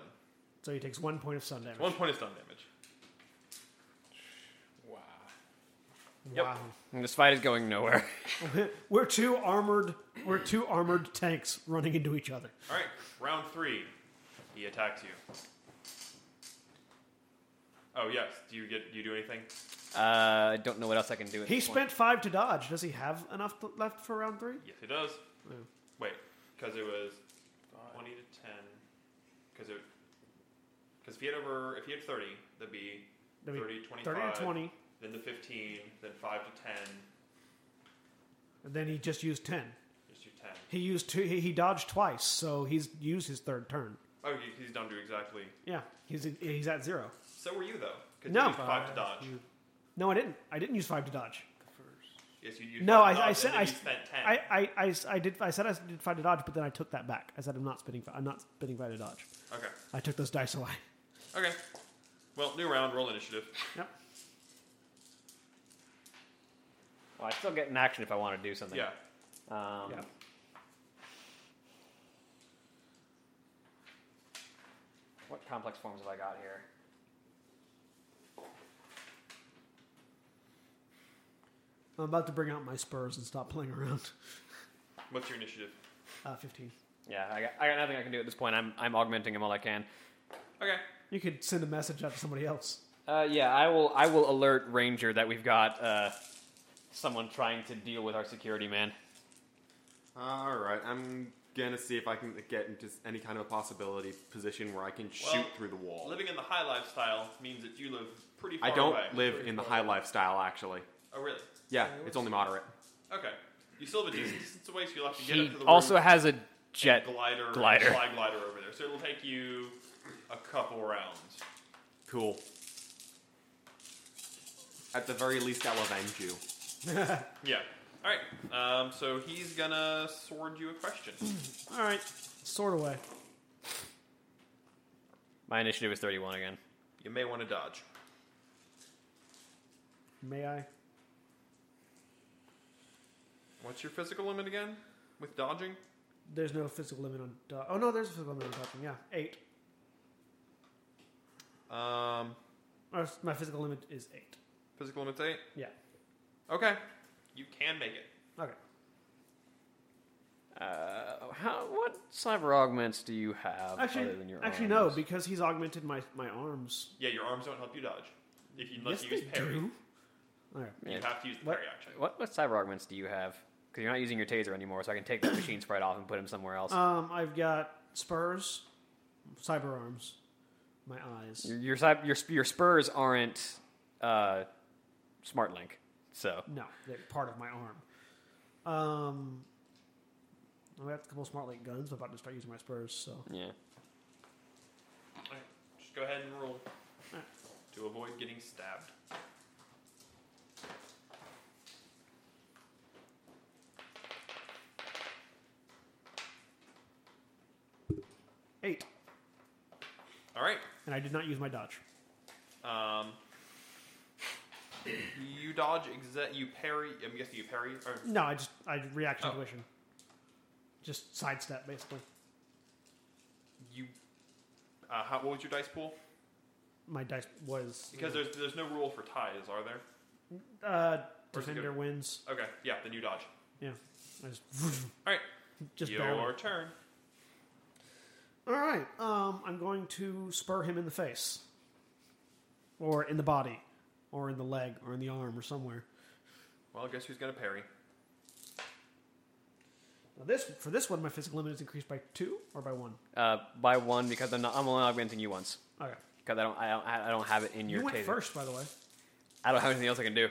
Speaker 1: So he takes one point of stun damage.
Speaker 2: One point of stun damage.
Speaker 6: Wow.
Speaker 2: yep.
Speaker 1: Wow.
Speaker 4: And this fight is going nowhere.
Speaker 1: We're two armored. We're two armored tanks running into each other.
Speaker 2: All right, round three. He attacks you. Oh yes. Do you get? Do you do anything?
Speaker 4: Uh, I don't know what else I can do. At
Speaker 1: He
Speaker 4: this point.
Speaker 1: spent five to dodge. Does he have enough to, left for round three?
Speaker 2: Yes, he does.
Speaker 1: No.
Speaker 2: Wait, because it was twenty to ten. Because it. Because if he had over, if he had thirty, that'd be
Speaker 1: That'd be
Speaker 2: 30, 25,
Speaker 1: Thirty to twenty,
Speaker 2: then the fifteen, then five to ten,
Speaker 1: and then he just used ten.
Speaker 2: just do ten.
Speaker 1: He used two. He, he dodged twice, so he's used his third turn.
Speaker 2: Oh, he- he's down to exactly.
Speaker 1: Yeah, he's he's at zero.
Speaker 2: So were you though? 'Cause
Speaker 1: No.
Speaker 2: you used five to dodge.
Speaker 1: No, I didn't. I didn't use five to dodge.
Speaker 2: Yes, you used
Speaker 1: No,
Speaker 2: five to
Speaker 1: I- I
Speaker 2: dodge,
Speaker 1: said-
Speaker 2: and then
Speaker 1: I
Speaker 2: you
Speaker 1: s-
Speaker 2: spent ten.
Speaker 1: I, I, I, I did. I said I did five to dodge, but then I took that back. I said I'm not spinning. fi- I'm not spinning five to dodge.
Speaker 2: okay.
Speaker 1: I took those dice away.
Speaker 2: Okay. Well, new round. Roll initiative.
Speaker 1: Yep.
Speaker 4: Well, I still get an action if I want to do something.
Speaker 2: Yeah.
Speaker 4: Um,
Speaker 1: Yeah.
Speaker 4: What complex forms have I got here?
Speaker 1: I'm about to bring out my spurs and stop playing around.
Speaker 2: What's your initiative?
Speaker 1: Uh, Fifteen.
Speaker 4: Yeah, I got, I got nothing I can do at this point. I'm, I'm augmenting him all I can.
Speaker 2: Okay.
Speaker 1: You could send a message out to somebody else.
Speaker 4: Uh, yeah, I will. I will alert Ranger that we've got uh, someone trying to deal with our security man.
Speaker 3: All right, I'm gonna see if I can get into any kind of a possibility position where I can shoot
Speaker 2: Well,
Speaker 3: through the wall.
Speaker 2: Living in the high lifestyle means that you live pretty far
Speaker 3: I don't
Speaker 2: away.
Speaker 3: live in the high lifestyle, actually.
Speaker 2: Oh, really?
Speaker 3: Yeah, it's only moderate.
Speaker 2: Okay. You still have a decent distance away, so you'll have to get
Speaker 4: He
Speaker 2: up to the
Speaker 4: also
Speaker 2: roof
Speaker 4: has a
Speaker 2: and
Speaker 4: jet.
Speaker 2: glider,
Speaker 4: glider.
Speaker 2: fly glider over there. So it'll take you a couple rounds.
Speaker 3: Cool. At the very least, I'll avenge you.
Speaker 2: Yeah. All right. Um, so he's gonna sword you a question.
Speaker 1: All right, sword away.
Speaker 4: My initiative is 31 again.
Speaker 2: You may want to dodge.
Speaker 1: May I?
Speaker 2: What's your physical limit again? with dodging?
Speaker 1: There's no physical limit on. Do- oh no, there's a physical limit on dodging. Yeah, eight.
Speaker 2: Um,
Speaker 1: Or s- my physical limit is eight.
Speaker 2: physical limit's eight.
Speaker 1: Yeah.
Speaker 2: Okay, you can make it.
Speaker 1: Okay.
Speaker 4: Uh, how, what cyber augments do you have
Speaker 1: Actually,
Speaker 4: other than your
Speaker 1: actually no,
Speaker 4: arms?
Speaker 1: because he's augmented my my arms.
Speaker 2: Yeah, your arms don't help you dodge. If you, unless
Speaker 1: yes,
Speaker 2: you use
Speaker 1: they
Speaker 2: parry,
Speaker 1: do. All right.
Speaker 2: you
Speaker 4: Yeah.
Speaker 2: have to use the
Speaker 1: What?
Speaker 2: parry action.
Speaker 4: What, what cyber augments do you have? Because you're not using your taser anymore, so I can take that machine sprite off and put him somewhere else.
Speaker 1: Um, I've got spurs, cyber arms, my eyes.
Speaker 4: your, your, cyb- your, sp- your spurs aren't uh, smart link, so
Speaker 1: No, they're part of my arm. Um, I have a couple of smart link guns. I'm about to start using my spurs. So
Speaker 4: yeah.
Speaker 2: Alright, just go ahead and roll
Speaker 1: Alright.
Speaker 2: to avoid getting stabbed.
Speaker 1: eight,
Speaker 2: All right.
Speaker 1: and I did not use my dodge.
Speaker 2: Um, you dodge, exe- you parry. I'm guessing you parry. Or,
Speaker 1: No, I just I react to
Speaker 2: Oh.
Speaker 1: intuition. Just sidestep basically.
Speaker 2: you. Uh, how, what was your dice pool?
Speaker 1: My dice was
Speaker 2: Because
Speaker 4: Mm-hmm.
Speaker 2: there's there's no rule for ties, are there?
Speaker 1: uh,
Speaker 2: Where's it
Speaker 1: defender wins.
Speaker 2: Okay, yeah, then you dodge.
Speaker 1: Yeah, I just
Speaker 2: All right,
Speaker 1: just
Speaker 2: your
Speaker 1: barely.
Speaker 2: turn.
Speaker 1: All right, um, I'm going to spur him in the face, or in the body, or in the leg, or in the arm, or somewhere.
Speaker 2: Well, guess who's gonna parry?
Speaker 1: Now this for this one, my physical limit is increased by two or by one.
Speaker 4: Uh, by one because I'm, not, I'm only augmenting you once
Speaker 1: Okay,
Speaker 4: because I don't, I don't I don't have it in your
Speaker 1: you went
Speaker 4: taser.
Speaker 1: first, by the way.
Speaker 4: I don't have anything else I can do.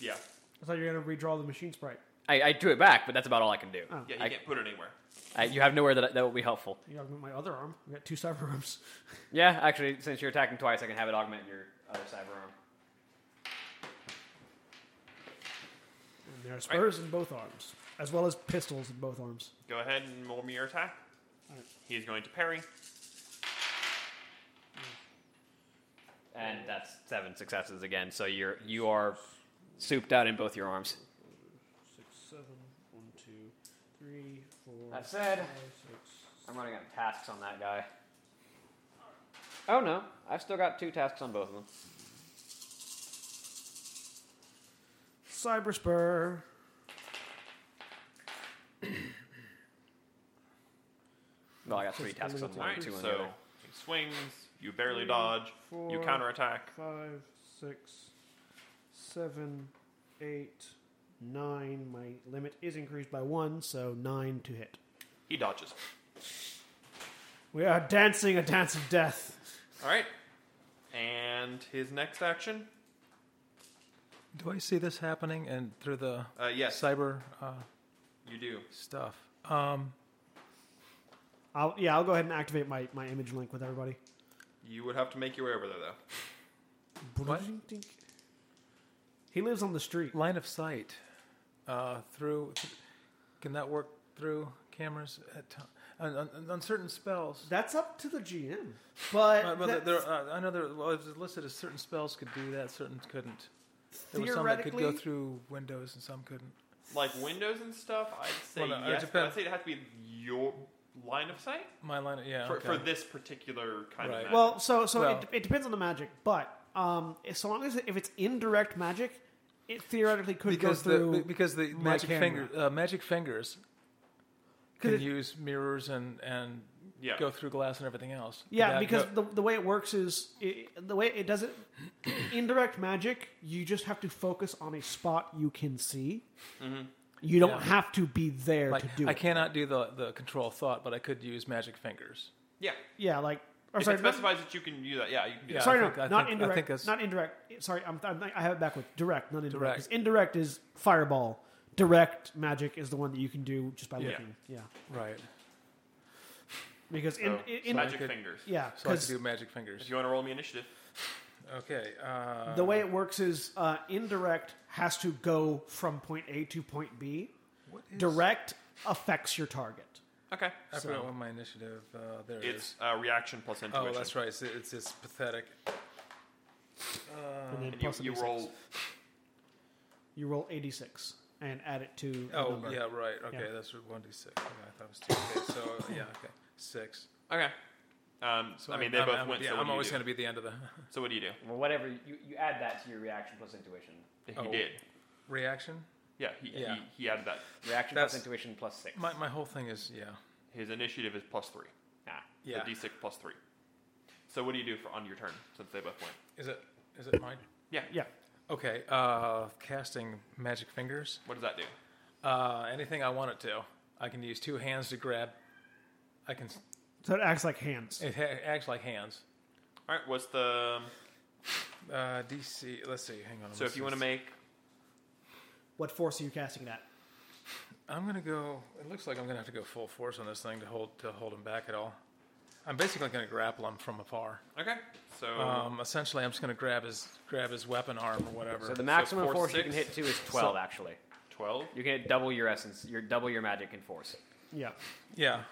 Speaker 2: Yeah,
Speaker 1: I thought you were going to redraw the machine sprite.
Speaker 4: I, I do it back, but that's about all I can do.
Speaker 1: Oh.
Speaker 2: yeah, you
Speaker 4: I-
Speaker 2: can't put it anywhere.
Speaker 4: I, you have nowhere that that will be helpful.
Speaker 1: You augment my other arm. I got two cyber arms.
Speaker 4: Yeah, actually, since you're attacking twice, I can have it augment your other cyber arm.
Speaker 1: And there are spurs in both arms, as well as pistols in both arms.
Speaker 2: Go ahead and roll me your attack.
Speaker 1: Alright.
Speaker 2: He's going to parry.
Speaker 4: And that's seven successes again. So you're you are souped out in both your arms.
Speaker 1: Six, seven, one, two, three, four.
Speaker 4: That said-
Speaker 1: five, six.
Speaker 4: I'm running out of tasks on that guy. Oh no, I've still got two tasks on both of them.
Speaker 1: Cyber spur.
Speaker 4: Well, I got three
Speaker 1: Just a
Speaker 4: tasks on
Speaker 1: little
Speaker 2: All
Speaker 4: one,
Speaker 2: right,
Speaker 4: two on the
Speaker 2: so
Speaker 4: other.
Speaker 2: he swings. You barely
Speaker 1: Three,
Speaker 2: dodge. You
Speaker 1: four,
Speaker 2: counterattack.
Speaker 1: Five, six, seven, eight, nine. My limit is increased by one, so nine to hit.
Speaker 2: He dodges.
Speaker 1: We are dancing a dance of death.
Speaker 2: All right, and his next action.
Speaker 6: Do I see this happening and through the
Speaker 2: Uh, yes,
Speaker 6: cyber uh,
Speaker 2: you do.
Speaker 6: stuff? Um,
Speaker 1: I'll, yeah, I'll go ahead and activate my, my image link with everybody.
Speaker 2: You would have to make your way over there, though.
Speaker 6: What?
Speaker 1: He lives on the street.
Speaker 6: line of sight uh, through. can that work through cameras at t- on, on, on certain spells?
Speaker 1: That's up to the GM. But,
Speaker 6: Uh, well,
Speaker 1: that-
Speaker 6: there, uh, I know there. Well, it was listed as certain spells could do that, certain couldn't. There were some that could go
Speaker 1: theoretically,
Speaker 6: through windows and some couldn't.
Speaker 2: Like windows and stuff, I'd say
Speaker 6: Well, no,
Speaker 2: yes.
Speaker 6: it
Speaker 2: But I'd
Speaker 6: depends.
Speaker 2: say it has to be your line of sight
Speaker 6: My line, yeah.
Speaker 2: for,
Speaker 6: okay.
Speaker 2: for this particular kind
Speaker 6: Right.
Speaker 2: of. Magic.
Speaker 1: well, so so
Speaker 6: Well-
Speaker 1: it, it depends on the magic, but um, so long as it, if it's indirect magic, it theoretically could
Speaker 6: because
Speaker 1: go through
Speaker 6: the because the
Speaker 1: my
Speaker 6: magic
Speaker 1: camera.
Speaker 6: finger uh, magic fingers can
Speaker 1: it-
Speaker 6: use mirrors and and
Speaker 2: Yeah.
Speaker 6: go through glass and everything else. Could
Speaker 1: Yeah,
Speaker 6: that
Speaker 1: because
Speaker 6: go-
Speaker 1: the, the way it works is it, the way it does it. indirect magic, you just have to focus on a spot you can see. You don't
Speaker 6: Mm-hmm. Yeah.
Speaker 1: have to be there
Speaker 6: like,
Speaker 1: to do
Speaker 6: I
Speaker 1: it.
Speaker 6: cannot do the the control thought, but I could use magic fingers.
Speaker 2: yeah.
Speaker 1: Yeah, like or
Speaker 2: If
Speaker 1: sorry,
Speaker 2: it
Speaker 1: not-
Speaker 2: specifies that you can do that, yeah, you can do
Speaker 6: Yeah.
Speaker 1: sorry,
Speaker 6: I
Speaker 1: no,
Speaker 6: think- I
Speaker 1: not
Speaker 6: think- I
Speaker 1: indirect,
Speaker 6: think that's-
Speaker 1: not indirect. Sorry, I'm, I'm, I have it backwards. Direct, not indirect.
Speaker 6: Direct.
Speaker 1: 'cause Indirect is fireball. Direct magic is the one that you can do just by
Speaker 2: Yeah.
Speaker 1: looking. Yeah,
Speaker 6: Right.
Speaker 1: because in,
Speaker 2: So,
Speaker 1: in, in
Speaker 2: magic
Speaker 6: could-
Speaker 2: fingers.
Speaker 1: yeah,
Speaker 6: So I could
Speaker 1: 'cause-
Speaker 6: do magic fingers.
Speaker 2: If you want to roll me initiative,
Speaker 6: Okay. Uh,
Speaker 1: The way it works is uh, indirect has to go from point A to point B.
Speaker 6: What is-
Speaker 1: Direct affects your target.
Speaker 2: okay,
Speaker 6: I forgot what my initiative. Uh, there it
Speaker 2: it's
Speaker 6: is.
Speaker 2: uh, reaction plus intuition.
Speaker 6: Oh, that's right. It's, it's, it's pathetic. uh,
Speaker 1: and then
Speaker 2: And you,
Speaker 1: plus a
Speaker 2: you
Speaker 1: D6.
Speaker 2: roll
Speaker 1: You roll 86. and add it to the
Speaker 6: Oh
Speaker 1: number.
Speaker 6: yeah, right. Okay,
Speaker 1: Yeah.
Speaker 6: that's one d six. Okay, I thought it was two. Okay, so yeah, okay, six.
Speaker 2: Okay. Um,
Speaker 6: So
Speaker 2: I mean, they
Speaker 6: I'm,
Speaker 2: both
Speaker 6: I'm,
Speaker 2: went.
Speaker 6: Yeah,
Speaker 2: so what
Speaker 6: I'm
Speaker 2: do you
Speaker 6: always
Speaker 2: do?
Speaker 6: going to be at the end of the
Speaker 2: So what do you do?
Speaker 4: Well, whatever you, you add that to your reaction plus intuition.
Speaker 2: He
Speaker 6: Oh.
Speaker 2: did.
Speaker 6: reaction.
Speaker 2: Yeah. He,
Speaker 6: Yeah.
Speaker 2: He, he added that.
Speaker 4: Reaction
Speaker 6: That's-
Speaker 4: plus intuition plus six.
Speaker 6: My my whole thing is yeah.
Speaker 2: His initiative is plus three.
Speaker 4: Ah.
Speaker 6: Yeah.
Speaker 2: So d6 plus three. So what do you do for on your turn since they both went?
Speaker 6: Is it is it mine?
Speaker 2: Yeah.
Speaker 1: Yeah.
Speaker 6: Okay, uh, casting magic fingers.
Speaker 2: What does that do?
Speaker 6: Uh, anything I want it to, I can use two hands to grab. I can. s-
Speaker 1: So it acts like hands.
Speaker 6: It ha- acts like hands.
Speaker 2: All right. What's the? um,
Speaker 6: Uh, DC. Let's see. Hang on.
Speaker 2: So if you want to make,
Speaker 1: What force are you casting it at?
Speaker 6: I'm gonna go. It looks like I'm gonna have to go full force on this thing to hold to hold him back at all. I'm basically gonna grapple him from afar.
Speaker 2: okay. So
Speaker 6: Um, essentially, I'm just gonna grab his grab his weapon arm or whatever.
Speaker 4: So the maximum
Speaker 2: four,
Speaker 4: force you
Speaker 2: six.
Speaker 4: can hit to is twelve. actually,
Speaker 2: twelve.
Speaker 4: you can hit double your essence, your double your magic and force.
Speaker 1: Yeah.
Speaker 6: yeah,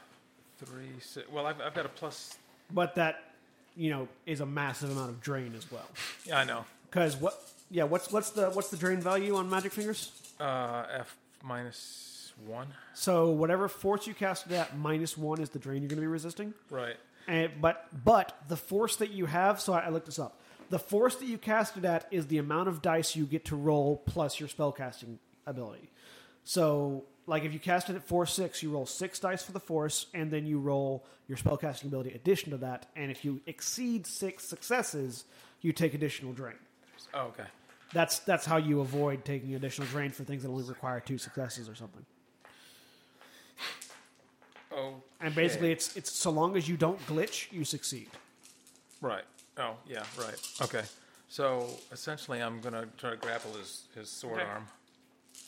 Speaker 6: three. Six, well, I've, I've got a plus.
Speaker 1: But that, you know, is a massive amount of drain as well.
Speaker 6: Yeah, I know.
Speaker 1: Because what? Yeah. What's what's the what's the drain value on magic fingers?
Speaker 6: Uh, F minus one.
Speaker 1: So whatever force you cast it at minus one is the drain you're going to be resisting.
Speaker 6: Right.
Speaker 1: And, but but the force that you have. So I, I looked this up. The force that you cast it at is the amount of dice you get to roll plus your spellcasting ability. So like if you cast it at force six, you roll six dice for the force, and then you roll your spellcasting ability addition to that. And if you exceed six successes, you take additional drain.
Speaker 6: Oh, okay.
Speaker 1: That's that's how you avoid taking additional drain for things that only require two successes or something.
Speaker 6: Oh.
Speaker 1: And basically, it's it's so long as you don't glitch, you succeed.
Speaker 6: Right. Oh, yeah. Right. Okay. So essentially, I'm gonna try to grapple his his sword
Speaker 2: Okay.
Speaker 6: arm.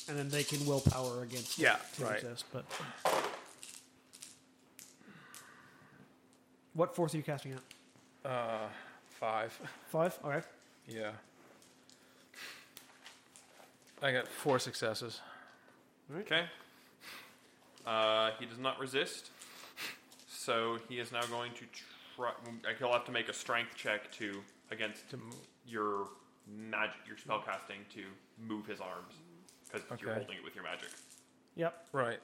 Speaker 1: And then they can willpower against.
Speaker 6: Yeah,
Speaker 1: to
Speaker 6: right.
Speaker 1: resist, but um, what force are you casting at?
Speaker 6: Uh, five.
Speaker 1: Five. All right.
Speaker 6: Yeah. I got four successes.
Speaker 2: Okay. Uh, he does not resist. So he is now going to try. He'll have to make a strength check to against
Speaker 6: To move.
Speaker 2: your magic, your spellcasting to move his arms because you're
Speaker 6: Okay.
Speaker 2: holding it with your magic.
Speaker 1: Yep.
Speaker 6: Right.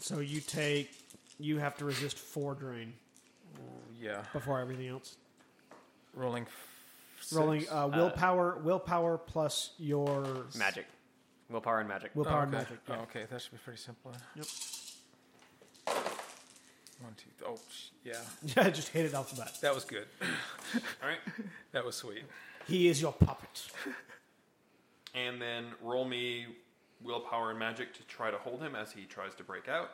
Speaker 1: So you take you have to resist four drain
Speaker 6: Yeah.
Speaker 1: before everything else.
Speaker 6: Rolling. F-
Speaker 1: Rolling
Speaker 6: six.
Speaker 1: uh, willpower, willpower plus your
Speaker 4: Magic, willpower and magic.
Speaker 6: Oh,
Speaker 1: willpower and
Speaker 6: okay.
Speaker 1: magic.
Speaker 6: Oh,
Speaker 1: yeah.
Speaker 6: okay, that should be pretty simple.
Speaker 1: Yep.
Speaker 6: One, two, th- oh, sh- yeah.
Speaker 1: Yeah, just hit it off the bat.
Speaker 6: That was good.
Speaker 2: All right,
Speaker 6: That was sweet.
Speaker 1: He is your puppet.
Speaker 2: and then roll me willpower and magic to try to hold him as he tries to break out.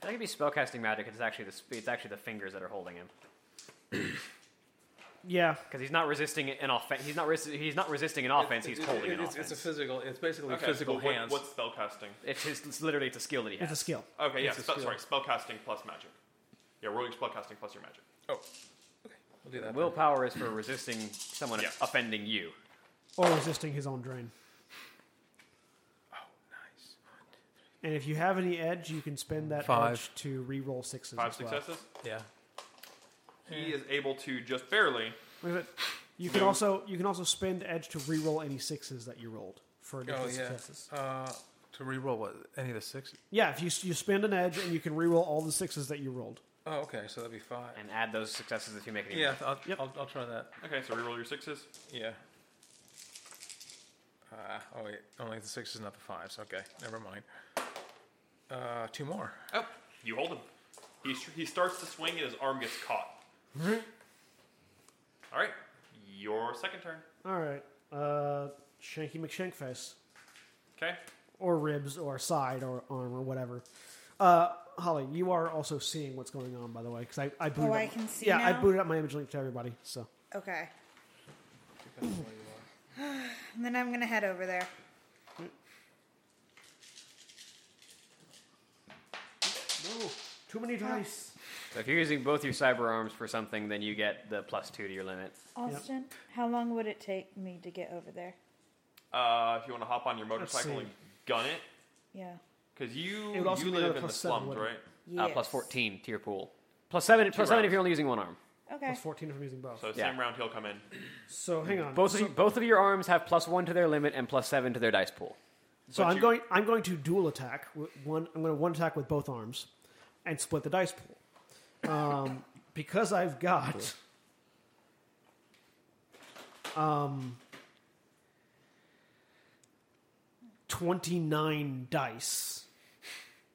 Speaker 4: That could be spellcasting magic. It's actually the sp- it's actually the fingers that are holding him
Speaker 1: Yeah.
Speaker 4: because he's not resisting an offense. He's not resi- he's not resisting an offense. He's
Speaker 6: It- it-
Speaker 4: holding
Speaker 6: it-
Speaker 4: an
Speaker 6: it's,
Speaker 4: offense.
Speaker 6: It's a physical. It's basically
Speaker 2: Okay,
Speaker 6: physical
Speaker 2: but what-
Speaker 6: hands.
Speaker 2: What's spellcasting?
Speaker 4: It's his, it's literally it's a skill that he has.
Speaker 1: It's a skill.
Speaker 2: Okay, yeah,
Speaker 6: It's a
Speaker 2: spell, sorry,
Speaker 6: skill.
Speaker 2: spellcasting plus magic. Yeah, rolling spellcasting plus your magic.
Speaker 6: oh, okay. We'll do that.
Speaker 4: Willpower is for resisting someone
Speaker 2: Yeah.
Speaker 4: offending you.
Speaker 1: Or resisting his own drain.
Speaker 6: Oh, nice.
Speaker 1: And if you have any edge, you can spend that
Speaker 6: Five.
Speaker 1: edge to re-roll sixes.
Speaker 2: Five
Speaker 1: as well.
Speaker 2: successes.
Speaker 6: Yeah.
Speaker 1: Eh.
Speaker 2: He is able to just barely.
Speaker 1: Wait a minute. You can
Speaker 2: No.
Speaker 1: also you can also spend edge to re-roll any sixes that you rolled for
Speaker 6: Oh,
Speaker 1: additional
Speaker 6: yeah.
Speaker 1: successes.
Speaker 6: Uh, to re-roll what? Any of the six?
Speaker 1: Yeah, if you you spend an edge and you can re-roll all the sixes that you rolled.
Speaker 6: Oh, okay. So that'd be five.
Speaker 4: And add those successes if you make any.
Speaker 6: Yeah, I'll,
Speaker 1: Yep.
Speaker 6: I'll, I'll try that.
Speaker 2: Okay, so reroll your sixes.
Speaker 6: Yeah. Uh, oh wait, only the sixes, not the fives. Okay, never mind. Uh, two more.
Speaker 2: Oh, you hold him. He, he starts to swing and his arm gets caught. All right, your second turn.
Speaker 1: All right, uh, Shanky McShankface
Speaker 2: Okay.
Speaker 1: or ribs or side or arm or whatever. Uh, Holly, you are also seeing what's going on, by the way, because I, I booted.
Speaker 5: Oh,
Speaker 1: up,
Speaker 5: I can see
Speaker 1: Yeah, I
Speaker 5: now?
Speaker 1: booted up my image link to everybody. So
Speaker 5: Okay. and then I'm going to head over there.
Speaker 1: no, too
Speaker 5: Oh,
Speaker 1: many dice.
Speaker 4: So if you're using both your cyber arms for something, then you get the plus two to your limit.
Speaker 5: Austin, how long would it take me to get over there?
Speaker 2: Uh, if you want to hop on your motorcycle
Speaker 1: see.
Speaker 2: and gun it,
Speaker 5: Yeah.
Speaker 2: because you
Speaker 1: It would also
Speaker 2: you
Speaker 1: be another
Speaker 2: live in the
Speaker 1: Uh, plus seven,
Speaker 2: slums,
Speaker 1: wouldn't
Speaker 2: right?
Speaker 5: Yes.
Speaker 4: Uh, plus 14 to your pool. Plus 7, plus seven if
Speaker 2: rounds.
Speaker 4: you're only using one arm.
Speaker 5: Okay.
Speaker 1: Plus 14 from using both.
Speaker 2: So
Speaker 1: So,
Speaker 2: same round he'll come in.
Speaker 1: hang on.
Speaker 4: Both of,
Speaker 1: so,
Speaker 4: you- both of your arms have plus one to their limit and plus seven to their dice pool.
Speaker 1: so
Speaker 2: but
Speaker 1: I'm
Speaker 2: you-
Speaker 1: going. I'm going to dual attack. with One. I'm going to one attack with both arms, and split the dice pool. Um, because I've got. Um. Twenty nine dice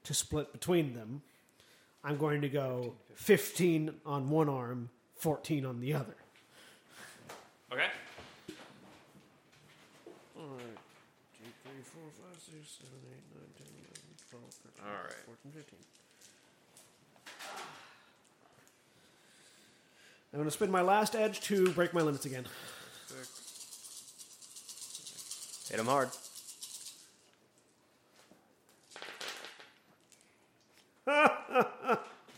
Speaker 1: to split between them. I'm going to go fifteen on one arm, fourteen on the other.
Speaker 2: Okay. All right.
Speaker 1: I'm going to spend my last edge to break my limits again.
Speaker 4: Hit them hard.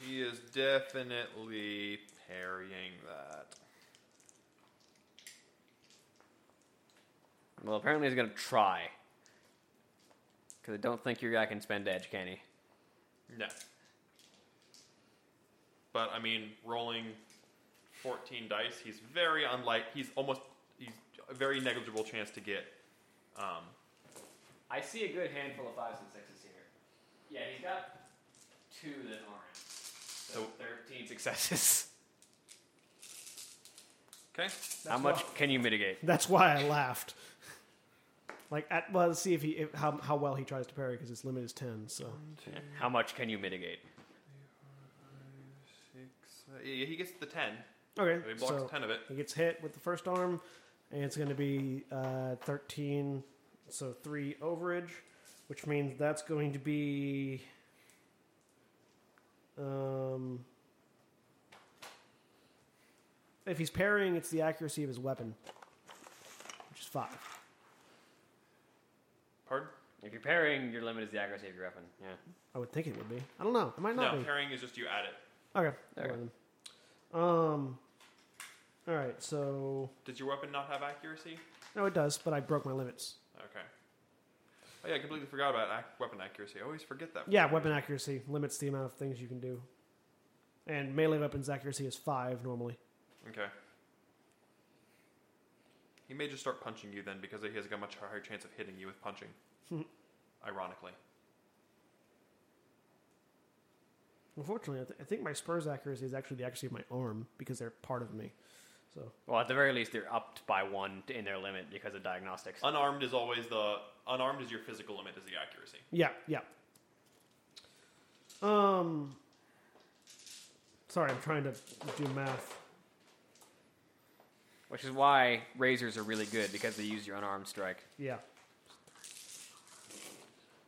Speaker 2: He is definitely parrying that.
Speaker 4: Well, apparently he's going to try. Because I don't think your guy can spend edge, can he?
Speaker 2: No. But I mean, rolling fourteen dice, he's very unlike. He's almost. He's a very negligible chance to get. Um,
Speaker 4: I see a good handful of fives and sixes here. Yeah, he's got two that aren't. So, 13 successes.
Speaker 2: okay.
Speaker 4: How much can you mitigate?
Speaker 1: That's why I laughed. Like, at, well, let's see if he if, how how well he tries to parry because his limit is ten. So
Speaker 2: Mm.
Speaker 4: How much can you mitigate?
Speaker 2: Six. uh, yeah, he gets the ten.
Speaker 1: okay,
Speaker 2: He blocks
Speaker 1: so
Speaker 2: ten of it.
Speaker 1: he gets hit with the first arm, and it's going to be uh, thirteen. So three overage, which means that's going to be um. If he's parrying, it's the accuracy of his weapon, which is five.
Speaker 2: Pardon?
Speaker 4: If you're parrying, your limit is the accuracy of your weapon. Yeah.
Speaker 1: I would think it would be. I don't know. It might not
Speaker 2: No,
Speaker 1: be.
Speaker 2: parrying is just you add it.
Speaker 1: Okay.
Speaker 4: Okay.
Speaker 1: Eleven. Um. All right. So
Speaker 2: Does your weapon not have accuracy?
Speaker 1: no, it does, but I broke my limits.
Speaker 2: Okay. Oh yeah, I completely forgot about ac- weapon accuracy. I always forget that.
Speaker 1: Yeah, weapon accuracy limits the amount of things you can do, and melee weapons accuracy is five normally.
Speaker 2: Okay. He may just start punching you then because he has got a much higher chance of hitting you with punching. Ironically.
Speaker 1: Unfortunately, I, th- I think my spurs accuracy is actually the accuracy of my arm because they're part of me. So
Speaker 4: Well, at the very least, they're upped by one in their limit because of diagnostics.
Speaker 2: Unarmed is always the unarmed is your physical limit is the accuracy.
Speaker 1: yeah, yeah. Um. Sorry, I'm trying to do math.
Speaker 4: Which is why razors are really good because they use your unarmed strike.
Speaker 1: Yeah.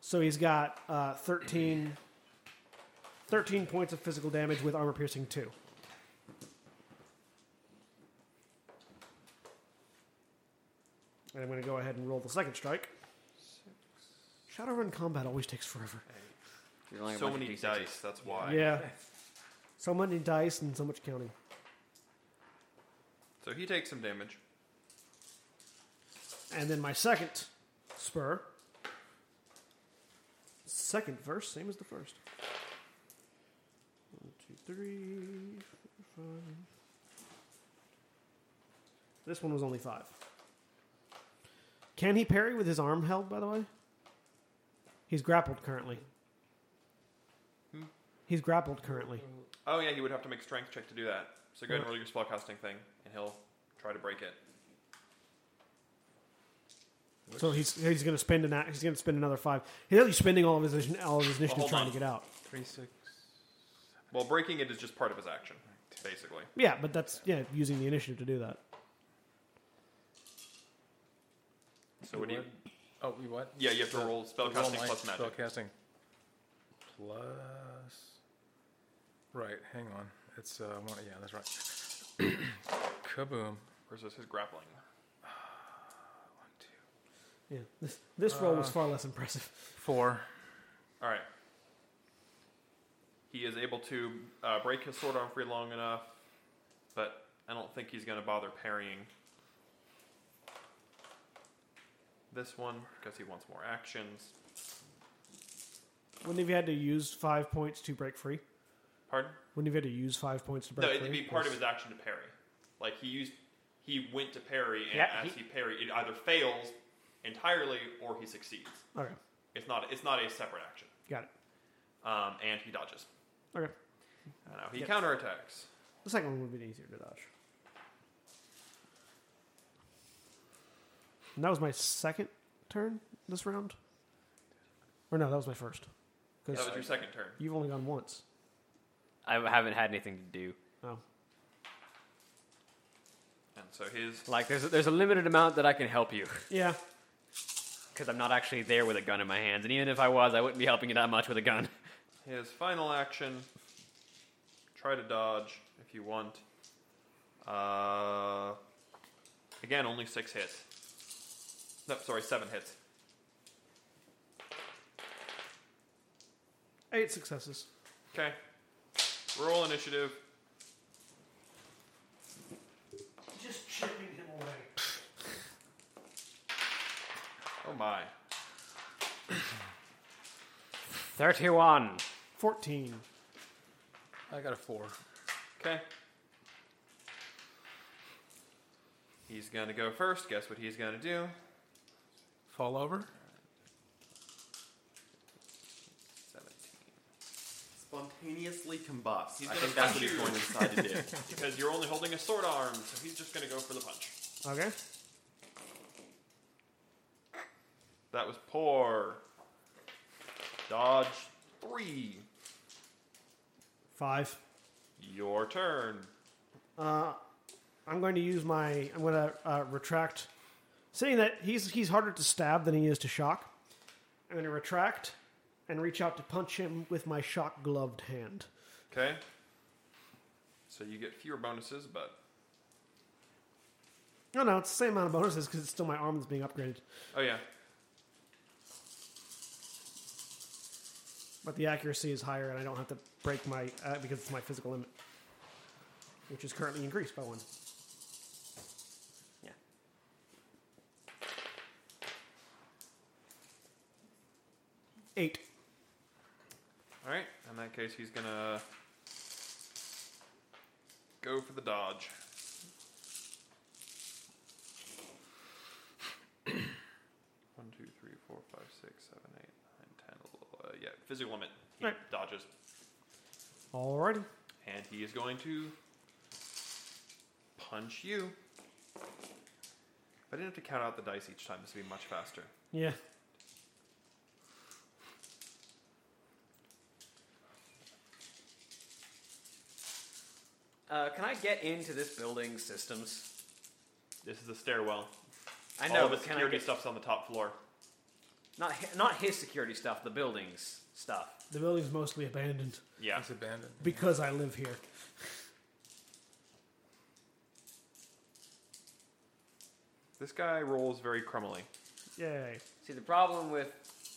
Speaker 1: So he's got uh, 13, 13 points of physical damage with armor piercing 2. And I'm going to go ahead and roll the second strike. Shadowrun combat always takes forever.
Speaker 4: You're rolling a
Speaker 2: so
Speaker 4: bunch of
Speaker 2: many
Speaker 4: D6s.
Speaker 2: dice, that's why.
Speaker 1: Yeah. So many dice and so much counting.
Speaker 2: So he takes some damage.
Speaker 1: And then my second spur. Second verse, same as the first. One, two, three, four, five. This one was only five. Can he parry with his arm held, by the way? He's grappled currently. He's grappled currently.
Speaker 2: Oh yeah, he would have to make strength check to do that. So go ahead and roll your spellcasting thing and he'll try to break it.
Speaker 1: So he's he's going to spend an act- he's going to spend another five. He's actually spending all of his initi- all of his initiative
Speaker 2: hold
Speaker 1: trying
Speaker 2: on.
Speaker 1: to get out.
Speaker 6: Three six.
Speaker 2: Well breaking it is just part of his action, basically.
Speaker 1: Yeah, but that's yeah using the initiative to do that.
Speaker 2: So what do you
Speaker 6: Oh, you what?
Speaker 2: Yeah, you have to roll spellcasting
Speaker 6: my
Speaker 2: plus magic.
Speaker 6: Spellcasting plus. Right, hang on. It's uh, one, yeah, that's right. Kaboom!
Speaker 2: versus his grappling.
Speaker 1: Yeah, this, this roll
Speaker 2: Uh.
Speaker 1: was far less impressive.
Speaker 6: Four.
Speaker 2: All right. He is able to uh, break his sword arm free long enough, but I don't think he's going to bother parrying this one because he wants more actions.
Speaker 1: Wouldn't have you had to use five points to break free?
Speaker 2: Pardon?
Speaker 1: Wouldn't he have had to use five points to break
Speaker 2: No, it'd
Speaker 1: free?
Speaker 2: be part of his action to parry. Like he used, he went to parry, and
Speaker 4: Yeah,
Speaker 2: as
Speaker 4: he-
Speaker 2: he, parry, it either fails entirely or he succeeds.
Speaker 1: Okay,
Speaker 2: It's not. It's not a separate action.
Speaker 1: got it.
Speaker 2: Um, and he dodges.
Speaker 1: Okay,
Speaker 2: I know. He counterattacks.
Speaker 1: the second one would have been easier to dodge. And that was my second turn this round, or no, that was my first.
Speaker 2: That
Speaker 1: Because
Speaker 2: was your second turn.
Speaker 1: you've only gone once.
Speaker 4: I haven't had anything to do.
Speaker 1: Oh,
Speaker 2: And so his
Speaker 4: Like, there's a, there's a limited amount that I can help you
Speaker 1: yeah.
Speaker 4: because I'm not actually there with a gun in my hands, and even if I was, I wouldn't be helping you that much with a gun.
Speaker 2: his final action. Try to dodge if you want. Uh, again, only six hits. No, sorry, seven hits.
Speaker 1: Eight successes.
Speaker 2: Okay. Roll initiative.
Speaker 1: Just chipping him away.
Speaker 2: Oh my.
Speaker 4: Thirty-one.
Speaker 1: Fourteen.
Speaker 6: I got a four.
Speaker 2: Okay. He's gonna go first. Guess what he's gonna do?
Speaker 6: Fall over.
Speaker 2: 17.
Speaker 3: Spontaneously combust.
Speaker 2: He's
Speaker 3: I
Speaker 2: gonna
Speaker 3: think that's what he's
Speaker 2: punch
Speaker 3: going to decide to do.
Speaker 2: Because you're only holding a sword arm, so he's just gonna go for the punch.
Speaker 1: Okay.
Speaker 2: That was poor. Dodge three.
Speaker 1: Five.
Speaker 2: Your turn.
Speaker 1: Uh, I'm going to use my. I'm going to uh, retract. Seeing that he's he's harder to stab than he is to shock, I'm going to retract and reach out to punch him with my shock gloved hand.
Speaker 2: Okay. So you get fewer bonuses, but
Speaker 1: Oh, No, no, it's the same amount of bonuses because it's still my arm that's being upgraded,
Speaker 2: oh yeah,
Speaker 1: but the accuracy is higher, and I don't have to break my uh, because it's my physical limit, which is currently increased by one.
Speaker 4: Yeah.
Speaker 1: Eight.
Speaker 2: All right. In that case, he's gonna go for the dodge. One, two, three, four, five, six, seven, eight, nine, ten. ele- Uh, yeah, physical limit. He
Speaker 1: Right.
Speaker 2: dodges,
Speaker 1: Alrighty.
Speaker 2: and he is going to punch you. If I didn't have to count out the dice each time, this would be much faster.
Speaker 1: Yeah.
Speaker 4: Uh, can I get into this building's systems?
Speaker 2: This is a stairwell.
Speaker 4: I
Speaker 2: All
Speaker 4: know,
Speaker 2: of the
Speaker 4: but can I
Speaker 2: security
Speaker 4: get
Speaker 2: stuff's on the top floor.
Speaker 4: not hi- not his security stuff, the building's stuff?
Speaker 1: The building's mostly abandoned
Speaker 2: Yeah.
Speaker 6: It's abandoned.
Speaker 1: because I live here.
Speaker 2: This guy rolls very crumbly.
Speaker 1: Yay.
Speaker 4: See, the problem with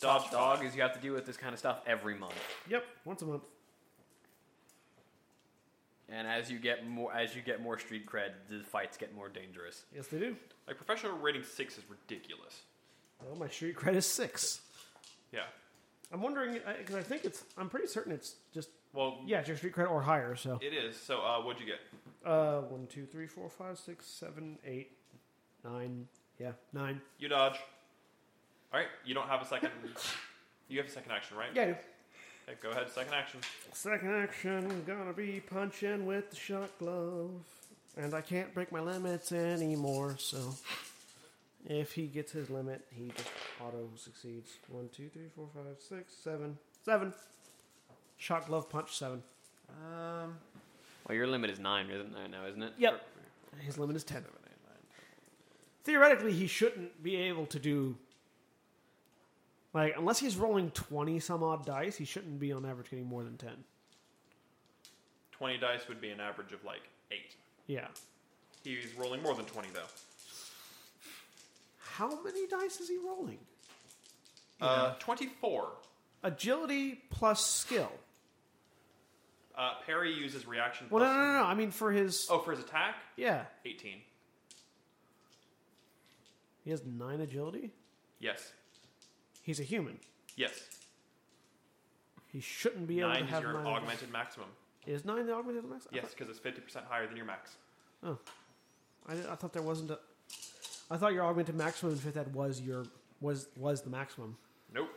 Speaker 2: Dodge
Speaker 4: Top Dog is you have to deal with this kind of stuff every month.
Speaker 1: Yep, once a month.
Speaker 4: And as you get more, as you get more street cred, the fights get more dangerous.
Speaker 1: Yes, they do.
Speaker 2: Like professional rating six is ridiculous.
Speaker 1: Well, my street cred is six.
Speaker 2: Yeah.
Speaker 1: I'm wondering because I think it's. I'm pretty certain it's just
Speaker 2: Well,
Speaker 1: yeah, it's your street cred or higher. So
Speaker 2: it is. So uh, what'd you get?
Speaker 1: uh, one, two, three, four, five, six, seven, eight, nine. Yeah, nine.
Speaker 2: You dodge. All right. You don't have a second. you have a second action, right?
Speaker 1: Yeah. I do.
Speaker 2: Okay, go ahead. Second action.
Speaker 1: Second action, gonna be punching with the shot glove, and I can't break my limits anymore. So if he gets his limit, he just auto succeeds. One, two, three, four, five, six, seven, seven. Shot glove punch seven.
Speaker 2: Um.
Speaker 4: Well, your limit is nine, isn't there now? Isn't it?
Speaker 1: Yep. His limit is 10. Theoretically, he shouldn't be able to do. Like, unless he's rolling 20 some odd dice, he shouldn't be on average getting more than 10.
Speaker 2: Twenty dice would be an average of like eight.
Speaker 1: Yeah.
Speaker 2: He's rolling more than twenty though.
Speaker 1: How many dice is he rolling?
Speaker 2: Uh, twenty-four.
Speaker 1: Agility plus skill.
Speaker 2: Uh, Perry uses reaction.
Speaker 1: Well, no,
Speaker 2: plus-
Speaker 1: no, no, no. I mean, for his.
Speaker 2: Oh, for his attack,
Speaker 1: Yeah.
Speaker 2: eighteen.
Speaker 1: He has 9 agility.
Speaker 2: Yes.
Speaker 1: He's a human.
Speaker 2: Yes.
Speaker 1: He shouldn't be able
Speaker 2: Nine
Speaker 1: to
Speaker 2: is
Speaker 1: have
Speaker 2: your
Speaker 1: 9
Speaker 2: augmented maximum.
Speaker 1: Is nine the augmented max? I
Speaker 2: Yes, because it's fifty percent higher than your max.
Speaker 1: thought- I, I thought there wasn't a. I thought your augmented maximum fit that was your was was the maximum.
Speaker 2: Nope.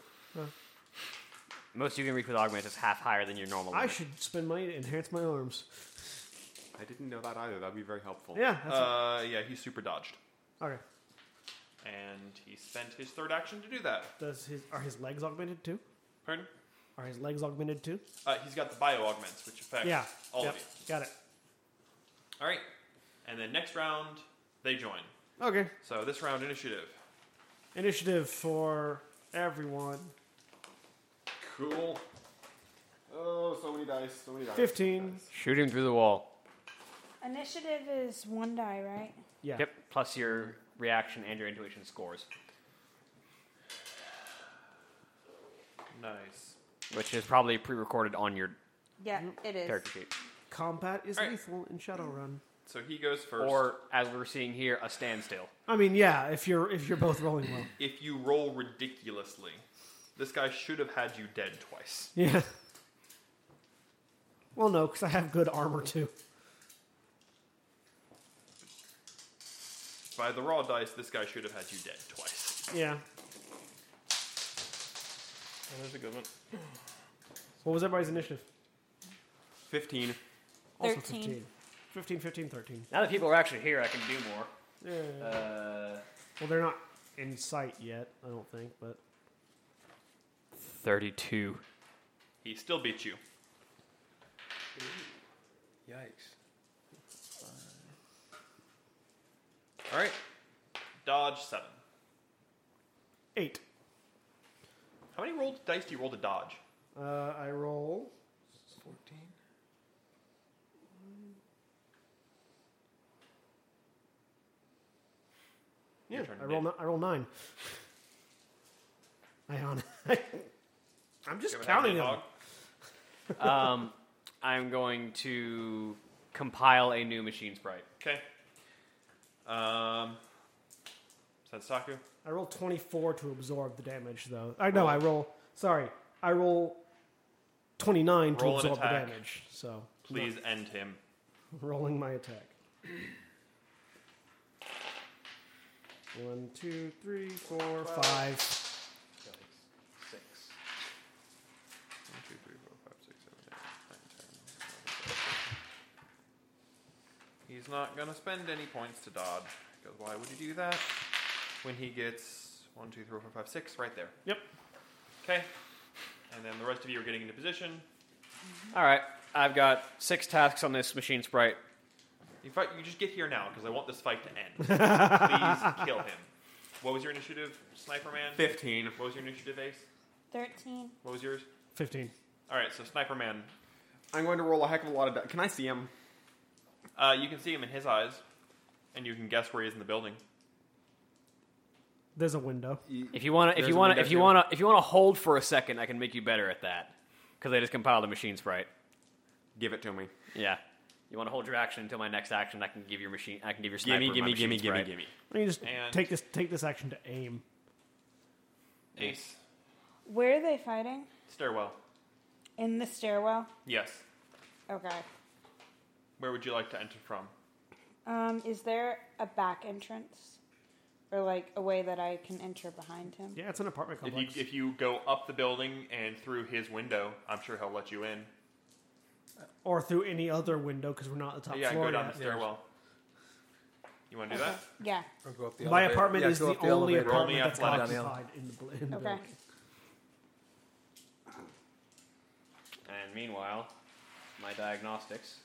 Speaker 4: Most you can reach with augment is half higher than your normal.
Speaker 1: I
Speaker 4: limit.
Speaker 1: should spend money to enhance my arms.
Speaker 3: I didn't know that either. That'd be very helpful.
Speaker 1: Yeah. That's
Speaker 2: Uh, yeah, he super dodged,
Speaker 1: okay.
Speaker 2: and he spent his third action to do that.
Speaker 1: Does his are his legs augmented too?
Speaker 2: Pardon?
Speaker 1: Are his legs augmented too?
Speaker 2: Uh, he's got the bio augments, which affect
Speaker 1: Yeah.
Speaker 2: all
Speaker 1: yep.
Speaker 2: of you.
Speaker 1: Got it.
Speaker 2: All right, and then next round they join.
Speaker 1: Okay.
Speaker 2: So this round initiative.
Speaker 1: Initiative for everyone.
Speaker 3: Cool. Oh, so many dice. So many dice.
Speaker 1: Fifteen.
Speaker 4: shoot him through the wall.
Speaker 5: Initiative is one die, right?
Speaker 1: Yeah.
Speaker 4: Yep. Plus your reaction and your intuition scores,
Speaker 2: Nice.
Speaker 4: which is probably pre-recorded on your
Speaker 5: Yeah,
Speaker 1: Mm-hmm.
Speaker 5: it is.
Speaker 4: character sheet.
Speaker 1: Combat is
Speaker 2: Alright.
Speaker 1: lethal in Shadowrun.
Speaker 2: So he goes first.
Speaker 4: Or as we're seeing here, a standstill.
Speaker 1: I mean, yeah. If you're if you're both rolling well.
Speaker 2: if you roll ridiculously, this guy should have had you dead twice.
Speaker 1: Yeah. Well, no, because I have good armor too.
Speaker 2: By the raw dice, this guy should have had you dead twice.
Speaker 1: Yeah.
Speaker 2: There's a good one.
Speaker 1: What was everybody's initiative?
Speaker 3: Fifteen.
Speaker 1: Also
Speaker 5: 13.
Speaker 1: 15. 15, 15, 13.
Speaker 4: Now that people are actually here, I can do more.
Speaker 1: Yeah.
Speaker 4: Uh,
Speaker 1: well, they're not in sight yet, I don't think, but.
Speaker 4: Thirty-two.
Speaker 2: He still beat you.
Speaker 6: Yikes.
Speaker 2: All right. Dodge seven.
Speaker 1: Eight.
Speaker 2: How many rolled dice do you roll to dodge?
Speaker 1: Uh, I roll.
Speaker 6: 14.
Speaker 1: Yeah,
Speaker 2: Your turn,
Speaker 1: I roll,
Speaker 2: Nate.
Speaker 1: ni- I roll nine. I on. I'm just
Speaker 2: You have an
Speaker 1: counting
Speaker 2: enemy
Speaker 1: them.
Speaker 2: dog?
Speaker 4: Um, I'm going to compile a new machine sprite.
Speaker 2: Okay. Um. Sensaku.
Speaker 1: I roll 24 to absorb the damage, though. I know, I roll. Sorry. I roll 29 to
Speaker 2: Roll an
Speaker 1: absorb the
Speaker 2: attack.
Speaker 1: damage. So,
Speaker 2: Please end him.
Speaker 1: rolling my attack. One, two, three, four, five.
Speaker 4: Six.
Speaker 2: One, two, three, four, five, six, seven, eight, nine, 10, 11. He's not going to spend any points to dodge. Because why would he do that? When he gets one, two, three, four, five, six, right there.
Speaker 1: Yep.
Speaker 2: Okay. And then the rest of you are getting into position.
Speaker 4: All right. I've got six tasks on this machine sprite.
Speaker 2: In fact, you just get here now because I want this fight to end. Please kill him. What was your initiative, Sniper Man?
Speaker 3: Fifteen.
Speaker 2: What was your initiative, Ace?
Speaker 5: 13.
Speaker 2: What was yours?
Speaker 1: 15.
Speaker 2: All right, so Sniper Man.
Speaker 3: I'm going to roll a heck of a lot of dice. Can I see him?
Speaker 2: Uh, you can see him in his eyes, and you can guess where he is in the building.
Speaker 1: There's a window.
Speaker 4: If you want to, if
Speaker 3: There's
Speaker 4: you
Speaker 3: a
Speaker 4: want to,
Speaker 3: window
Speaker 4: if you
Speaker 3: too.
Speaker 4: want to, if you want to hold for a second, I can make you better at that because I just compiled a machine sprite.
Speaker 3: Give it to me.
Speaker 4: Yeah. You want to hold your action until my next action? I can give your machine. I can give your sniper.
Speaker 3: Gimme,
Speaker 4: my
Speaker 3: gimme,
Speaker 4: machine
Speaker 3: gimme, gimme,
Speaker 4: sprite.
Speaker 3: gimme.
Speaker 1: Let me just
Speaker 2: And-
Speaker 1: take this take this action to aim.
Speaker 2: Ace.
Speaker 5: Where are they fighting?
Speaker 2: Stairwell.
Speaker 5: In the stairwell?
Speaker 2: Yes.
Speaker 5: Okay.
Speaker 2: Where would you like to enter from?
Speaker 5: Um, is there a back entrance? Or like a way that I can enter behind him?
Speaker 1: Yeah, it's an apartment
Speaker 2: If you,
Speaker 1: complex.
Speaker 2: if you go up the building and through his window, I'm sure he'll let you in.
Speaker 1: or through any other window because we're not at the top
Speaker 2: yeah,
Speaker 1: floor.
Speaker 2: go down the
Speaker 1: yet.
Speaker 2: stairwell. You want to do that?
Speaker 5: Yeah.
Speaker 6: Or go up the
Speaker 1: My
Speaker 6: elevator.
Speaker 1: apartment
Speaker 6: Yeah,
Speaker 1: is
Speaker 6: go
Speaker 1: the,
Speaker 6: up
Speaker 1: only
Speaker 6: elevator.
Speaker 2: Roll me
Speaker 1: apartment that's
Speaker 2: athletics.
Speaker 1: occupied in the, bl- in the
Speaker 5: Okay.
Speaker 1: building.
Speaker 4: And meanwhile, my diagnostics.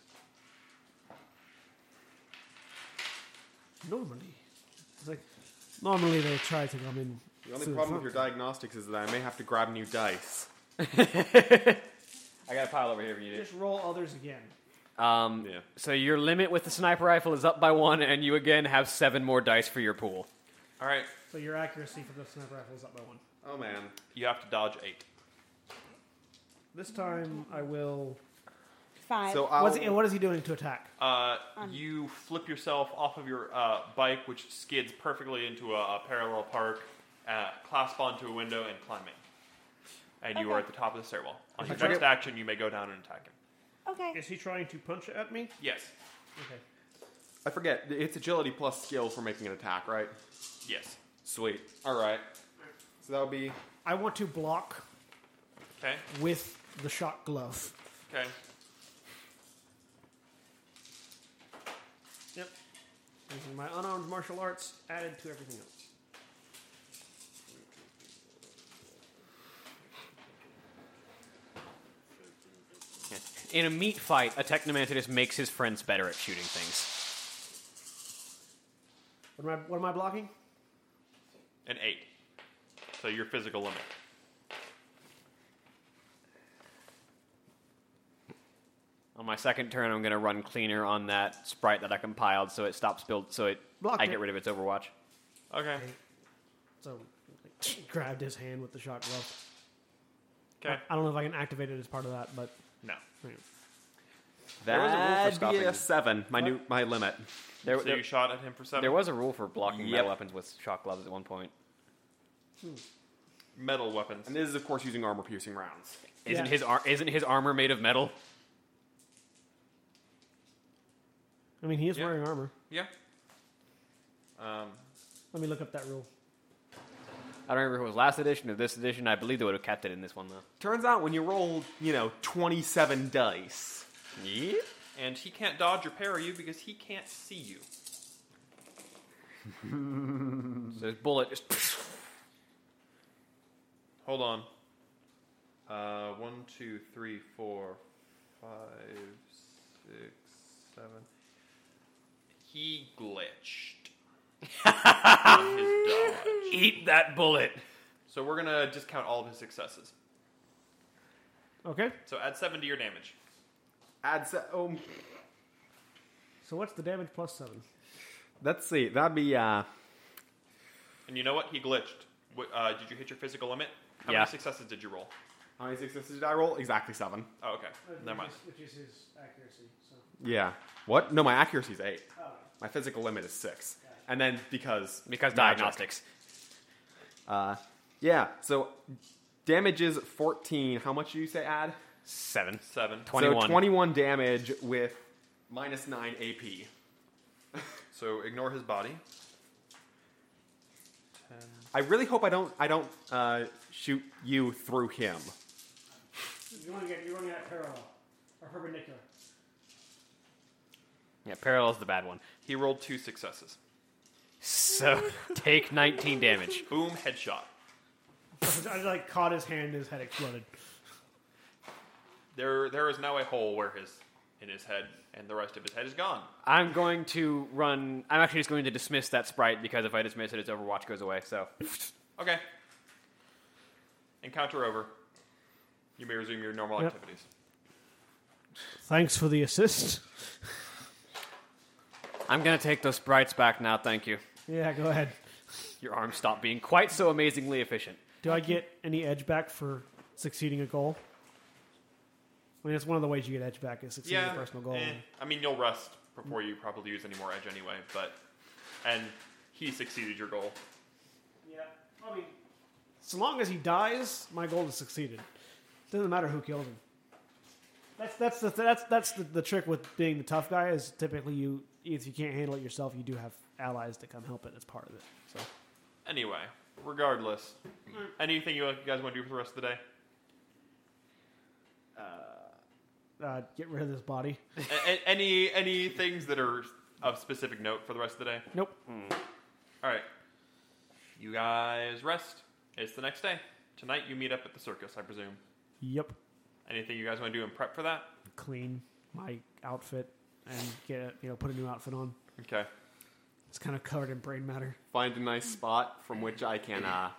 Speaker 1: Normally, it's like normally they try to come in.
Speaker 3: The only
Speaker 1: through
Speaker 3: problem with your
Speaker 1: front.
Speaker 3: diagnostics is that I may have to grab new dice.
Speaker 4: I got a pile over here if you need
Speaker 1: Just roll others again.
Speaker 4: it. Um,
Speaker 3: Yeah.
Speaker 4: So your limit with the sniper rifle is up by one, and you again have seven more dice for your pool.
Speaker 2: All right.
Speaker 1: So your accuracy for the sniper rifle is up by one.
Speaker 3: Oh man.
Speaker 2: You have to dodge eight.
Speaker 1: This time I will.
Speaker 5: Five.
Speaker 3: So I'll.
Speaker 1: What's he, what is he doing to attack?
Speaker 2: Uh, you flip yourself off of your uh, bike, which skids perfectly into a, a parallel park, uh, clasp onto a window, and climb in. And you are
Speaker 5: Okay.
Speaker 2: at the top of the stairwell. On your
Speaker 1: Okay.
Speaker 2: next action, you may go down and attack him.
Speaker 5: Okay.
Speaker 1: Is he trying to punch at me?
Speaker 2: Yes.
Speaker 1: Okay.
Speaker 3: I forget. It's agility plus skill for making an attack, right?
Speaker 2: Yes.
Speaker 3: Sweet. All right. So that'll be
Speaker 1: I want to block
Speaker 2: Okay.
Speaker 1: with the shock glove.
Speaker 2: Okay.
Speaker 1: Yep. Using my unarmed martial arts added to everything else.
Speaker 4: In a meat fight, a technomancer just makes his friends better at shooting things.
Speaker 1: What am I, what am I blocking?
Speaker 2: An eight. So your physical limit.
Speaker 4: On my second turn, I'm going to run cleaner on that sprite that I compiled, so it stops build, so it
Speaker 1: Blocked
Speaker 4: I
Speaker 1: it.
Speaker 4: get rid of its Overwatch.
Speaker 2: Okay.
Speaker 1: So, like, grabbed his hand with the shock glove.
Speaker 2: Okay.
Speaker 1: I don't know if I can activate it as part of that, but.
Speaker 2: No.
Speaker 3: there was a rule for
Speaker 4: That'd
Speaker 3: stopping
Speaker 4: be a
Speaker 3: seven. My new my limit.
Speaker 4: There,
Speaker 2: So
Speaker 4: there,
Speaker 2: you shot at him for seven.
Speaker 4: there was a rule for blocking
Speaker 3: Yep.
Speaker 4: metal weapons with shock gloves at one point.
Speaker 2: metal weapons.
Speaker 3: And this is of course using armor piercing rounds.
Speaker 4: Isn't
Speaker 1: Yeah.
Speaker 4: his ar- isn't his armor made of metal?
Speaker 1: I mean, he is
Speaker 2: Yeah.
Speaker 1: wearing armor.
Speaker 2: Yeah. Um,
Speaker 1: Let me look up that rule.
Speaker 4: I don't remember if it was last edition or this edition. I believe they would have kept it in this one though.
Speaker 3: Turns out when you roll, you know, twenty seven dice.
Speaker 4: Yeah.
Speaker 2: and he can't dodge or parry you because he can't see you.
Speaker 4: So his bullet just
Speaker 2: Hold on. Uh, one, two, three, four, five, six, seven. He glitched. on his dodge.
Speaker 4: eat that bullet.
Speaker 2: So we're gonna discount all of his successes.
Speaker 1: Okay.
Speaker 2: So add seven to your damage.
Speaker 3: Add se- oh,
Speaker 1: So, what's the damage plus seven?
Speaker 3: let's see. That'd be uh
Speaker 2: And you know what? He glitched. Wh- Uh, did you hit your physical limit? How
Speaker 4: Yeah.
Speaker 2: many successes did you roll?
Speaker 3: how many successes did I roll? Exactly seven.
Speaker 2: Oh, okay.
Speaker 1: Uh,
Speaker 2: Never mind.
Speaker 1: Which is his accuracy. So. oh,
Speaker 3: Yeah. What? No, my accuracy is eight. My physical limit is six. And then because
Speaker 4: Because
Speaker 3: magic.
Speaker 4: diagnostics.
Speaker 3: Uh, yeah. So damage is fourteen. How much do you say add?
Speaker 4: Seven.
Speaker 2: Seven.
Speaker 3: So
Speaker 4: 21.
Speaker 3: twenty-one damage with minus nine AP.
Speaker 2: So ignore his body.
Speaker 3: I really hope I don't I don't uh, shoot you through him.
Speaker 1: You want to get, you want to get parallel or perpendicular.
Speaker 4: Yeah, parallel is the bad one.
Speaker 2: He rolled two successes.
Speaker 4: So take 19 damage.
Speaker 2: Boom, headshot.
Speaker 1: I like caught his hand and his head exploded.
Speaker 2: There, there is now a hole where his in his head, and the rest of his head is gone.
Speaker 4: I'm going to run. I'm actually just going to dismiss that sprite because if I dismiss it, its Overwatch goes away. So
Speaker 2: Okay. Encounter over. You may resume your normal
Speaker 1: Yep.
Speaker 2: activities.
Speaker 1: Thanks for the assist.
Speaker 4: I'm going to take those sprites back now. Thank you.
Speaker 1: Yeah, go ahead.
Speaker 4: Your arms stop being quite so amazingly efficient.
Speaker 1: Do I get any edge back for succeeding a goal? I mean, that's one of the ways you get edge back is succeeding a personal goal.
Speaker 2: eh. I mean, you'll rest before you probably use any more edge anyway. But and he succeeded your goal.
Speaker 1: Yeah, I mean, so long as he dies, my goal is succeeded. Doesn't matter who killed him. That's that's the that's that's the, the trick with being the tough guy is typically you if you can't handle it yourself, you do have allies to come help it as part of it. So
Speaker 2: Anyway, regardless, anything you guys want to do for the rest of the day?
Speaker 1: uh, get rid of this body.
Speaker 2: A- a- any any things that are of specific note for the rest of the day?
Speaker 1: Nope.
Speaker 2: All right. You guys rest. It's the next day. Tonight you meet up at the circus, I presume.
Speaker 1: Yep.
Speaker 2: Anything you guys want to do in prep for that?
Speaker 1: Clean my outfit and get a- you know put a new outfit on.
Speaker 2: Okay.
Speaker 1: It's kind of covered in brain matter.
Speaker 3: Find a nice spot from which I can uh,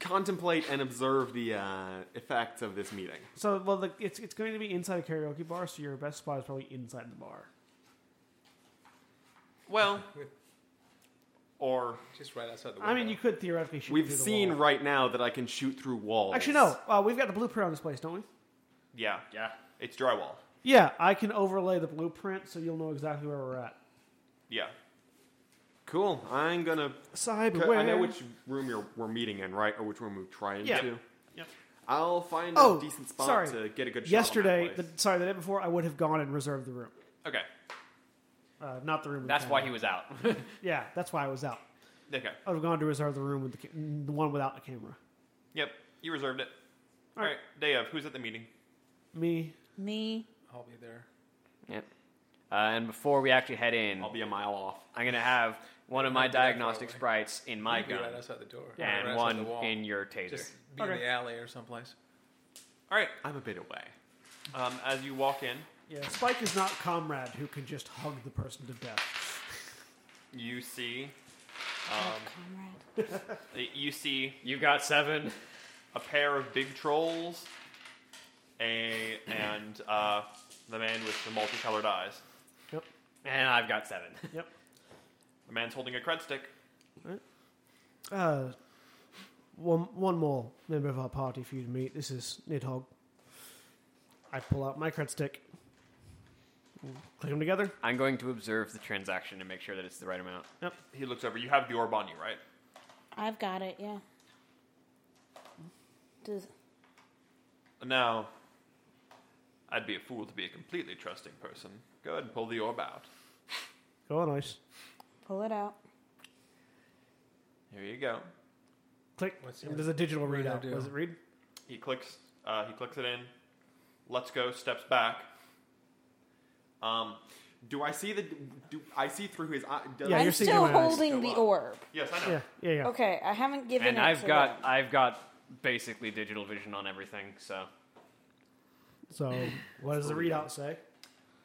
Speaker 3: contemplate and observe the uh, effects of this meeting.
Speaker 1: So well, the, it's it's going to be inside a karaoke bar, so your best spot is probably inside the bar.
Speaker 2: Well, or
Speaker 6: Just right outside the window.
Speaker 1: I mean, you could theoretically shoot.
Speaker 3: We've
Speaker 1: through the
Speaker 3: seen
Speaker 1: wall.
Speaker 3: right now that I can shoot through walls.
Speaker 1: Actually, no. Uh, we've got the blueprint on this place, don't we?
Speaker 2: yeah, yeah, it's drywall.
Speaker 1: Yeah, I can overlay the blueprint so you'll know exactly where we're at.
Speaker 2: Yeah.
Speaker 3: Cool. I'm gonna.
Speaker 1: Cyber.
Speaker 3: I know which room you're, we're meeting in, right? Or which room we try into.
Speaker 1: Yeah.
Speaker 3: I'll find
Speaker 1: Oh,
Speaker 3: a decent spot
Speaker 1: sorry.
Speaker 3: to get a good shot.
Speaker 1: Yesterday,
Speaker 3: on that
Speaker 1: the,
Speaker 3: place.
Speaker 1: sorry, the day before, I would have gone and reserved the room.
Speaker 2: Okay,
Speaker 1: Uh, not the room. with
Speaker 2: that's
Speaker 1: the
Speaker 2: why he
Speaker 1: camera.
Speaker 2: was out.
Speaker 1: Yeah, that's why I was out.
Speaker 2: okay,
Speaker 1: I would have gone to reserve the room with the, ca- the one without the camera.
Speaker 2: yep, you reserved it. All right, day of. Who's at the meeting?
Speaker 1: Me,
Speaker 5: Me,
Speaker 6: I'll be there.
Speaker 4: Yep. Uh, and before we actually head in,
Speaker 3: I'll be a mile off.
Speaker 4: I'm gonna have one of my
Speaker 6: Not that far
Speaker 4: diagnostic
Speaker 6: away.
Speaker 4: sprites in my
Speaker 6: You'd be
Speaker 4: gun
Speaker 6: right outside the door.
Speaker 4: and
Speaker 6: right outside
Speaker 4: one
Speaker 6: the wall.
Speaker 4: in your taser.
Speaker 6: Just be in
Speaker 1: Okay.
Speaker 6: the alley or someplace.
Speaker 2: All right,
Speaker 3: I'm a bit away.
Speaker 2: um, as you walk in,
Speaker 1: yeah. Spike is not comrade who can just hug the person to death.
Speaker 2: you see
Speaker 1: Um,
Speaker 5: comrade.
Speaker 2: you see
Speaker 4: You've got seven.
Speaker 2: a pair of big trolls, a and uh, the man with the multicolored eyes.
Speaker 1: Yep,
Speaker 4: And I've got seven.
Speaker 1: yep.
Speaker 2: The man's holding a cred stick.
Speaker 1: Uh, one one more member of our party for you to meet. This is Nidhogg. I pull out my cred stick. Click them together.
Speaker 4: I'm going to observe the transaction to make sure that it's the right amount.
Speaker 2: He looks over. You have the orb on you, right?
Speaker 5: I've got it. Yeah. Does
Speaker 2: Now, I'd be a fool to be a completely trusting person. Go ahead and pull the orb out.
Speaker 1: Go on, ice.
Speaker 5: pull it out.
Speaker 2: Here you go.
Speaker 1: Click.
Speaker 6: What's
Speaker 1: And
Speaker 6: the-
Speaker 1: There's a digital
Speaker 6: what do I
Speaker 1: readout.
Speaker 6: do?
Speaker 1: Does it read?
Speaker 2: He clicks. Uh, he clicks it in. Let's go. Steps back.
Speaker 3: Um, do I see the? Do I see through his eye? does-
Speaker 1: Yeah,
Speaker 5: I'm
Speaker 1: you're seeing
Speaker 5: still
Speaker 1: my eyes Oh,
Speaker 5: holding
Speaker 3: go
Speaker 5: the
Speaker 3: up.
Speaker 5: orb.
Speaker 2: Yes, I know.
Speaker 1: Yeah, yeah, yeah.
Speaker 5: Okay, I haven't given
Speaker 4: And
Speaker 5: it.
Speaker 4: I've
Speaker 5: to
Speaker 4: got
Speaker 5: them.
Speaker 4: I've got basically digital vision on everything. So
Speaker 1: So, what does the readout say?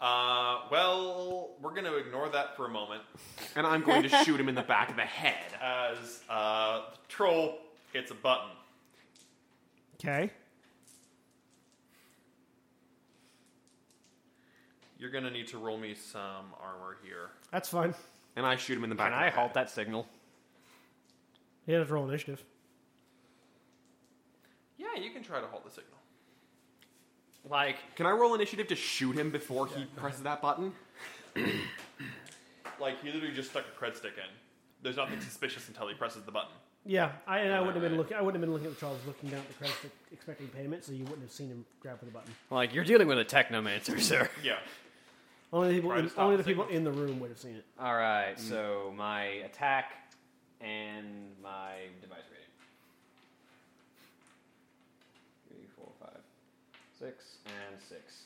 Speaker 2: Uh, well, we're going to ignore that for a moment
Speaker 3: And I'm going to shoot him in the back of the head.
Speaker 2: as uh, the troll hits a button.
Speaker 1: Okay.
Speaker 2: You're going to need to roll me some armor here.
Speaker 1: That's fine.
Speaker 3: And I shoot him in the back.
Speaker 4: can
Speaker 3: of the
Speaker 4: I
Speaker 3: head.
Speaker 4: halt that signal?
Speaker 1: You have to roll initiative.
Speaker 2: Yeah, you can try to hold the signal.
Speaker 4: Like
Speaker 3: Can I roll initiative to shoot him before he presses that button?
Speaker 2: Like, he literally just stuck a cred stick in. There's nothing suspicious until he presses the button.
Speaker 1: Yeah, I, and I wouldn't have been looking. I wouldn't have been looking at the Charles looking down at the credit stick, expecting payment, so you wouldn't have seen him grab for the button.
Speaker 4: like you're dealing with a technomancer, sir.
Speaker 2: Yeah.
Speaker 1: Only the people,
Speaker 2: Right,
Speaker 1: in,
Speaker 2: it's not
Speaker 1: only
Speaker 2: the
Speaker 1: the people
Speaker 2: signal.
Speaker 1: in the room would have seen it.
Speaker 4: All right. So my attack and my device rating. Three, four, five, six, and six.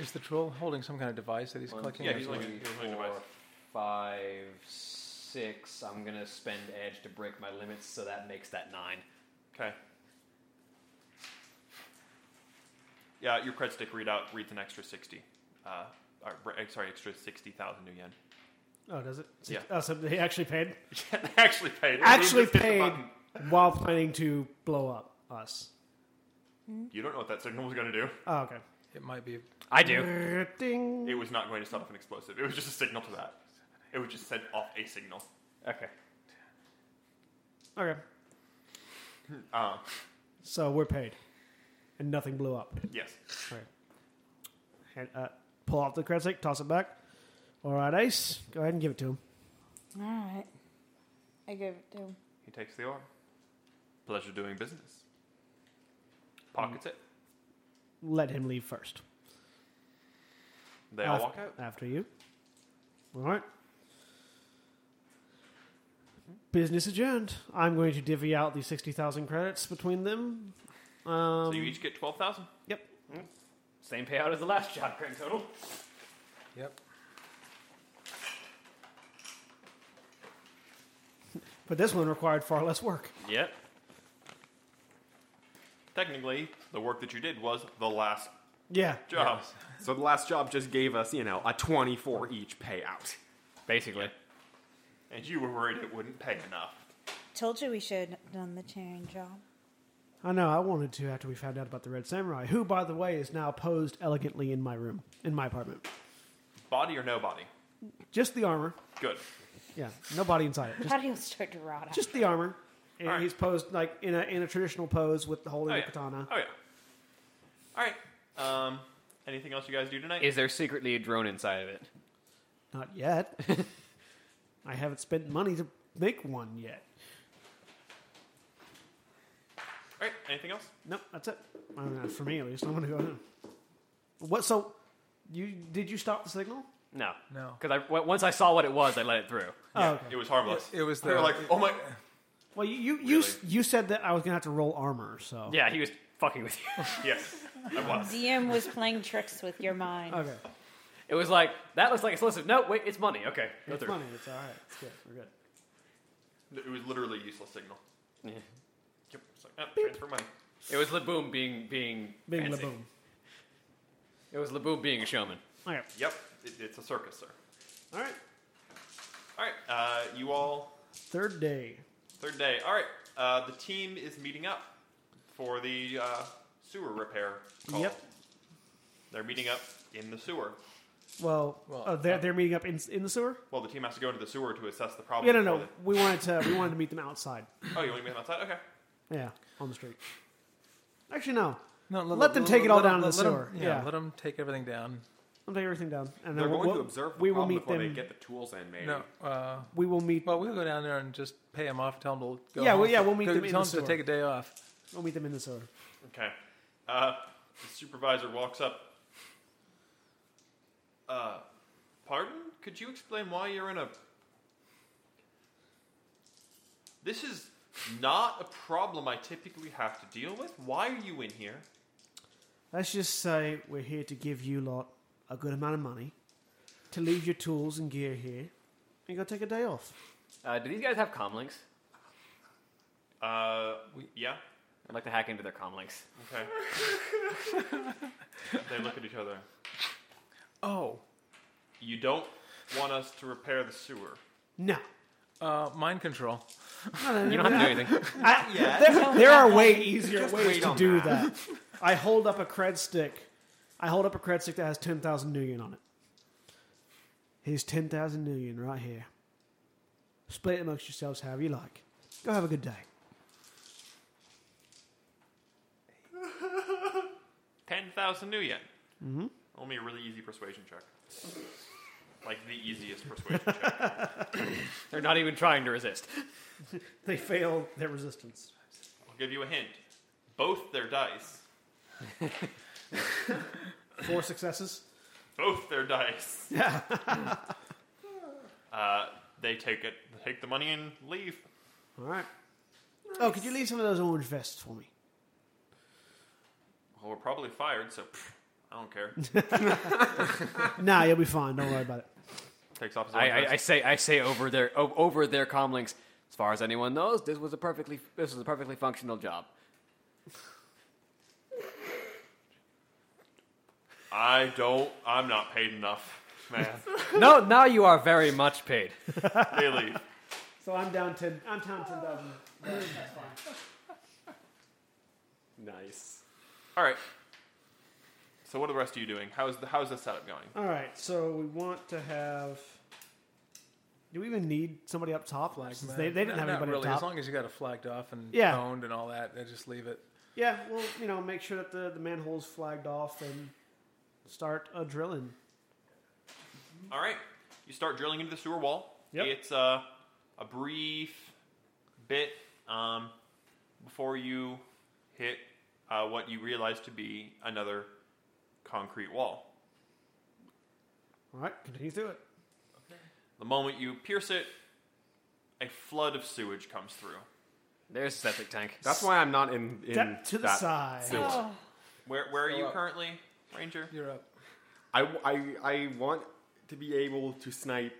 Speaker 6: Is the troll holding some kind of device that he's
Speaker 4: One,
Speaker 6: clicking?
Speaker 2: Yeah,
Speaker 6: or
Speaker 2: he's
Speaker 6: something?
Speaker 2: like-
Speaker 4: three,
Speaker 2: he's like
Speaker 4: four,
Speaker 2: device.
Speaker 4: five, six. I'm gonna spend edge to break my limits, so that makes that nine.
Speaker 2: Okay. Yeah, your cred stick readout reads an extra 60. Uh, or, br- eh, sorry, extra 60,000 new yen.
Speaker 1: Oh, does it?
Speaker 2: Yeah.
Speaker 1: Oh, so they actually paid.
Speaker 2: Yeah, they actually paid. They
Speaker 1: Actually
Speaker 2: just hit the
Speaker 1: paid
Speaker 2: button.
Speaker 1: while planning to blow up us.
Speaker 2: You don't know what that signal was going to do.
Speaker 1: Oh, okay.
Speaker 6: It might be.
Speaker 4: I do.
Speaker 1: Ding.
Speaker 2: It was not going to set off an explosive. It was just a signal to that. It would just send off a signal.
Speaker 4: Okay.
Speaker 1: Okay.
Speaker 2: Um,
Speaker 1: So we're paid, and nothing blew up.
Speaker 2: yes.
Speaker 1: All right. And, uh, pull off the credit stick, toss it back. All right, Ace. Go ahead and give it to him.
Speaker 5: All right. I gave it to him.
Speaker 2: He takes the orb. Pleasure doing business.
Speaker 4: Mm.
Speaker 2: Pockets it.
Speaker 1: Let him leave first.
Speaker 2: They all
Speaker 1: Af-
Speaker 2: walk out.
Speaker 1: After you. All right. Business adjourned. I'm going to divvy out the 60,000 credits between them. Um,
Speaker 2: So you each get 12,000.
Speaker 1: Yep.
Speaker 4: Same payout as the last job, grand total.
Speaker 6: Yep.
Speaker 1: But this one required far less work.
Speaker 4: Yep.
Speaker 2: Technically, the work that you did was the last
Speaker 1: Yeah.
Speaker 2: job.
Speaker 3: So the last job just gave us, you know, a 24 each payout.
Speaker 4: Basically.
Speaker 2: And you were worried it wouldn't pay enough.
Speaker 5: Told you we should have done the chairing job.
Speaker 1: I know, I wanted to after we found out about the Red Samurai, who, by the way, is now posed elegantly in my room, in my apartment.
Speaker 2: Body or no body?
Speaker 1: Just the armor.
Speaker 2: Good.
Speaker 1: Yeah, no body inside it. Just,
Speaker 5: How do you start to rot out?
Speaker 1: just the armor. And
Speaker 2: All right.
Speaker 1: he's posed like in a, in a traditional pose with holding
Speaker 2: Oh,
Speaker 1: the
Speaker 2: yeah.
Speaker 1: katana.
Speaker 2: Oh, yeah. All right. Um, anything else you guys do tonight?
Speaker 4: Is there secretly a drone inside of it?
Speaker 1: Not yet. I haven't spent money to make one yet.
Speaker 2: All right. Anything else?
Speaker 1: Nope, that's it. I mean, for me at least. I'm gonna go ahead. What? So, you did you stop the signal?
Speaker 4: No,
Speaker 6: No.
Speaker 4: Because I w- once I saw what it was, I let it through.
Speaker 1: Oh, okay.
Speaker 2: It was harmless.
Speaker 6: It was
Speaker 2: They were
Speaker 6: the-
Speaker 2: like, oh my.
Speaker 1: Well, you you you, s- you said that I was gonna have to roll armor, so
Speaker 4: Yeah, he was fucking with you.
Speaker 2: Yes, I was.
Speaker 5: DM was playing tricks with your mind.
Speaker 1: Okay,
Speaker 4: It was like that looks like a solicitor. No, wait, it's money. Okay, go
Speaker 1: it's
Speaker 4: through.
Speaker 1: funny. It's all right. It's good. We're good.
Speaker 2: It was literally a useless signal.
Speaker 4: Yeah.
Speaker 2: Yep. It's like, oh, transfer money.
Speaker 4: It was Laboom being being
Speaker 1: Bing
Speaker 4: fancy.
Speaker 1: boom.
Speaker 4: It was Laboom being a showman.
Speaker 1: Okay.
Speaker 2: Yep. It, it's a circus, sir.
Speaker 1: All right.
Speaker 2: All right. Uh, you all
Speaker 1: Third day.
Speaker 2: Third day. All right. Uh, the team is meeting up for the uh, sewer repair. Call.
Speaker 1: Yep.
Speaker 2: They're meeting up in the sewer.
Speaker 1: Well,
Speaker 6: Well,
Speaker 1: uh, they're, they're meeting up in in the sewer.
Speaker 2: Well, the team has to go into the sewer to assess the problem.
Speaker 1: Yeah, no,
Speaker 2: before
Speaker 1: no. We wanted to we wanted to meet them outside.
Speaker 2: they- Oh, you want to meet them outside? Okay.
Speaker 1: Yeah, on the street. Actually, no.
Speaker 6: No,
Speaker 1: Let them take it all
Speaker 6: let
Speaker 1: down
Speaker 6: 'em-
Speaker 1: to
Speaker 6: let
Speaker 1: the
Speaker 6: 'em-
Speaker 1: sewer.
Speaker 6: yeah,
Speaker 1: Yeah.
Speaker 6: let them take everything down.
Speaker 1: I'll take everything down, and
Speaker 3: They're
Speaker 1: then we'll,
Speaker 3: going to
Speaker 1: we'll-
Speaker 3: observe the
Speaker 1: we will
Speaker 3: problem
Speaker 1: meet
Speaker 3: before
Speaker 1: them.
Speaker 3: they get the tools in, maybe.
Speaker 6: No, uh,
Speaker 1: We will meet.
Speaker 6: well, we'll go down there and just pay them off. Tell them to go.
Speaker 1: Yeah, well,
Speaker 6: home
Speaker 1: yeah,
Speaker 6: for-
Speaker 1: we'll meet
Speaker 6: go-
Speaker 1: them in
Speaker 6: Tell
Speaker 1: the
Speaker 6: them to
Speaker 1: sewer.
Speaker 6: take a day off.
Speaker 1: we'll meet them in the sewer.
Speaker 2: Okay. Uh, the supervisor walks up. Uh, pardon? Could you explain why you're in a. This is not a problem I typically have to deal with. Why are you in here?
Speaker 1: Let's just say we're here to give you lot a good amount of money to leave your tools and gear here and go take a day off.
Speaker 4: Uh, do these guys have comlinks?
Speaker 2: Uh, yeah?
Speaker 4: I'd like to hack into their comlinks.
Speaker 2: Okay. they look at each other.
Speaker 6: Oh,
Speaker 2: You don't want us to repair the sewer.
Speaker 1: No.
Speaker 6: uh, mind control.
Speaker 4: You don't have to do anything.
Speaker 1: I, there, there are way easier ways
Speaker 3: wait
Speaker 1: to
Speaker 3: on
Speaker 1: do that. I hold up a cred stick. I hold up a cred stick that has 10,000 million on it. Here's 10,000 million right here. Split it amongst yourselves however you like. Go have a good day.
Speaker 2: Ten thousand new yen. Mm-hmm. Only a really easy persuasion check. Like the easiest persuasion check.
Speaker 4: They're not even trying to resist.
Speaker 1: They fail their resistance.
Speaker 2: I'll give you a hint. Both their dice.
Speaker 1: Four successes.
Speaker 2: Both their dice. Yeah. uh, they take it. They take the money and leave.
Speaker 1: All right. Oh, could you leave some of those orange vests for me?
Speaker 2: Well, we're probably fired, so pff, I don't care.
Speaker 1: Nah, you'll be fine. Don't worry about it.
Speaker 2: Takes off his
Speaker 4: I,
Speaker 2: own
Speaker 4: I, I
Speaker 2: vest.
Speaker 4: say I say over their o- over their comlinks. As far as anyone knows, this was a perfectly this was a perfectly functional job.
Speaker 2: I don't. I'm not paid enough, man.
Speaker 4: no, now you are very much paid.
Speaker 2: they leave.
Speaker 1: So I'm down ten. I'm down ten thousand. That's fine.
Speaker 4: Nice.
Speaker 2: All right. So what are the rest of you doing? How's the how's the setup going?
Speaker 1: All right. So we want to have. Do we even need somebody up top? Like since they, they didn't
Speaker 6: Not-
Speaker 1: have
Speaker 6: not
Speaker 1: anybody
Speaker 6: really.
Speaker 1: up
Speaker 6: As
Speaker 1: top.
Speaker 6: long as you got it flagged off and
Speaker 1: Yeah.
Speaker 6: boned and all that, they just leave it.
Speaker 1: Yeah. Well, you know, make sure that the the manhole's flagged off and start a drilling.
Speaker 2: All right, you start drilling into the sewer wall.
Speaker 1: Yep.
Speaker 2: It's uh, a brief bit um, before you hit uh, what you realize to be another concrete wall.
Speaker 1: All right. Continue through it.
Speaker 2: The moment you pierce it, a flood of sewage comes through.
Speaker 4: There's a septic tank.
Speaker 3: That's why I'm not in. in
Speaker 1: Step to the
Speaker 3: that
Speaker 5: Oh,
Speaker 1: side.
Speaker 3: sewer.
Speaker 2: Where where are you
Speaker 6: up.
Speaker 2: currently, Ranger?
Speaker 6: You're up.
Speaker 3: I, I, I want to be able to snipe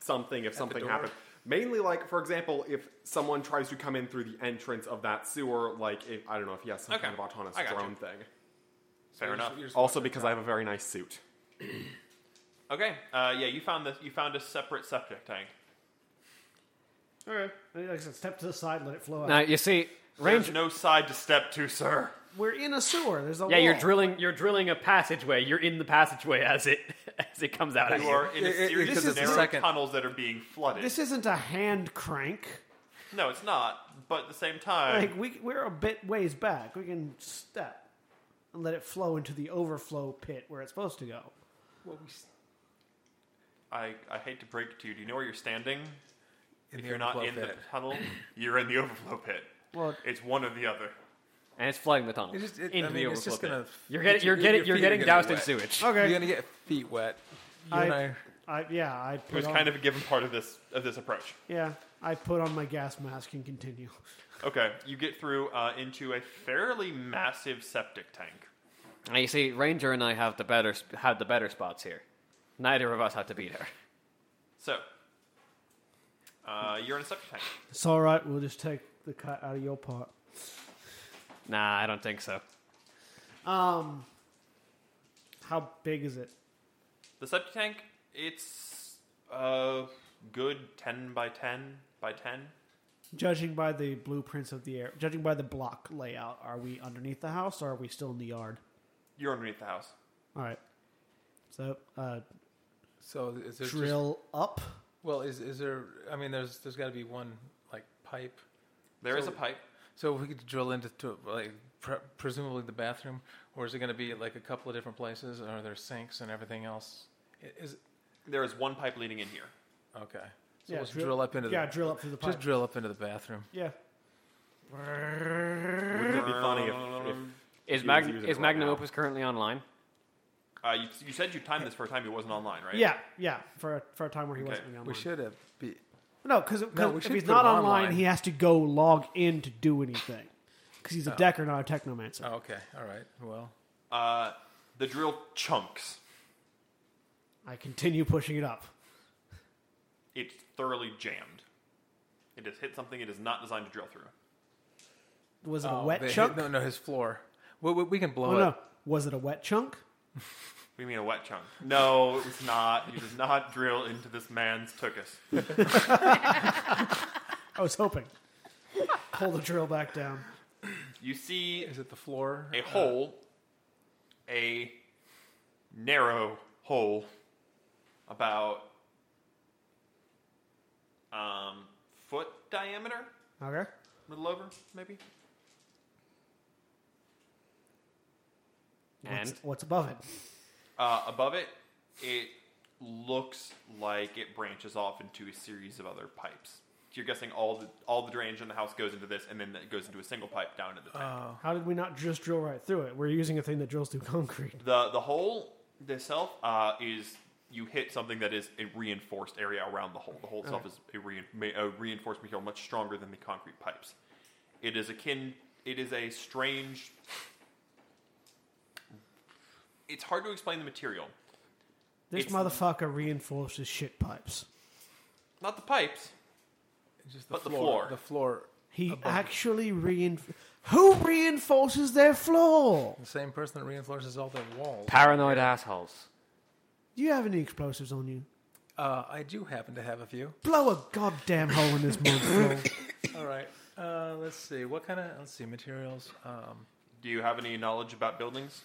Speaker 3: something if something
Speaker 6: door?
Speaker 3: happens. Mainly, like, for example, if someone tries to come in through the entrance of that sewer, like, if, I don't know if he has some
Speaker 2: Okay.
Speaker 3: kind of autonomous
Speaker 2: I got
Speaker 3: drone
Speaker 2: you.
Speaker 3: thing.
Speaker 2: Fair enough.
Speaker 3: Also, because I have a very nice suit.
Speaker 2: Okay, uh, yeah, you found this. You found a separate septic tank.
Speaker 1: Okay. Like I said, step to the side. Let it flow out.
Speaker 4: Now you see,
Speaker 2: There's
Speaker 4: Ranger.
Speaker 2: no side to step to, sir.
Speaker 1: We're in a sewer. There's a
Speaker 4: yeah, you're
Speaker 1: wall.
Speaker 4: drilling. You're drilling a passageway. You're in the passageway as it as it comes out. at
Speaker 2: You
Speaker 4: you.
Speaker 2: are in a
Speaker 6: It- it-
Speaker 2: series
Speaker 6: this
Speaker 2: of
Speaker 6: is the
Speaker 2: narrow
Speaker 6: second-
Speaker 2: tunnels that are being flooded.
Speaker 1: This isn't a hand crank.
Speaker 2: No, it's not. But at the same time,
Speaker 1: Like we we're a bit ways back. We can step and let it flow into the overflow pit where it's supposed to go.
Speaker 2: I, I hate to break it to you. Do you know where you're standing?
Speaker 6: in
Speaker 2: if
Speaker 6: the
Speaker 2: you're not
Speaker 6: overflow
Speaker 2: in the
Speaker 6: pit.
Speaker 2: tunnel, you're in the overflow pit.
Speaker 1: Well-
Speaker 2: it's one or the other.
Speaker 4: and it's flooding the tunnel
Speaker 6: It just- it-
Speaker 4: into
Speaker 6: I
Speaker 4: the
Speaker 6: mean,
Speaker 4: overflow
Speaker 6: it's just
Speaker 4: pit.
Speaker 6: gonna-
Speaker 4: you're
Speaker 6: it-
Speaker 4: getting, you're
Speaker 6: your
Speaker 4: getting,
Speaker 6: feet
Speaker 4: you're
Speaker 6: are
Speaker 4: getting
Speaker 6: gonna
Speaker 4: doused
Speaker 6: get
Speaker 4: in
Speaker 6: wet.
Speaker 4: sewage.
Speaker 1: Okay.
Speaker 6: You're gonna get feet wet. You
Speaker 1: I-
Speaker 6: and I,
Speaker 1: I, yeah, I put
Speaker 2: It was
Speaker 1: on,
Speaker 2: kind of a given part of this of this approach.
Speaker 1: yeah. I put on my gas mask and continue.
Speaker 2: Okay, you get through uh, into a fairly massive septic tank.
Speaker 4: And you see, Ranger and I have the better sp- had the better spots here. Neither of us had to beat her.
Speaker 2: So, uh, you're in a septic tank.
Speaker 1: It's all right. We'll just take the cut out of your pot.
Speaker 4: Nah, I don't think so.
Speaker 1: Um, how big is it?
Speaker 2: The septic tank, it's a good 10 by 10 by 10.
Speaker 1: Judging by the blueprints of the air, judging by the block layout, are we underneath the house or are we still in the yard?
Speaker 2: You're underneath the house.
Speaker 1: All right. So, uh,
Speaker 6: so is there just,
Speaker 1: drill up.
Speaker 6: well, is is there? I mean, there's there's got to be one like pipe.
Speaker 2: There is
Speaker 6: So-
Speaker 2: a pipe.
Speaker 6: So if we could drill into to, like pre- presumably the bathroom, or is it going to be like a couple of different places? Or are there sinks and everything else? I- Is
Speaker 2: There is one pipe leading in here.
Speaker 6: okay. So
Speaker 1: Yeah,
Speaker 6: let's
Speaker 1: drill-
Speaker 6: drill, up into the
Speaker 1: Yeah, drill up through the pipe.
Speaker 6: just drill up into the bathroom.
Speaker 1: yeah.
Speaker 3: Wouldn't it be funny if, if
Speaker 4: Is,
Speaker 3: He
Speaker 4: Mag-
Speaker 3: is using
Speaker 4: is
Speaker 3: it right
Speaker 4: Magnum
Speaker 3: now.
Speaker 4: Opus currently online?
Speaker 2: Uh, you, you said you timed this for a time it wasn't online, right?
Speaker 1: Yeah, yeah, for a, for a time where he
Speaker 2: Okay.
Speaker 1: wasn't online.
Speaker 6: We should have be
Speaker 1: No, because
Speaker 6: No, we
Speaker 1: if
Speaker 6: should
Speaker 1: he's
Speaker 6: put
Speaker 1: not
Speaker 6: him
Speaker 1: online,
Speaker 6: online.
Speaker 1: he has to go log in to do anything. Because he's a decker, not a technomancer.
Speaker 6: Oh, okay. All right. Well,
Speaker 2: Uh, the drill chunks.
Speaker 1: I continue pushing it up.
Speaker 2: It's thoroughly jammed. It has hit something it is not designed to drill through.
Speaker 1: Was it a
Speaker 6: oh,
Speaker 1: wet
Speaker 6: they-
Speaker 1: chunk?
Speaker 6: No, no, his floor. We, we, we can blow
Speaker 1: oh,
Speaker 6: it.
Speaker 1: no. Was it a wet chunk?
Speaker 2: What do you mean a wet chunk? No, it's not. You did not drill into this man's tuchus.
Speaker 1: I was hoping. Pull the drill back down.
Speaker 2: You see
Speaker 6: Is it the floor?
Speaker 2: a hole, a narrow hole, about um, foot diameter,
Speaker 1: Okay.
Speaker 2: little over maybe.
Speaker 1: What's,
Speaker 4: And
Speaker 1: what's above it?
Speaker 2: Uh, above it, it looks like it branches off into a series of other pipes. So you're guessing all the all the drainage in the house goes into this, and then it goes into a single pipe down to the tank.
Speaker 1: How did we not just drill right through it? We're using a thing that drills through concrete.
Speaker 2: the the hole itself uh, is you hit something that is a reinforced area around the hole. The hole itself is a, rein, ma- a reinforced material much stronger than the concrete pipes. It is akin. It is a strange. It's hard to explain the material.
Speaker 1: This
Speaker 2: It's-
Speaker 1: motherfucker reinforces shit pipes.
Speaker 2: Not the pipes.
Speaker 6: Just the
Speaker 2: But the
Speaker 6: floor.
Speaker 2: floor.
Speaker 6: The floor.
Speaker 1: He
Speaker 6: Above it.
Speaker 1: actually reinf- Who reinforces their floor?
Speaker 6: The same person that reinforces all the walls.
Speaker 4: paranoid assholes.
Speaker 1: Do you have any explosives on you?
Speaker 6: Uh, I do happen to have a few.
Speaker 1: Blow a goddamn hole in this mud floor.
Speaker 6: All right. Uh, let's see. What kind of? Let's see. Materials. Um,
Speaker 2: Do you have any knowledge about buildings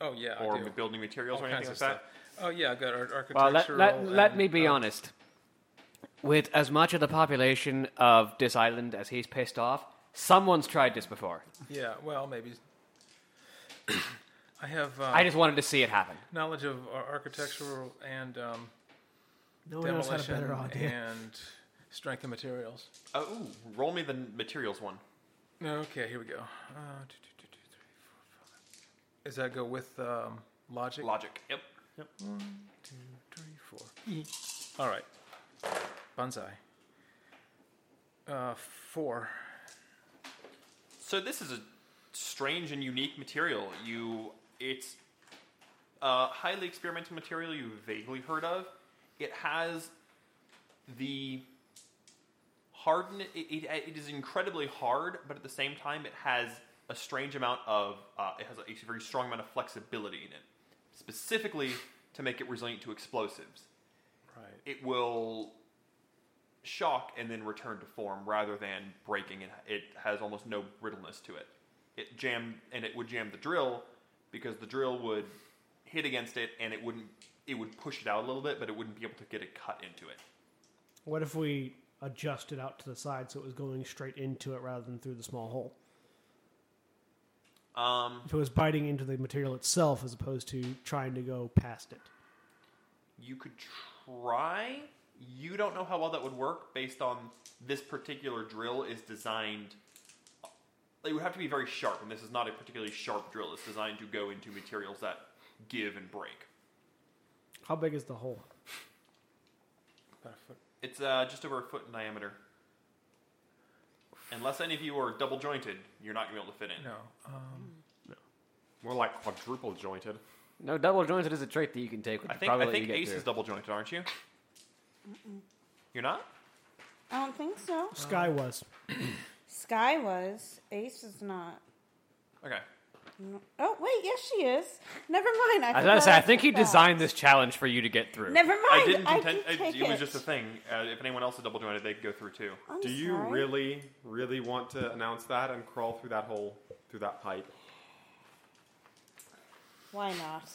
Speaker 6: oh yeah.
Speaker 2: or
Speaker 6: I do.
Speaker 2: building materials
Speaker 6: All
Speaker 2: or anything like
Speaker 6: kinds
Speaker 2: that?
Speaker 6: of stuff. Oh yeah. I got ar- architectural.
Speaker 4: Well, let, let, let
Speaker 6: and,
Speaker 4: me be
Speaker 6: uh,
Speaker 4: honest. With as much of the population of this island as he's pissed off, someone's tried this before.
Speaker 6: Yeah. Well, maybe. I have uh,
Speaker 4: I just wanted to see it happen.
Speaker 6: knowledge of ar- architectural and um,
Speaker 1: No one else had a
Speaker 6: demolition
Speaker 1: better idea.
Speaker 6: and strength of materials.
Speaker 2: Uh, ooh, roll me the materials one.
Speaker 6: Okay. Here we go. Uh, two, two, two, two, three, four, five. Does that go with um, logic?
Speaker 2: Logic. Yep.
Speaker 6: two, three, four.
Speaker 4: Mm.
Speaker 6: All right. Bonsai. Uh, four.
Speaker 2: So this is a strange and unique material. You, it's a highly experimental material you vaguely heard of. It has the harden. It, it, it is incredibly hard, but at the same time, it has a strange amount of. Uh, it has a very strong amount of flexibility in it, specifically to make it resilient to explosives.
Speaker 6: Right.
Speaker 2: It will shock and then return to form rather than breaking and it has almost no brittleness to it it jammed and it would jam the drill because the drill would hit against it and it wouldn't it would push it out a little bit but it wouldn't be able to get a cut into it
Speaker 1: What if we adjust it out to the side so it was going straight into it rather than through the small hole?
Speaker 2: um,
Speaker 1: If it was biting into the material itself as opposed to trying to go past it.
Speaker 2: you could try you don't know how well that would work based on this particular drill is designed. It would have to be very sharp, and this is not a particularly sharp drill. It's designed to go into materials that give and break.
Speaker 1: How big is the hole?
Speaker 6: About a foot.
Speaker 2: It's uh, just over a foot in diameter. Unless any of you are double jointed, you're not gonna be able to fit in.
Speaker 6: No. Um,
Speaker 3: More like quadruple jointed.
Speaker 4: No, double jointed is a trait that you can take. Which
Speaker 2: I think
Speaker 4: probably
Speaker 2: I think
Speaker 4: you get
Speaker 2: Ace
Speaker 4: through.
Speaker 2: is double jointed, aren't you? You're not.
Speaker 5: I don't think so.
Speaker 1: Sky was.
Speaker 5: Sky was. Ace is not.
Speaker 2: Okay.
Speaker 5: Oh wait, yes she is. Never mind. I,
Speaker 4: I was about to say, I think he
Speaker 5: took that.
Speaker 4: designed this challenge for you to get through.
Speaker 5: Never mind.
Speaker 2: I didn't
Speaker 5: I
Speaker 2: intend.
Speaker 5: did
Speaker 2: it,
Speaker 5: take
Speaker 2: it
Speaker 5: it.
Speaker 2: was just a thing. Uh, if anyone else is double jointed, they'd go through too.
Speaker 5: I'm
Speaker 3: Do you
Speaker 5: sorry.
Speaker 3: really, really want to announce that and crawl through that hole, through that pipe?
Speaker 5: Why not?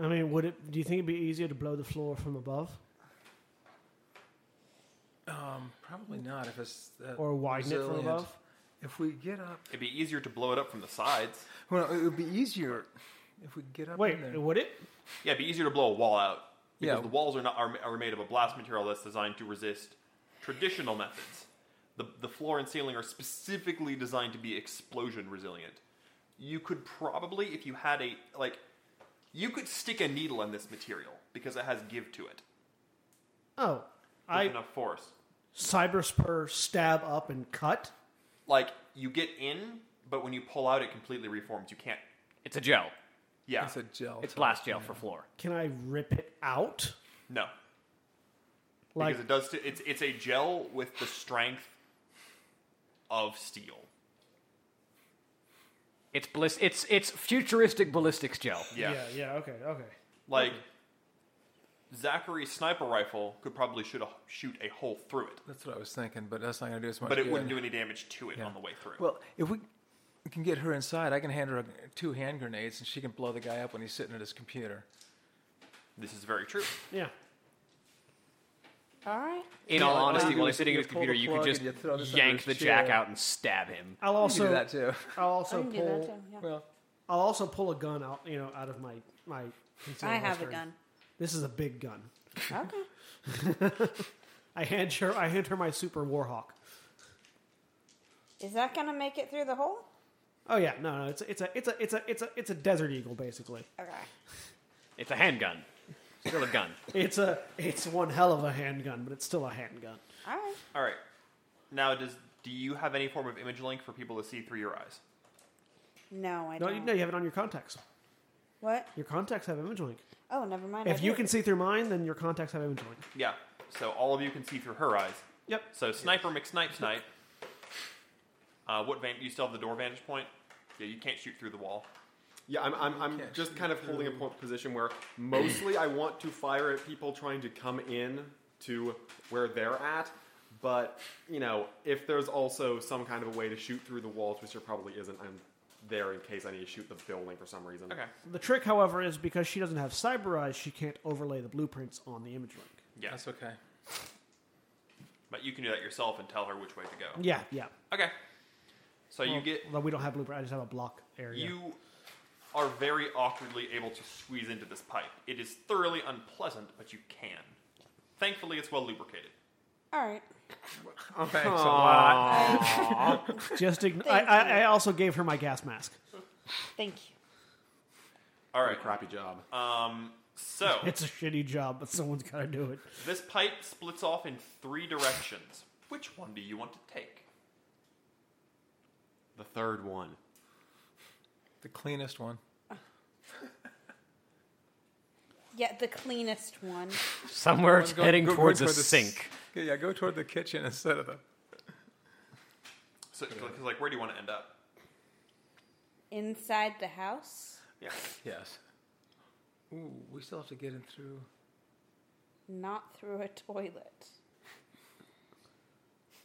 Speaker 1: I mean, would it? Do you think it'd be easier to blow the floor from above
Speaker 6: um, probably not if it's that
Speaker 1: or widen it from
Speaker 6: resilient.
Speaker 1: above?
Speaker 6: If we get up,
Speaker 2: It'd be easier to blow it up from the sides.
Speaker 6: well, it would be easier if we get up.
Speaker 1: Wait,
Speaker 6: in there.
Speaker 1: would it?
Speaker 2: Yeah, it'd be easier to blow a wall out because
Speaker 6: Yeah.
Speaker 2: the walls are not are, are made of a blast material that's designed to resist traditional methods. The the floor and ceiling are specifically designed to be explosion resilient. You could probably, if you had a like, you could stick a needle in this material because it has give to it
Speaker 1: Oh,
Speaker 2: with
Speaker 1: I
Speaker 2: enough force.
Speaker 1: cyber spur stab up and cut.
Speaker 2: Like you get in, but when you pull out, it completely reforms. You can't.
Speaker 4: It's a gel.
Speaker 2: Yeah.
Speaker 6: It's a gel.
Speaker 4: It's
Speaker 6: type
Speaker 4: blast gel
Speaker 6: thing.
Speaker 4: for floor.
Speaker 1: Can I rip it out?
Speaker 2: No,
Speaker 1: Like
Speaker 2: because it does. T- it's it's a gel with the strength of steel.
Speaker 4: It's bliss. It's it's futuristic ballistics gel.
Speaker 2: Yeah,
Speaker 1: yeah, yeah. Okay, okay.
Speaker 2: like Zachary's sniper rifle could probably shoot a shoot a hole through it,
Speaker 6: That's what I was thinking, but that's not going to do as much.
Speaker 2: but it
Speaker 6: good.
Speaker 2: wouldn't do any damage to it
Speaker 6: Yeah.
Speaker 2: on the way through.
Speaker 6: Well, if we can get her inside, I can hand her a, two hand grenades, and she can blow the guy up when he's sitting at his computer.
Speaker 2: this is very true.
Speaker 1: Yeah.
Speaker 5: All right.
Speaker 4: In
Speaker 6: Yeah,
Speaker 4: all
Speaker 6: like, what do
Speaker 4: honesty,
Speaker 6: you
Speaker 4: while
Speaker 6: do?
Speaker 4: he's sitting at
Speaker 6: You
Speaker 4: his
Speaker 6: pull the
Speaker 4: computer, you could
Speaker 6: plug and
Speaker 4: just
Speaker 6: you throw this under
Speaker 4: yank
Speaker 6: his
Speaker 4: the
Speaker 6: chair.
Speaker 4: jack out and stab him.
Speaker 1: I'll
Speaker 6: You can
Speaker 1: also
Speaker 6: do that too.
Speaker 1: I'll
Speaker 5: I
Speaker 1: also
Speaker 5: can do that too.
Speaker 1: pull
Speaker 5: Yeah.
Speaker 6: Well,
Speaker 1: I'll also pull a gun out you know out of my my. concealed
Speaker 5: I have a
Speaker 1: holster.
Speaker 5: gun.
Speaker 1: This is a big gun.
Speaker 5: Okay.
Speaker 1: I hand her I hand her my super warhawk.
Speaker 5: Is that gonna make it through the hole?
Speaker 1: Oh yeah, no, no, it's a, it's a it's a it's a it's a it's a desert eagle basically.
Speaker 5: Okay.
Speaker 4: It's a handgun. Still a gun.
Speaker 1: It's a it's one hell of a handgun, but it's still a handgun.
Speaker 5: All right.
Speaker 2: All right, now does do you have any form of image link for people to see through your eyes?
Speaker 5: No, I
Speaker 1: No, you,
Speaker 5: don't.
Speaker 1: no, you have it on your contacts.
Speaker 5: What?
Speaker 1: Your contacts have image link.
Speaker 5: Oh, never mind. I
Speaker 1: If you
Speaker 5: do.
Speaker 1: can see through mine, then your contacts have image link.
Speaker 2: Yeah, so all of you can see through her eyes.
Speaker 1: Yep.
Speaker 2: So sniper McSnipe snipe. Uh, what van- you still have the door vantage point? Yeah, you can't shoot through the wall.
Speaker 3: Yeah, I'm, I'm, I'm
Speaker 6: can't
Speaker 3: just
Speaker 6: shoot
Speaker 3: kind of holding a po- position where mostly I want to fire at people trying to come in to where they're at, but, you know, if there's also some kind of a way to shoot through the walls, which there probably isn't, I'm there in case I need to shoot the building for some reason.
Speaker 2: Okay.
Speaker 1: The trick, however, is because she doesn't have cyber eyes, she can't overlay the blueprints on the image link.
Speaker 2: Yeah,
Speaker 6: that's okay.
Speaker 2: but you can do that yourself and tell her which way to go.
Speaker 1: Yeah, yeah.
Speaker 2: Okay. So you get
Speaker 1: Although we don't have blueprint, I just have a block area.
Speaker 2: You are very awkwardly able to squeeze into this pipe. It is thoroughly unpleasant, but you can. Thankfully, it's well lubricated.
Speaker 5: All right.
Speaker 6: Thanks a lot.
Speaker 1: just ign- I,
Speaker 5: Thank
Speaker 1: I,
Speaker 5: you.
Speaker 1: I also gave her my gas mask.
Speaker 5: Thank you.
Speaker 2: All
Speaker 3: What
Speaker 2: right.
Speaker 3: a crappy job.
Speaker 2: Um. So
Speaker 1: It's a shitty job, but someone's got to do it.
Speaker 2: this pipe splits off in three directions. Which one do you want to take?
Speaker 3: the third one.
Speaker 6: The cleanest one.
Speaker 5: Yeah, the cleanest one.
Speaker 4: Somewhere
Speaker 6: Go-
Speaker 4: heading
Speaker 6: go- go
Speaker 4: towards
Speaker 6: toward
Speaker 4: a
Speaker 6: the s-
Speaker 4: sink.
Speaker 6: Yeah, go toward the kitchen instead of the.
Speaker 2: So, 'cause, like, where do you want to end up?
Speaker 5: Inside the house?
Speaker 2: Yeah.
Speaker 6: Yes. Ooh, we still have to get in through.
Speaker 5: Not through a toilet.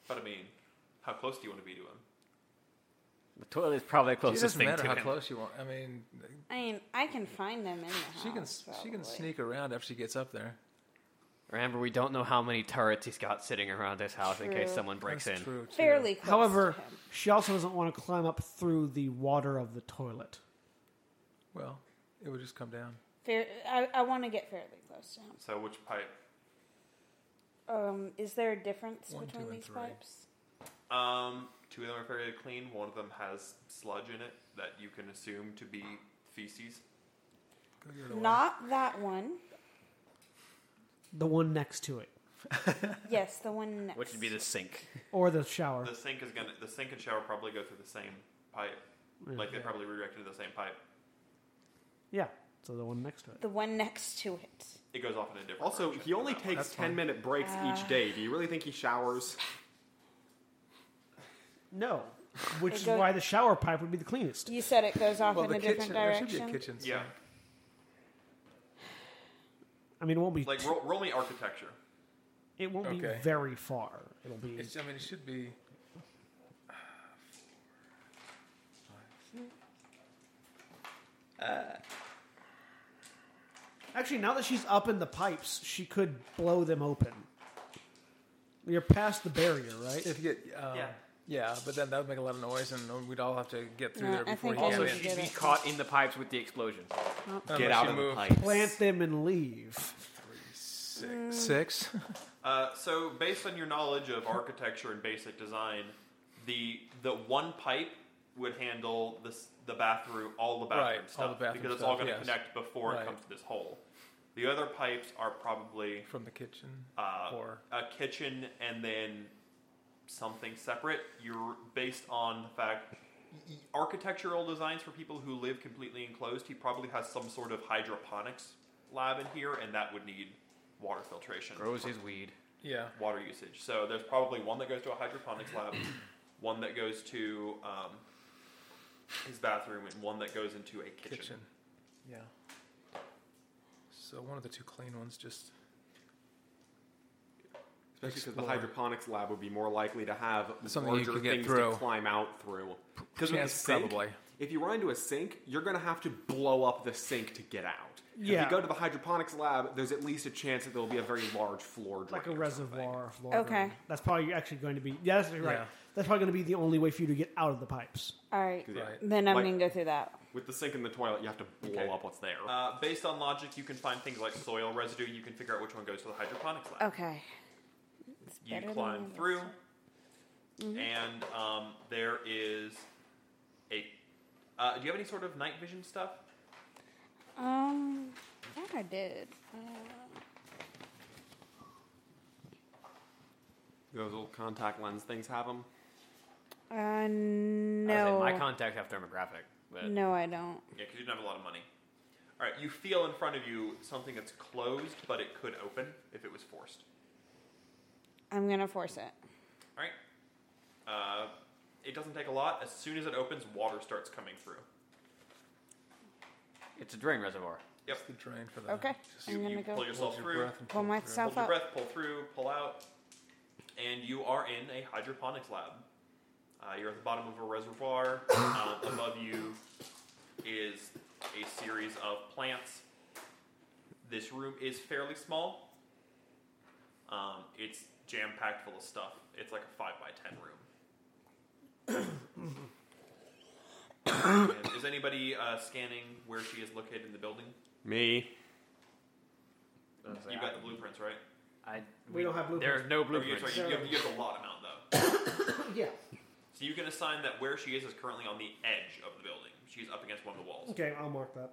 Speaker 2: But I mean, how close do you want to be to him?
Speaker 4: The toilet is probably the
Speaker 6: It
Speaker 4: closest
Speaker 6: doesn't
Speaker 4: thing
Speaker 6: matter
Speaker 4: to
Speaker 6: how
Speaker 4: him.
Speaker 6: close you want. I mean,
Speaker 5: I mean, I can find them in the house.
Speaker 6: she can she
Speaker 5: Oh, probably.
Speaker 6: can sneak around after she gets up there.
Speaker 4: Remember, we don't know how many turrets he's got sitting around this house in case
Speaker 5: True.
Speaker 4: someone breaks
Speaker 6: That's
Speaker 4: in.
Speaker 6: True, too.
Speaker 5: fairly close.
Speaker 1: However,
Speaker 5: to him.
Speaker 1: she also doesn't want to climb up through the water of the toilet.
Speaker 6: Well, it would just come down.
Speaker 5: Fair, I, I want to get fairly close to him.
Speaker 2: So which pipe?
Speaker 5: Um, is there a difference
Speaker 6: One,
Speaker 5: between
Speaker 6: two, and
Speaker 5: these
Speaker 6: three.
Speaker 5: pipes?
Speaker 2: Um, two of them are fairly clean. One of them has sludge in it that you can assume to be feces.
Speaker 6: Go the other way.
Speaker 5: Not that one.
Speaker 1: The one next to it,
Speaker 5: Yes, the one next.
Speaker 4: Which would be the sink.
Speaker 1: or the shower.
Speaker 2: The sink is gonna. The sink and shower probably go through the same pipe. Like they probably redirected to the same pipe.
Speaker 1: Yeah, so the one next to it.
Speaker 5: The one next to it.
Speaker 2: It goes off in a different.
Speaker 3: Also,
Speaker 2: direction
Speaker 3: he
Speaker 2: than
Speaker 3: only
Speaker 2: that one.
Speaker 3: takes
Speaker 6: That's
Speaker 3: 10
Speaker 6: fine.
Speaker 3: minute breaks each day. Do you really think he showers?
Speaker 1: No, which
Speaker 5: It
Speaker 1: is
Speaker 5: goes-
Speaker 1: why the shower pipe would be the cleanest.
Speaker 5: You said it goes off
Speaker 6: Well,
Speaker 5: in
Speaker 6: the
Speaker 5: a
Speaker 6: kitchen.
Speaker 5: different
Speaker 6: There
Speaker 5: direction.
Speaker 6: should be a kitchen sink.
Speaker 2: Yeah,
Speaker 1: I mean, it won't be.
Speaker 2: like roll, roll me architecture.
Speaker 1: it won't
Speaker 6: Okay.
Speaker 1: be very far. It'll be.
Speaker 6: It's, I mean, it should be.
Speaker 1: Actually, now that she's up in the pipes, she could blow them open. You're past the barrier, right?
Speaker 6: If you get, um, yeah.
Speaker 2: Yeah.
Speaker 6: but then that would make a lot of noise, and we'd all have to get through
Speaker 5: No,
Speaker 6: there
Speaker 5: I
Speaker 6: before
Speaker 5: think
Speaker 6: he
Speaker 5: I
Speaker 6: gets
Speaker 5: would
Speaker 6: in.
Speaker 5: just
Speaker 4: she'd
Speaker 5: get
Speaker 4: be
Speaker 5: it.
Speaker 4: caught in the pipes with the explosion.
Speaker 6: Unless you
Speaker 4: of
Speaker 6: move
Speaker 4: pipes.
Speaker 1: Plant them and leave.
Speaker 6: Six. Six.
Speaker 5: Mm.
Speaker 2: Uh, so, based on your knowledge of architecture and basic design, the the one pipe would handle this the bathroom, all the bathroom
Speaker 6: Right, all
Speaker 2: stuff,
Speaker 6: the bathroom
Speaker 2: because it's all
Speaker 6: stuff,
Speaker 2: going to
Speaker 6: yes.
Speaker 2: connect before
Speaker 6: Right.
Speaker 2: it comes to this hole. The other pipes are probably
Speaker 6: From the kitchen.
Speaker 2: uh,
Speaker 6: or
Speaker 2: a kitchen and then something separate. You're based on the fact architectural designs for people who live completely enclosed. He probably has some sort of hydroponics lab in here, and that would need water filtration
Speaker 4: Grows his weed.
Speaker 6: yeah.
Speaker 2: water usage. So there's probably one that goes to a hydroponics lab, one that goes to um, his bathroom, and one that goes into a kitchen.
Speaker 6: kitchen. Yeah. So one of the two clean ones just.
Speaker 3: Especially because the
Speaker 6: Explore.
Speaker 3: hydroponics lab would be more likely to have
Speaker 6: Something you
Speaker 3: larger
Speaker 6: could get
Speaker 3: things
Speaker 6: through.
Speaker 3: to climb out through. Because
Speaker 6: Chance probably.
Speaker 3: if you run into a sink, you're going to have to blow up the sink to get out. If
Speaker 1: Yeah.
Speaker 3: you go to the hydroponics lab, there's at least a chance that there'll be a very large floor drain.
Speaker 1: like a
Speaker 3: or
Speaker 1: reservoir. Floor
Speaker 5: Okay.
Speaker 1: drain. That's probably actually going to be. Yeah, that's right.
Speaker 6: Yeah.
Speaker 1: That's probably going to be the only way for you to get out of the pipes.
Speaker 5: All right.
Speaker 3: something. Yeah.
Speaker 6: Right.
Speaker 5: Then I'm
Speaker 3: Like-
Speaker 5: going to go through that.
Speaker 3: With the sink and the toilet, you have to blow
Speaker 2: Okay.
Speaker 3: up what's there.
Speaker 2: Uh, based on logic, you can find things like soil residue. You can figure out which one goes to the hydroponics lab.
Speaker 5: Okay. It's
Speaker 2: You
Speaker 5: better than Mm-hmm.
Speaker 2: climb
Speaker 5: what I
Speaker 2: through,
Speaker 5: said.
Speaker 2: and um, there is a. Uh, do you have any sort of night vision stuff?
Speaker 5: Um, I think I did. Uh,
Speaker 3: Those little contact lens things have them.
Speaker 5: Uh,
Speaker 4: I
Speaker 5: no.
Speaker 4: was in my contacts have thermographic, but
Speaker 5: no, I don't.
Speaker 2: Yeah, because you didn't have a lot of money. All right, you feel in front of you something that's closed, but it could open if it was forced.
Speaker 5: I'm gonna force it.
Speaker 2: All right. Uh, it doesn't take a lot. As soon as it opens, water starts coming through.
Speaker 4: it's a drain reservoir.
Speaker 2: Yep.
Speaker 6: The drain for the.
Speaker 5: Okay.
Speaker 6: Uh, Just
Speaker 5: I'm
Speaker 2: You,
Speaker 5: gonna
Speaker 2: you pull
Speaker 5: go
Speaker 2: yourself
Speaker 6: hold your
Speaker 2: through,
Speaker 6: breath and
Speaker 5: pull
Speaker 6: it through.
Speaker 5: myself
Speaker 2: hold your breath,
Speaker 5: up.
Speaker 2: pull through, pull out, and you are in a hydroponics lab. Uh, you're at the bottom of a reservoir. uh, above you is a series of plants. This room is fairly small. Um, it's jam packed full of stuff. It's like a 5 by 10 room. And is anybody uh, scanning where she is located in the building?
Speaker 3: Me.
Speaker 2: You've got the blueprints, right?
Speaker 4: I,
Speaker 1: We don't have blueprints.
Speaker 4: There's
Speaker 2: Or
Speaker 4: no
Speaker 2: you-
Speaker 4: blueprints.
Speaker 2: sorry, you, give, you give the lot amount, though.
Speaker 1: Yeah.
Speaker 2: So you can assign that where she is is currently on the edge of the building. She's up against one of the walls.
Speaker 1: Okay, I'll mark that.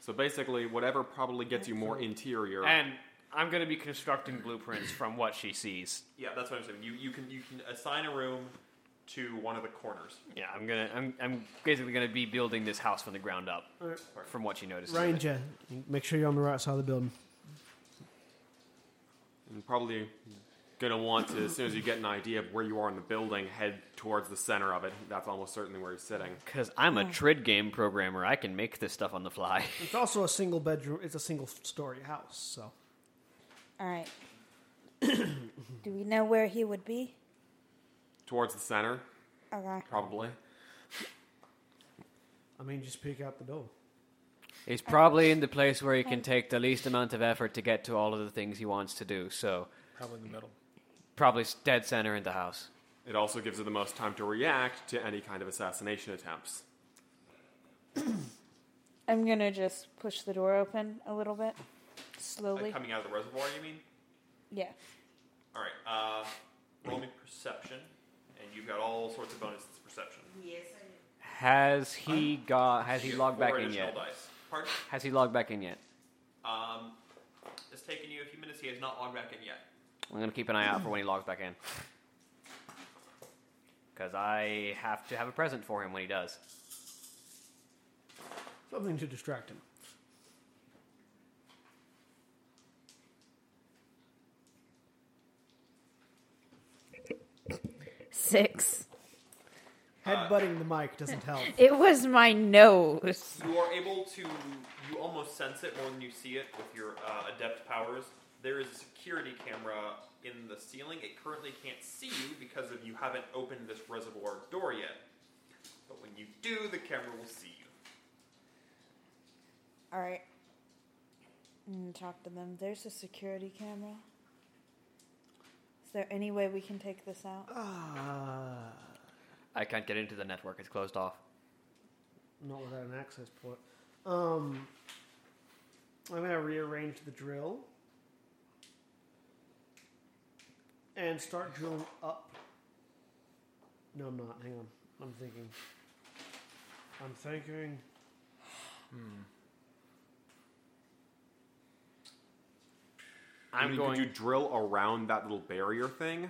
Speaker 3: So basically, whatever probably gets you more interior.
Speaker 4: And I'm going to be constructing blueprints from what she sees.
Speaker 2: Yeah, that's what I'm saying. You, you can you can assign a room to one of the corners.
Speaker 4: Yeah, I'm gonna. I'm, I'm basically going to be building this house from the ground up,
Speaker 1: All right.
Speaker 4: from what she notices.
Speaker 1: Ryan, Jay, make sure you're on the right side of the building.
Speaker 3: And probably gonna want to, as soon as you get an idea of where you are in the building, head towards the center of it. That's almost certainly where you're sitting.
Speaker 4: Because I'm
Speaker 1: Oh.
Speaker 4: a trid game programmer, I can make this stuff on the fly.
Speaker 1: It's also a single bedroom. It's a single story house. So
Speaker 5: All right. Do we know where he would be?
Speaker 3: Towards the center,
Speaker 5: Okay.
Speaker 3: probably.
Speaker 1: I mean, just peek out the door.
Speaker 4: He's probably in the place where he can take the least amount of effort to get to all of the things he wants to do. So
Speaker 6: Probably in the middle.
Speaker 4: probably dead center in the house.
Speaker 3: It also gives you the most time to react to any kind of assassination attempts.
Speaker 5: I'm gonna just push the door open a little bit, slowly.
Speaker 2: Like coming out of the reservoir, you mean?
Speaker 5: yeah.
Speaker 2: All right. Uh, roll me perception, and you've got all sorts of bonuses to perception.
Speaker 7: Yes, I do.
Speaker 4: Has he got? Has he
Speaker 2: You get
Speaker 4: logged back
Speaker 2: four
Speaker 4: in
Speaker 2: additional
Speaker 4: yet?
Speaker 2: Dice. Pardon?
Speaker 4: Has he logged back in yet?
Speaker 2: Um, it's taken you a few minutes. He has not logged back in yet.
Speaker 4: I'm gonna keep an eye out for when he logs back in. Because I have to have a present for him when he does.
Speaker 1: Something to distract him.
Speaker 7: Six.
Speaker 1: Headbutting the mic doesn't help.
Speaker 7: It was my nose.
Speaker 2: You are able to. You almost sense it more than you see it with your uh, adept powers. There is a security camera in the ceiling. It currently can't see you because of you haven't opened this reservoir door yet. But when you do, the camera will see you.
Speaker 5: All right. Mm, talk to them. There's a security camera. Is there any way we can take this out?
Speaker 1: Ah,
Speaker 4: I can't get into the network; it's closed off.
Speaker 1: not without an access port. Um, I'm gonna rearrange the drill and start drilling up. No, I'm not. Hang on. I'm thinking. I'm thinking.
Speaker 4: I'm
Speaker 3: mean,
Speaker 4: going.
Speaker 3: Could you drill around that little barrier thing?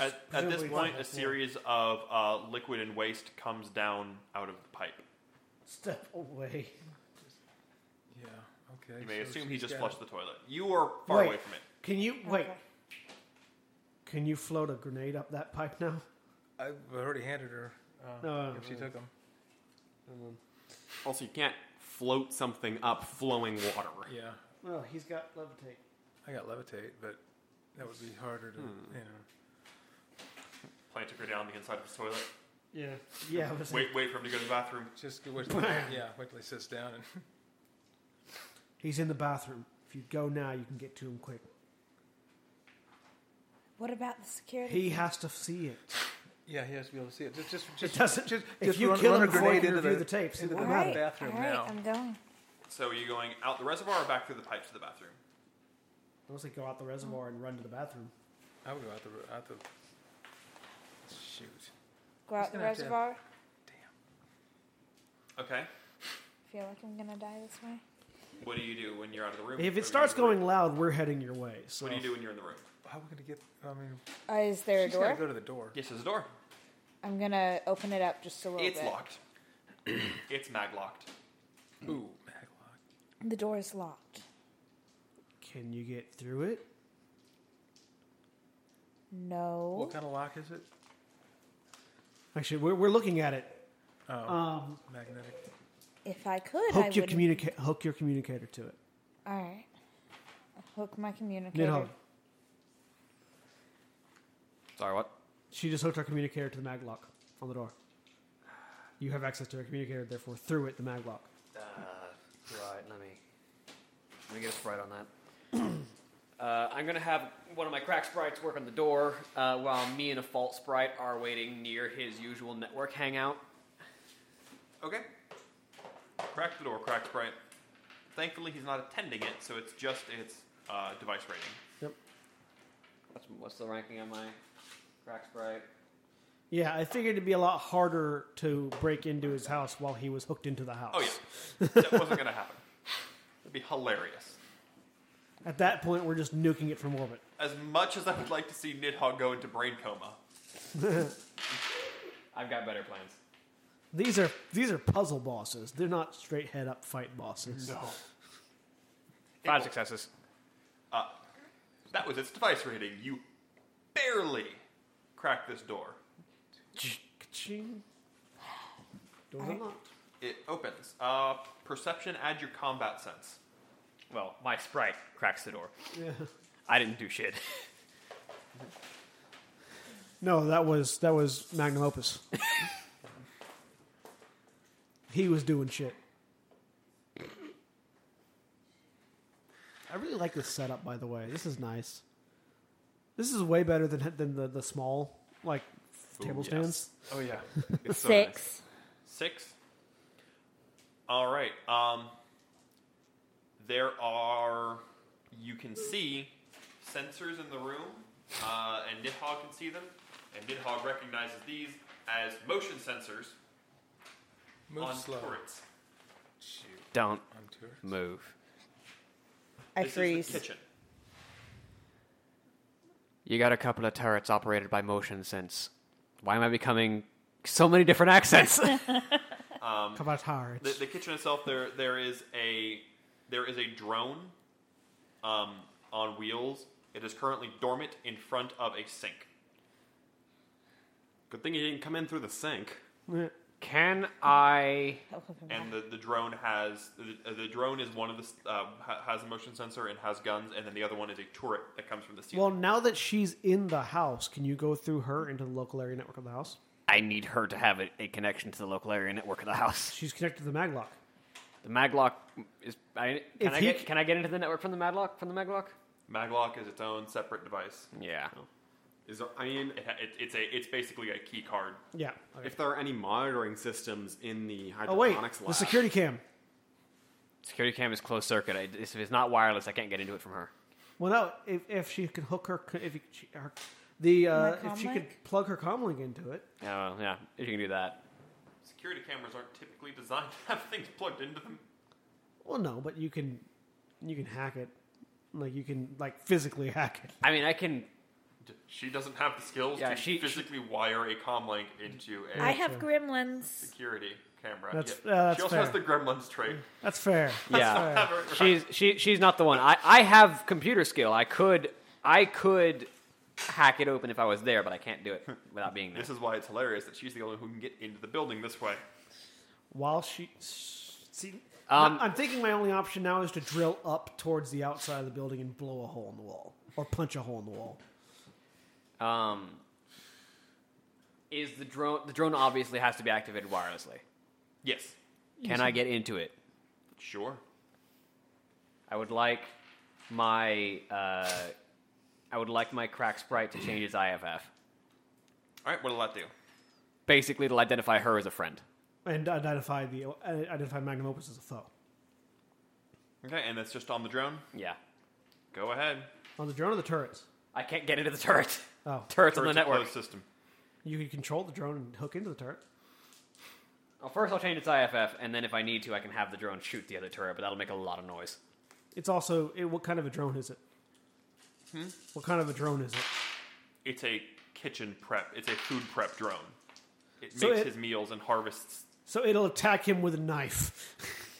Speaker 2: At, at this
Speaker 1: Presumably
Speaker 2: point,
Speaker 1: not
Speaker 2: a
Speaker 1: before.
Speaker 2: series of uh, liquid and waste comes down out of the pipe.
Speaker 1: Step away.
Speaker 6: Yeah. Okay.
Speaker 2: You may
Speaker 6: so
Speaker 2: assume he
Speaker 6: she's
Speaker 2: just
Speaker 6: got-
Speaker 2: flushed the toilet. You are far
Speaker 1: Wait.
Speaker 2: away from it.
Speaker 1: Can you wait?
Speaker 5: Okay.
Speaker 1: Can you float a grenade up that pipe now?
Speaker 6: I already handed her. Uh,
Speaker 1: No,
Speaker 6: if she
Speaker 1: no.
Speaker 6: took them.
Speaker 3: Also, you can't float something up flowing water.
Speaker 6: Yeah.
Speaker 1: Well, he's got levitate.
Speaker 6: I got levitate, but that would be harder to.
Speaker 2: Hmm.
Speaker 6: You know.
Speaker 2: Plant took her down the inside of his toilet.
Speaker 1: Yeah. Yeah. I was
Speaker 2: Wait, wait for him to go to the bathroom.
Speaker 6: Just go. Wait, yeah. Wait till he sits down and.
Speaker 1: He's in the bathroom. If you go now, you can get to him quick.
Speaker 5: What about the security?
Speaker 1: He has to see it.
Speaker 6: Yeah, he has to be able to see it. Just, just, just
Speaker 1: It doesn't.
Speaker 6: Just,
Speaker 1: if
Speaker 6: just
Speaker 1: you
Speaker 6: run,
Speaker 1: kill
Speaker 6: run
Speaker 1: him
Speaker 6: a
Speaker 1: before you
Speaker 6: grenade
Speaker 1: can
Speaker 6: into
Speaker 1: review
Speaker 6: the,
Speaker 1: the tapes, it
Speaker 6: into the
Speaker 1: won't
Speaker 5: All right,
Speaker 6: bathroom
Speaker 5: all right,
Speaker 6: now.
Speaker 5: I'm going.
Speaker 2: So are you going out the reservoir or back through the pipes to the bathroom?
Speaker 1: Unless they go out the reservoir and run to the bathroom.
Speaker 6: I would go out the out the. Shoot.
Speaker 5: Go
Speaker 6: He's
Speaker 5: out the
Speaker 6: gonna have to-
Speaker 5: reservoir.
Speaker 2: Okay.
Speaker 5: Feel like I'm gonna die this way.
Speaker 2: What do you do when you're out of the room?
Speaker 1: If
Speaker 2: Or
Speaker 1: it starts
Speaker 2: you're in
Speaker 1: going loud, we're heading your way.
Speaker 2: the
Speaker 1: So
Speaker 2: room? what do you do when you're in the room?
Speaker 6: How are we gonna get? I mean,
Speaker 5: Uh, is there a
Speaker 6: she's gotta
Speaker 5: door?
Speaker 6: go to the door.
Speaker 2: Yes, there's a door.
Speaker 5: I'm gonna open it up just a little
Speaker 2: It's
Speaker 5: bit.
Speaker 2: locked. it's mag locked.
Speaker 6: Ooh, maglock.
Speaker 5: The door is locked.
Speaker 1: Can you get through it?
Speaker 5: No.
Speaker 6: What kind of lock is it?
Speaker 1: Actually, we're, we're looking at it.
Speaker 6: Oh,
Speaker 1: Um,
Speaker 6: magnetic.
Speaker 5: If I could, I
Speaker 1: hook your
Speaker 5: would.
Speaker 1: communica- hook your communicator to it.
Speaker 5: All right. Hook my communicator.
Speaker 1: Nidhogg.
Speaker 4: Sorry, what?
Speaker 1: She just hooked our communicator to the mag lock on the door. You have access to our communicator, therefore through it the mag lock.
Speaker 4: Uh, right. Let me. Let me get a sprite on that. uh, I'm gonna have one of my crack sprites work on the door, uh, while me and a false sprite are waiting near his usual network hangout.
Speaker 2: Okay. Crack the door, crack sprite. Thankfully, he's not attending it, so it's just its uh, device rating.
Speaker 1: Yep.
Speaker 4: What's, what's the ranking on my crack sprite?
Speaker 1: Yeah, I figured it'd be a lot harder to break into his house while he was hooked into the house.
Speaker 2: Oh, yeah. that wasn't going to happen. It'd be hilarious.
Speaker 1: At that point, we're just nuking it from orbit.
Speaker 2: As much as I would like to see Nidhogg go into brain coma,
Speaker 4: I've got better plans.
Speaker 1: These are these are puzzle bosses. They're not straight head up fight bosses. No.
Speaker 4: Five successes.
Speaker 2: that was its device rating. You barely cracked this door.
Speaker 1: Doors
Speaker 5: Alright.
Speaker 1: unlocked.
Speaker 2: It opens. Uh, perception, add your combat sense.
Speaker 4: Well, my sprite cracks the door.
Speaker 1: Yeah.
Speaker 4: I didn't do shit.
Speaker 1: No, that was that was magnum opus. he was doing shit. I really like this setup, by the way. This is nice. This is way better than than the, the small like table stands.
Speaker 6: Oh yeah.
Speaker 3: It's so nice.
Speaker 7: Six.
Speaker 2: Six. All right. Um, there are. You can see sensors in the room, uh, and Nidhogg can see them, and Nidhogg recognizes these as motion sensors
Speaker 6: Move
Speaker 2: on
Speaker 6: slow.
Speaker 2: turrets.
Speaker 4: Don't
Speaker 6: On tour.
Speaker 4: move.
Speaker 5: I
Speaker 2: this
Speaker 5: freeze.
Speaker 2: Is the kitchen.
Speaker 4: You got a couple of turrets operated by motion sense. Why am I becoming so many different accents?
Speaker 1: Kavatar.
Speaker 2: The, the kitchen itself, there there is a there is a drone, um, on wheels. It is currently dormant in front of a sink.
Speaker 3: Good thing he didn't come in through the sink.
Speaker 4: Can I?
Speaker 5: Help him
Speaker 2: and
Speaker 5: out.
Speaker 2: the, the drone has the, the drone is one of the s- uh, ha- has a motion sensor and has guns, and then the other one is a turret that comes from the ceiling.
Speaker 1: Well, now that she's in the house, can you go through her into the local area network of the house?
Speaker 4: I need her to have a, a connection to the local area network of the house.
Speaker 1: She's connected to the maglock.
Speaker 4: The maglock is. I, can
Speaker 1: If
Speaker 4: I
Speaker 1: he
Speaker 4: get?
Speaker 1: c-
Speaker 4: Can I get into the network from the maglock? From the maglock?
Speaker 2: Maglock is its own separate device.
Speaker 4: Yeah.
Speaker 3: Is there, I mean,
Speaker 2: It, ha- it, it's a it's basically a key card.
Speaker 1: Yeah. okay.
Speaker 3: if there are any monitoring systems in the
Speaker 1: Oh wait,
Speaker 3: hydroponics
Speaker 1: the
Speaker 3: lab,
Speaker 1: security cam.
Speaker 4: Security cam is closed circuit. I, if it's not wireless, I can't get into it from her.
Speaker 1: Well, no, if, if she could hook her, if you- she, her the uh,
Speaker 5: My
Speaker 1: if she
Speaker 5: comlink?
Speaker 1: could plug her comlink into it,
Speaker 4: Oh yeah, if you can do that.
Speaker 2: Security cameras aren't typically designed to have things plugged into them.
Speaker 1: well, no, but you can you can hack it, like you can like physically hack it.
Speaker 4: I mean, I can.
Speaker 2: D- She doesn't have the skills
Speaker 4: Yeah,
Speaker 2: to
Speaker 4: she-
Speaker 2: physically wire a comlink into a
Speaker 7: I have
Speaker 1: so-
Speaker 7: gremlins.
Speaker 2: security camera.
Speaker 1: That's-
Speaker 2: Yeah.
Speaker 1: uh, that's
Speaker 2: she also has the
Speaker 1: fair. Mm.
Speaker 2: gremlins trait.
Speaker 1: That's fair.
Speaker 4: Yeah.
Speaker 2: Right, right.
Speaker 4: she's she she's not the one. I I have computer skill. I could I could hack it open if I was there, but I can't do it without being there.
Speaker 2: This is why it's hilarious that she's the only one who can get into the building this way.
Speaker 1: While she see,
Speaker 4: Um,
Speaker 1: I'm thinking my only option now is to drill up towards the outside of the building and blow a hole in the wall or punch a hole in the wall.
Speaker 4: Um, is the drone the drone obviously has to be activated wirelessly?
Speaker 2: Yes.
Speaker 4: Can I get into it?
Speaker 2: Sure.
Speaker 4: I would like my uh, I would like my crack sprite to change its IFF,
Speaker 2: All right. What'll that do?
Speaker 4: basically to identify her as a friend.
Speaker 1: and identify the uh, identify magnum opus as a foe
Speaker 2: Okay, and that's just on the drone.
Speaker 4: Yeah,
Speaker 2: Go ahead.
Speaker 1: on the drone or the turrets.
Speaker 4: I can't get into the turret.
Speaker 1: Oh,
Speaker 4: Turrets on
Speaker 2: Turret's
Speaker 4: the
Speaker 2: a
Speaker 4: network.
Speaker 2: closed system.
Speaker 1: you can control the drone and hook into the turret.
Speaker 4: Well, first I'll change its IFF, and then if I need to, I can have the drone shoot the other turret, but that'll make a lot of noise.
Speaker 1: It's also it, what kind of a drone is it?
Speaker 6: Hmm?
Speaker 1: What kind of a drone is it?
Speaker 2: It's a kitchen prep. It's a food prep drone. It
Speaker 1: So
Speaker 2: makes
Speaker 1: it-
Speaker 2: his meals and harvests.
Speaker 1: So it'll attack him with a knife.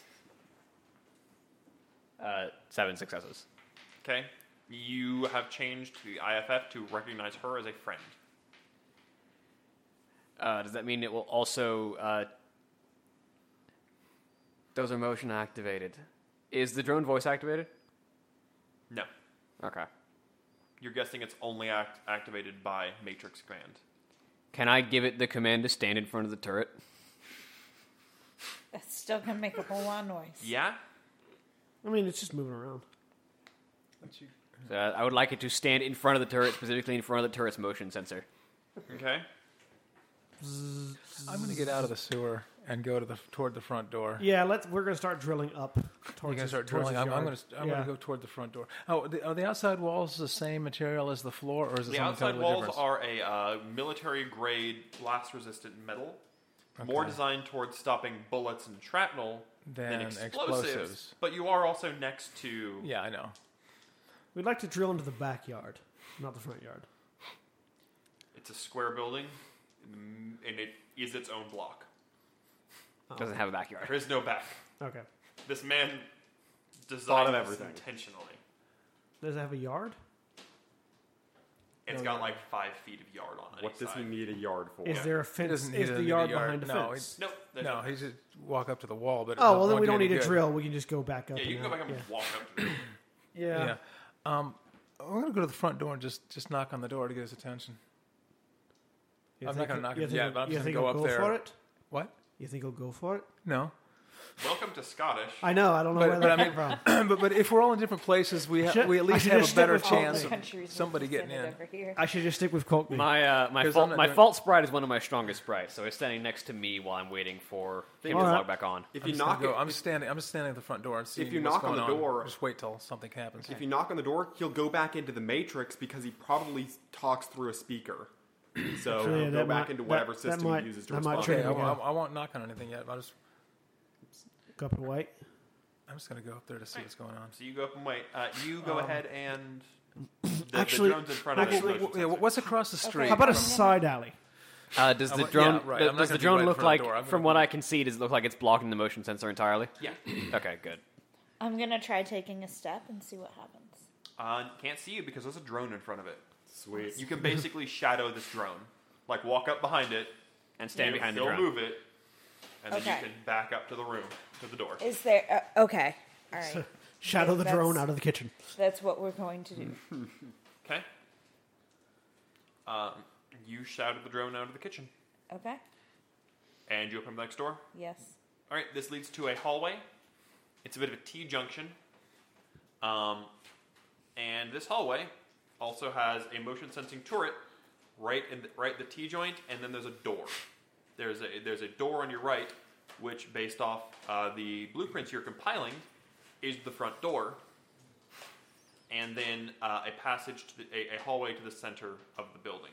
Speaker 4: Uh, seven successes.
Speaker 2: Okay, you have changed the IFF to recognize her as a friend.
Speaker 4: Uh, does that mean it will also? Uh, those are motion activated. Is the drone voice activated?
Speaker 2: No,
Speaker 4: Okay.
Speaker 2: you're guessing it's only act- activated by Matrix command.
Speaker 4: Can I give it the command to stand in front of the turret?
Speaker 5: That's still gonna make a whole lot of noise.
Speaker 2: Yeah,
Speaker 1: I mean, it's just moving around.
Speaker 4: Uh, I would like it to stand in front of the turret, specifically in front of the turret's motion sensor.
Speaker 2: okay.
Speaker 6: I'm gonna get out of the sewer and go to the toward the front door.
Speaker 1: Yeah, let's. We're gonna start drilling up.
Speaker 6: You're
Speaker 1: Towards
Speaker 6: gonna
Speaker 1: his-
Speaker 6: start
Speaker 1: towards
Speaker 6: drilling.
Speaker 1: his
Speaker 6: I'm, I'm gonna
Speaker 1: yard.
Speaker 6: I'm
Speaker 1: Yeah.
Speaker 6: gonna go toward the front door. Oh, the, are the outside walls the same material as the floor, or is it
Speaker 2: The
Speaker 6: something
Speaker 2: outside
Speaker 6: totally
Speaker 2: walls
Speaker 6: different?
Speaker 2: are a uh, military-grade blast-resistant metal, more
Speaker 6: Okay.
Speaker 2: designed towards stopping bullets and shrapnel than,
Speaker 6: Than
Speaker 2: explosives,
Speaker 6: explosives.
Speaker 2: But you are also next to
Speaker 6: Yeah, I know.
Speaker 1: We'd like to drill into the backyard, not the front yard.
Speaker 2: It's a square building, mm, and it is its own block.
Speaker 6: Oh.
Speaker 4: Doesn't have a backyard.
Speaker 2: There is no back.
Speaker 1: Okay.
Speaker 2: This man designed
Speaker 3: of
Speaker 2: this
Speaker 3: everything.
Speaker 2: intentionally.
Speaker 1: Does it have a yard?
Speaker 2: It's
Speaker 1: No,
Speaker 2: got
Speaker 1: no.
Speaker 2: like five feet of yard on it.
Speaker 3: what does he need a yard for?
Speaker 1: Is
Speaker 2: Yeah.
Speaker 1: there a
Speaker 6: It
Speaker 1: fence?
Speaker 6: doesn't
Speaker 1: Is
Speaker 6: need
Speaker 1: the
Speaker 6: a-
Speaker 1: yard
Speaker 6: need a yard.
Speaker 1: behind a
Speaker 6: No,
Speaker 1: fence?
Speaker 2: No, there's no.
Speaker 6: No, he just walk up to the wall. But it
Speaker 1: Oh
Speaker 6: won't-
Speaker 1: well, then
Speaker 6: won't
Speaker 1: we
Speaker 6: do
Speaker 1: don't
Speaker 6: any
Speaker 1: need a
Speaker 6: good.
Speaker 1: drill. We can just go back up.
Speaker 2: Yeah, you
Speaker 1: and
Speaker 2: can
Speaker 1: out.
Speaker 2: go back up and walk up. to it.
Speaker 1: Yeah.
Speaker 6: Yeah. Um, I'm gonna go to the front door and just just knock on the door to get his attention.
Speaker 1: You
Speaker 6: I'm
Speaker 1: think
Speaker 6: not gonna
Speaker 1: he-
Speaker 6: knock
Speaker 1: you
Speaker 6: him
Speaker 1: think
Speaker 6: yet,
Speaker 1: he'll-
Speaker 6: but I'm
Speaker 1: you
Speaker 6: just
Speaker 1: think
Speaker 6: gonna
Speaker 1: he'll
Speaker 6: go up there.
Speaker 1: for it.
Speaker 6: What?
Speaker 1: You think he'll go for it?
Speaker 6: No.
Speaker 2: Welcome to Scottish.
Speaker 1: I know. I don't know
Speaker 6: But-
Speaker 1: where
Speaker 6: but
Speaker 1: that
Speaker 6: I
Speaker 1: came
Speaker 6: mean-
Speaker 1: from.
Speaker 6: but but if we're all in different places, we ha-
Speaker 1: Should-
Speaker 6: we at
Speaker 1: I
Speaker 6: least
Speaker 1: should
Speaker 6: have
Speaker 1: just
Speaker 6: a
Speaker 1: stick
Speaker 6: better
Speaker 1: with all
Speaker 6: chance
Speaker 1: the
Speaker 6: of somebody getting in.
Speaker 1: I should just stick with Cockney.
Speaker 4: My uh, my
Speaker 6: 'Cause
Speaker 4: fault
Speaker 6: I'm not
Speaker 4: my
Speaker 6: doing-
Speaker 4: fault sprite is one of my strongest sprites, so it's standing next to me while I'm waiting for him to
Speaker 1: Alright.
Speaker 4: log back on.
Speaker 3: If
Speaker 6: I'm
Speaker 3: you
Speaker 6: just gonna
Speaker 3: knock
Speaker 6: go-
Speaker 3: it,
Speaker 6: I'm standing. I'm just standing at the front door and seeing
Speaker 3: you
Speaker 6: what's
Speaker 3: knock on
Speaker 6: going
Speaker 3: the door-
Speaker 6: Just wait till something happens.
Speaker 3: if you knock on the door, he'll go back into the matrix because he probably talks through a speaker. So
Speaker 1: Actually, that
Speaker 3: he'll go back
Speaker 1: might-
Speaker 3: into
Speaker 1: that-
Speaker 3: whatever
Speaker 1: that
Speaker 3: system
Speaker 1: might-
Speaker 3: he uses to
Speaker 1: that might
Speaker 3: respond.
Speaker 1: trigger
Speaker 6: Okay, I,
Speaker 1: Yeah.
Speaker 6: I- I won't knock on anything yet. I just
Speaker 1: Go up and wait.
Speaker 6: I'm just gonna go up there to see what's going on.
Speaker 2: So you go up and wait. Uh, you go ahead and the,
Speaker 1: actually-
Speaker 2: the drone's in front of
Speaker 1: actually,
Speaker 2: you.
Speaker 6: Yeah, what's across the street?
Speaker 1: How about a
Speaker 5: from-
Speaker 1: side alley?
Speaker 4: Uh, does the
Speaker 6: want-
Speaker 4: drone
Speaker 6: yeah, right,
Speaker 4: does,
Speaker 6: I'm not
Speaker 4: does the
Speaker 6: gonna be
Speaker 4: drone
Speaker 6: right in
Speaker 4: look
Speaker 6: front of
Speaker 4: like
Speaker 6: the door, I'm
Speaker 4: from
Speaker 6: gonna
Speaker 4: what
Speaker 6: be-
Speaker 4: I can see? Does it look like it's blocking the motion sensor entirely?
Speaker 2: Yeah.
Speaker 4: Okay, good.
Speaker 5: I'm gonna try taking a step and see what happens.
Speaker 2: Uh, can't see you because there's a drone in front of it.
Speaker 3: Sweet.
Speaker 2: You can basically shadow this drone. Like walk up behind it,
Speaker 4: And stand behind the
Speaker 2: he'll
Speaker 4: drone.
Speaker 2: move it, and then
Speaker 5: Okay.
Speaker 2: you can back up to the room, to the door.
Speaker 5: Is there? Uh, okay, all right.
Speaker 1: Shadow the
Speaker 5: That's-
Speaker 1: drone out of the kitchen.
Speaker 5: That's what we're going to do.
Speaker 2: Okay. Um, you shouted the drone out of the kitchen,
Speaker 5: Okay.
Speaker 2: and you open the next door.
Speaker 5: Yes.
Speaker 2: All right, this leads to a hallway. It's a bit of a T junction. Um, and this hallway also has a motion sensing turret right in the, right at the T joint, and then there's a door. There's a there's a door on your right, which based off uh, the blueprints you're compiling, is the front door. And then uh, a passage to the, a, a hallway to the center of the building.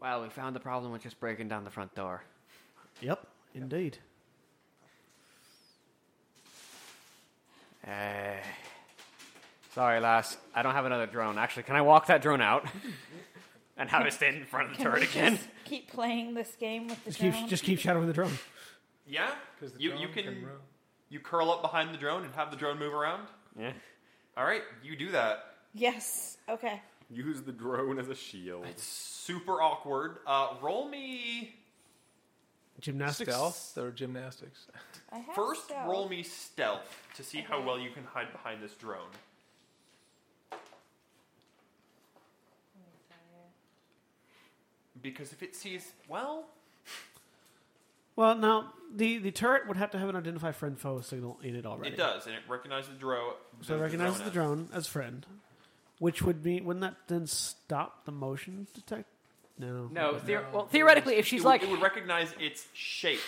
Speaker 4: Wow, we found the problem with just breaking down the front door.
Speaker 1: Yep, indeed.
Speaker 4: Eh. sorry, lass. I don't have another drone. Actually, can I walk that drone out and have it stand in front of the
Speaker 5: Can
Speaker 4: turret
Speaker 5: we
Speaker 4: again?
Speaker 5: just keep playing this game with the
Speaker 1: Just keep,
Speaker 5: drone?
Speaker 1: just keep shadowing the drone.
Speaker 2: Yeah, you you can, you curl up behind the drone and have the drone move around.
Speaker 4: Yeah.
Speaker 2: All right, you do that.
Speaker 5: Yes. Okay.
Speaker 3: Use the drone as a shield.
Speaker 2: It's super awkward. Uh, roll me
Speaker 1: Gymnastics.
Speaker 6: stealth or gymnastics.
Speaker 5: I have
Speaker 2: first.
Speaker 5: stealth.
Speaker 2: Roll me stealth to see how well you can hide behind this drone. Because if it sees, well,
Speaker 1: Well, now the, the turret would have to have an identify friend foe signal in it already.
Speaker 2: it does, and it recognizes the drone.
Speaker 1: So it recognizes the drone as friend, which would be wouldn't that then stop the motion detect? No.
Speaker 4: No, theor- well, theoretically, if
Speaker 2: It
Speaker 4: she's
Speaker 2: would,
Speaker 4: like,
Speaker 2: it would recognize its shape.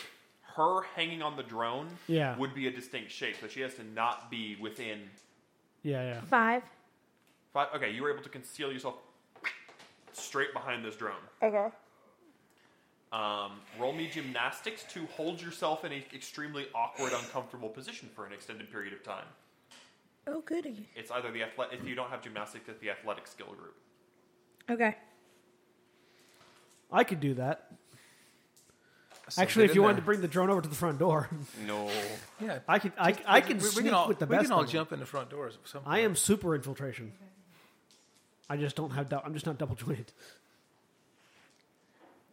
Speaker 2: Her hanging on the drone
Speaker 1: Yeah.
Speaker 2: would be a distinct shape, so she has to not be within
Speaker 1: Yeah, yeah.
Speaker 7: Five.
Speaker 2: five. Okay, you were able to conceal yourself straight behind this drone.
Speaker 5: Okay.
Speaker 2: Um, roll me gymnastics to hold yourself in an extremely awkward, uncomfortable position for an extended period of time.
Speaker 5: Oh goody.
Speaker 2: It's either the athlete if you don't have gymnastics, it's the athletic skill group.
Speaker 5: Okay.
Speaker 1: I could do that.
Speaker 6: So
Speaker 1: Actually,
Speaker 6: get
Speaker 1: if you
Speaker 6: in
Speaker 1: wanted to
Speaker 6: there.
Speaker 1: bring the drone over to the front door,
Speaker 2: No.
Speaker 6: yeah,
Speaker 1: I could. I, I can
Speaker 6: we,
Speaker 1: sneak
Speaker 6: we can all,
Speaker 1: with the
Speaker 6: we
Speaker 1: best.
Speaker 6: can all
Speaker 1: of them.
Speaker 6: jump in the front doors. at some
Speaker 1: I
Speaker 6: point.
Speaker 1: am super infiltration. I just don't have. Dou- I'm just not double jointed.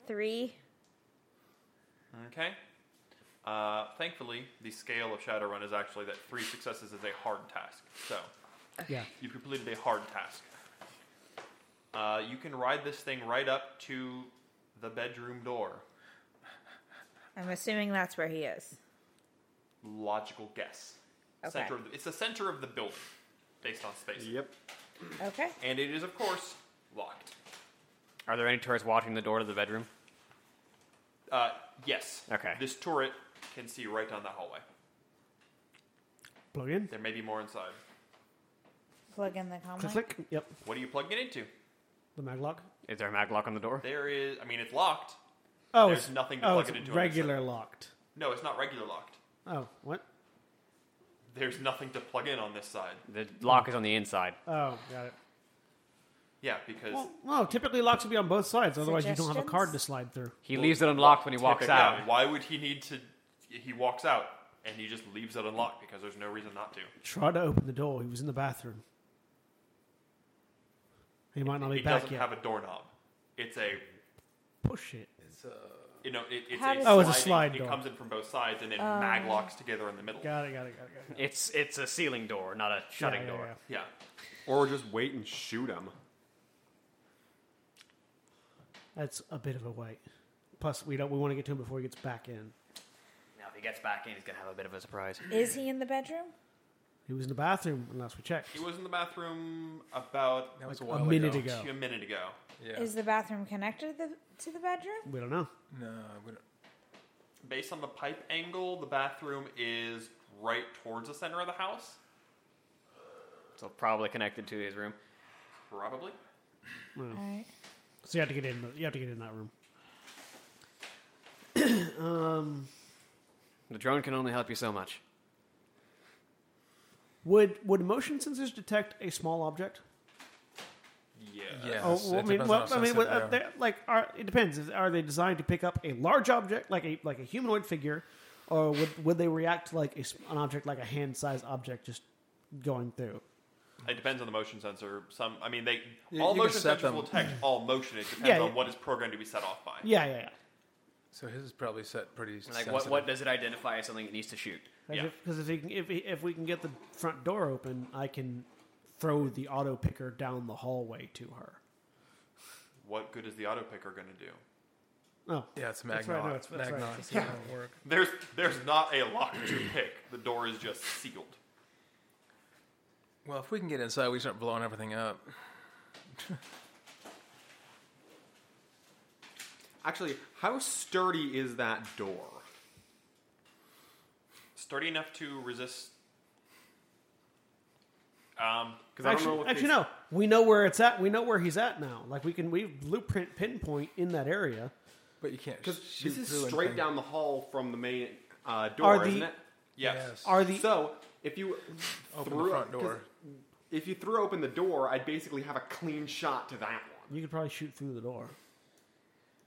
Speaker 7: Three.
Speaker 2: Okay. Uh, thankfully, the scale of Shadowrun is actually that three successes is a hard task. So
Speaker 1: Yeah.
Speaker 2: you've completed a hard task. Uh, you can ride this thing right up to the bedroom door.
Speaker 7: I'm assuming that's where he is.
Speaker 2: Logical guess.
Speaker 7: Okay.
Speaker 2: Center of the, it's the center of the building, based on space.
Speaker 3: Yep.
Speaker 5: Okay.
Speaker 2: And it is, of course, locked.
Speaker 4: are there any turrets watching the door to the bedroom?
Speaker 2: Uh, yes.
Speaker 4: Okay.
Speaker 2: This turret can see right down that hallway.
Speaker 1: Plug in.
Speaker 2: There may be more inside.
Speaker 5: Plug in the comm
Speaker 1: Click.
Speaker 5: link.
Speaker 1: click. Yep.
Speaker 2: What are you plugging it into?
Speaker 1: The maglock.
Speaker 4: Is there a mag lock on the door?
Speaker 2: There is. I mean, it's locked.
Speaker 1: Oh,
Speaker 2: There's
Speaker 1: it's
Speaker 2: nothing to
Speaker 1: oh,
Speaker 2: plug
Speaker 1: it's
Speaker 2: it into on this
Speaker 1: Regular locked.
Speaker 2: No, it's not regular locked.
Speaker 1: Oh, what?
Speaker 2: There's nothing to plug in on this side.
Speaker 4: The lock is on the inside.
Speaker 1: Oh, got it.
Speaker 2: Yeah, because
Speaker 1: Well, no. Typically, locks would be on both sides. Otherwise, you don't have a
Speaker 5: Suggestions?
Speaker 1: card to slide through.
Speaker 4: He leaves it unlocked when he walks
Speaker 2: Typically,
Speaker 4: out.
Speaker 2: Why would he need to? He walks out and he just leaves it unlocked because there's no reason not to.
Speaker 1: Try to open the door. He was in the bathroom. He might not be
Speaker 2: He
Speaker 1: back
Speaker 2: doesn't
Speaker 1: yet.
Speaker 2: have a doorknob. It's a
Speaker 1: Push it.
Speaker 2: you know it, it's
Speaker 5: How
Speaker 2: a
Speaker 5: does- Oh.
Speaker 1: Oh, it's a
Speaker 2: sliding-
Speaker 1: slide
Speaker 2: It
Speaker 1: door.
Speaker 2: comes in from both sides and then mag locks together in the middle.
Speaker 1: Got it. Got it. Got it. Got it.
Speaker 4: It's it's a ceiling door, not a shutting
Speaker 1: Yeah, yeah,
Speaker 4: door.
Speaker 1: yeah.
Speaker 2: Yeah.
Speaker 3: Or just wait and shoot him.
Speaker 1: That's a bit of a wait. Plus, we don't. We want to get to him before he gets back in.
Speaker 4: If he gets back in, he's gonna have a bit of a surprise.
Speaker 7: Is he in the bedroom?
Speaker 1: He was in the bathroom last we checked.
Speaker 2: He was in the bathroom about
Speaker 6: That was
Speaker 1: Like
Speaker 6: a, while
Speaker 1: a minute
Speaker 6: ago.
Speaker 1: ago.
Speaker 2: a minute ago.
Speaker 6: Yeah.
Speaker 7: Is the bathroom connected to the, to the bedroom?
Speaker 1: We don't know.
Speaker 6: no, we don't-
Speaker 2: Based on the pipe angle, the bathroom is right towards the center of the house,
Speaker 4: So probably connected to his room.
Speaker 2: probably.
Speaker 7: All right.
Speaker 1: So you have to get in. the- You have to get in that room.
Speaker 4: The drone can only help you so much.
Speaker 1: Would would motion sensors detect a small object?
Speaker 2: Yeah.
Speaker 6: yes,
Speaker 1: Oh,
Speaker 6: it
Speaker 1: well, I mean,
Speaker 6: depends
Speaker 1: well,
Speaker 6: on how
Speaker 1: I mean,
Speaker 6: sensitive
Speaker 1: well,
Speaker 6: they
Speaker 1: uh,
Speaker 6: are.
Speaker 1: they're- like, are, it depends. Is- Are they designed to pick up a large object, like a like a humanoid figure, or would would they react to like a, s- an object, like a hand sized object, just going through?
Speaker 2: It depends on the motion sensor. Some, I mean, they
Speaker 6: You-
Speaker 2: all
Speaker 6: you can
Speaker 2: motion
Speaker 6: set
Speaker 2: sensors
Speaker 6: them.
Speaker 2: will detect all motion. It depends
Speaker 1: Yeah,
Speaker 2: on
Speaker 1: yeah.
Speaker 2: what is programmed to be set off by.
Speaker 1: Yeah, yeah, yeah.
Speaker 6: So his is probably set pretty.
Speaker 4: Like, what, what does it identify as something it needs to shoot?
Speaker 1: Because
Speaker 2: Yeah.
Speaker 1: if, 'cause if, he can- if, he- if we can get the front door open, I can throw the auto picker down the hallway to her.
Speaker 2: What good is the auto picker going to do?
Speaker 1: Oh,
Speaker 6: Yeah, it's
Speaker 1: That's
Speaker 6: Magnon.
Speaker 1: right, no, it's- that's right.
Speaker 6: Magnon. It's not gonna work.
Speaker 2: There's there's not a lock to pick. The door is just sealed.
Speaker 6: Well, if we can get inside, we start blowing everything up.
Speaker 3: Actually, how sturdy is that door?
Speaker 2: Sturdy enough to resist. Um,
Speaker 3: Because I don't know
Speaker 1: actually,
Speaker 3: if
Speaker 1: actually,
Speaker 3: they-
Speaker 1: no. We know where it's at. We know where he's at now. Like we can we blueprint pinpoint in that area.
Speaker 6: But you can't.
Speaker 3: Because
Speaker 6: shoot
Speaker 3: this is
Speaker 6: through
Speaker 3: straight
Speaker 6: anything.
Speaker 3: down the hall from the main uh, door,
Speaker 1: Are the-
Speaker 3: isn't it?
Speaker 2: yes.
Speaker 6: Yes.
Speaker 1: Are the
Speaker 3: So if you
Speaker 6: Open the
Speaker 3: threw,
Speaker 6: front door.
Speaker 3: 'cause if you threw open the door, I'd basically have a clean shot to that one.
Speaker 1: you could probably shoot through the door.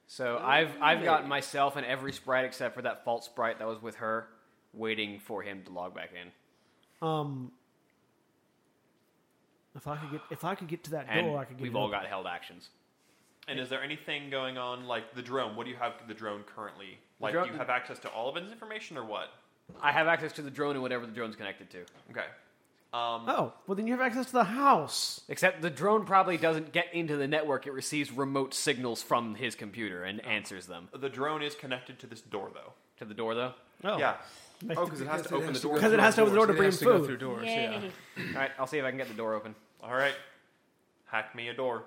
Speaker 4: So I've I've got myself and every sprite except for that false sprite that was with her, waiting for him to log back in.
Speaker 1: Um, if I could get if I could get to that
Speaker 4: And
Speaker 1: door, I could get.
Speaker 4: we've
Speaker 1: it
Speaker 4: all
Speaker 1: open.
Speaker 4: got held actions.
Speaker 2: And is there anything going on like the drone? What do you have the drone currently? Like
Speaker 4: drone-
Speaker 2: do you have access to all of its information or what?
Speaker 4: I have access to the drone and whatever the drone's connected to.
Speaker 2: Okay. Um,
Speaker 1: Oh well, then you have access to the house.
Speaker 4: Except the drone probably doesn't get into the network. It receives remote signals from his computer and answers them.
Speaker 2: the drone is connected to this door though.
Speaker 4: To the door, though.
Speaker 1: Oh
Speaker 2: Yeah.
Speaker 3: Oh, because it has to open the door.
Speaker 1: Because it has to open the door to
Speaker 6: It
Speaker 1: bring
Speaker 6: has to go
Speaker 1: food.
Speaker 6: through doors. Yeah.
Speaker 7: Yay.
Speaker 4: All right, I'll see if I can get the door open.
Speaker 2: All right. Hack me a door.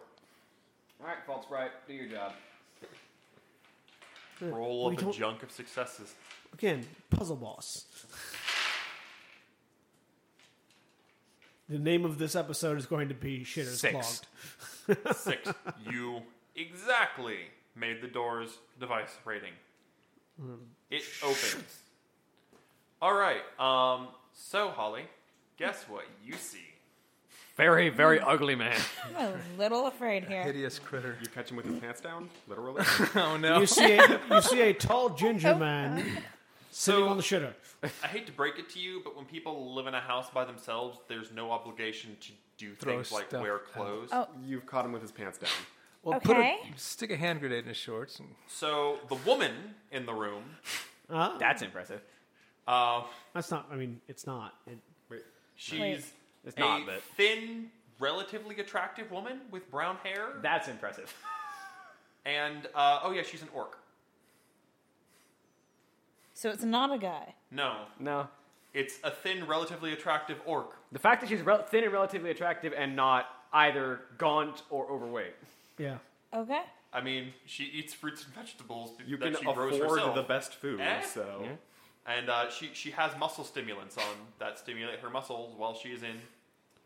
Speaker 4: All right, false sprite, do your job.
Speaker 2: Roll
Speaker 1: We
Speaker 2: up a
Speaker 1: don't-
Speaker 2: junk of successes.
Speaker 1: again, puzzle boss. The name of this episode is going to be Shitters
Speaker 4: Six.
Speaker 1: Clogged.
Speaker 2: Six. you exactly made the door's device rating. It opens. All right. Um, so Holly, guess what you see?
Speaker 4: Very, very ugly man.
Speaker 7: I'm a little afraid here.
Speaker 6: Hideous critter.
Speaker 3: You catch him with his pants down, literally.
Speaker 6: Oh no.
Speaker 1: You see a you see a tall ginger man sitting on the shitter.
Speaker 2: I hate to break it to you, but when people live in a house by themselves, there's no obligation to do
Speaker 6: Throw
Speaker 2: things like
Speaker 6: stuff
Speaker 2: wear
Speaker 6: out.
Speaker 2: clothes.
Speaker 7: Oh.
Speaker 3: You've caught him with his pants down.
Speaker 6: Well, put a,
Speaker 7: Okay.
Speaker 6: stick a hand grenade in his shorts. And,
Speaker 2: So the woman in the room,
Speaker 1: Uh,
Speaker 4: That's impressive.
Speaker 2: uh,
Speaker 1: that's not. I mean, it's not. It,
Speaker 3: Wait,
Speaker 2: she's
Speaker 7: Wait.
Speaker 4: It's
Speaker 2: a
Speaker 4: not, but
Speaker 2: thin, relatively attractive woman with brown hair,
Speaker 4: that's impressive.
Speaker 2: and uh, oh yeah, she's an orc.
Speaker 7: So it's not a guy.
Speaker 2: No,
Speaker 4: No,
Speaker 2: it's a thin, relatively attractive orc.
Speaker 4: the fact that she's rel- thin and relatively attractive and not either gaunt or overweight.
Speaker 1: yeah.
Speaker 7: Okay.
Speaker 2: I mean, she eats fruits and vegetables
Speaker 3: you
Speaker 2: that
Speaker 3: can
Speaker 2: she grows
Speaker 3: afford
Speaker 2: herself,
Speaker 3: the best food,
Speaker 2: Eh?
Speaker 3: so
Speaker 2: and uh, she she has muscle stimulants on that stimulate her muscles while she is in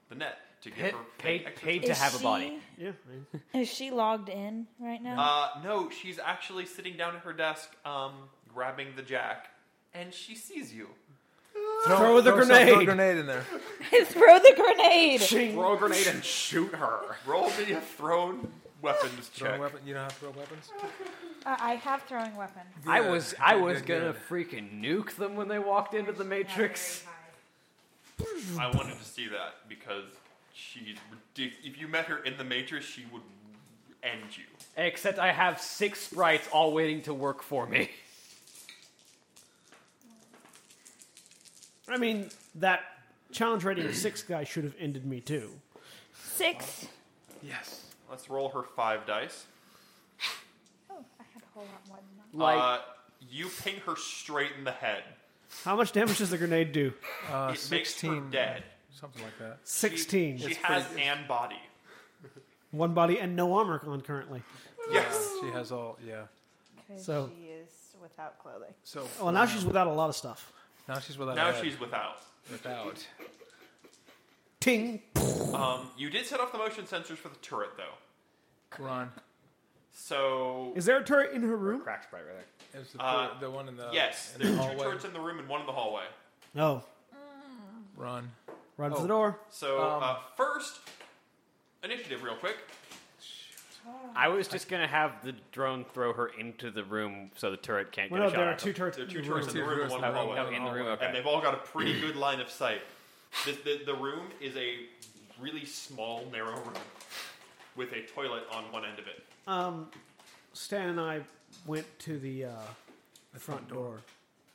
Speaker 2: the net to get her
Speaker 4: Paid,
Speaker 2: exercise.
Speaker 4: paid to
Speaker 7: Is
Speaker 4: have a
Speaker 7: she-
Speaker 4: body.
Speaker 1: Yeah. I mean,
Speaker 7: Is she logged in right now?
Speaker 2: Uh, no, she's actually sitting down at her desk, um, grabbing the jack, and she sees you.
Speaker 6: throw,
Speaker 1: the
Speaker 6: some- throw a
Speaker 1: grenade.
Speaker 6: grenade in there.
Speaker 7: Throw the grenade.
Speaker 3: throw a grenade and shoot her.
Speaker 2: Roll me a thrown weapons
Speaker 6: Throw
Speaker 2: check.
Speaker 6: weapon. You don't have to throw weapons.
Speaker 7: Uh, I have throwing weapon.
Speaker 4: I
Speaker 6: Good,
Speaker 4: was I
Speaker 6: good,
Speaker 4: was
Speaker 6: good,
Speaker 4: gonna
Speaker 6: good.
Speaker 4: freaking nuke them when they walked into the Matrix.
Speaker 2: I wanted to see that because she's ridiculous. If you met her in the Matrix, she would end you.
Speaker 4: Except I have six sprites all waiting to work for me.
Speaker 1: I mean, that challenge rating of six guy should have ended me too.
Speaker 7: Six.
Speaker 6: Yes.
Speaker 2: Let's roll her five dice.
Speaker 7: Oh, I had a whole lot more than that.
Speaker 4: Like
Speaker 2: uh, you ping her straight in the head.
Speaker 1: How much damage does the grenade do?
Speaker 6: Uh,
Speaker 2: It makes her
Speaker 6: 16.
Speaker 2: dead.
Speaker 6: Something like that.
Speaker 1: Sixteen.
Speaker 2: She has an body.
Speaker 1: One body and no armor on currently.
Speaker 6: Yes. She has all, yeah.
Speaker 1: So-
Speaker 7: she is without clothing.
Speaker 6: So
Speaker 1: Well, Oh, now she's without a lot of stuff.
Speaker 6: now she's without
Speaker 2: Now
Speaker 6: a head.
Speaker 2: she's without.
Speaker 6: without.
Speaker 1: Ting.
Speaker 2: Um, you did set off the motion sensors for the turret, though.
Speaker 6: Ron.
Speaker 2: So
Speaker 1: Is there a turret in her
Speaker 4: Uh,
Speaker 1: room?
Speaker 3: Crack sprite right there.
Speaker 6: It was the,
Speaker 2: Uh,
Speaker 6: the one in the
Speaker 2: yes,
Speaker 6: in the
Speaker 2: there's two
Speaker 6: hallway.
Speaker 2: turrets in the room and one in the hallway.
Speaker 1: No.
Speaker 6: Ron.
Speaker 1: Run for the door.
Speaker 2: So
Speaker 6: Um,
Speaker 2: uh, first, initiative, real quick.
Speaker 8: I was just gonna have the drone throw her into the room so the turret can't
Speaker 1: Well,
Speaker 8: get
Speaker 1: no,
Speaker 8: a shot.
Speaker 1: there are
Speaker 8: off
Speaker 1: two
Speaker 8: her.
Speaker 1: turrets.
Speaker 2: There are two
Speaker 1: in the
Speaker 2: turrets
Speaker 1: room.
Speaker 2: in the room and one in the
Speaker 8: Oh,
Speaker 2: hallway.
Speaker 8: oh, in the room. Okay.
Speaker 2: and they've all got a pretty good line of sight. The, the, the room is a really small, narrow room with a toilet on one end of it.
Speaker 1: Um, Stan and I went to the, uh, front door.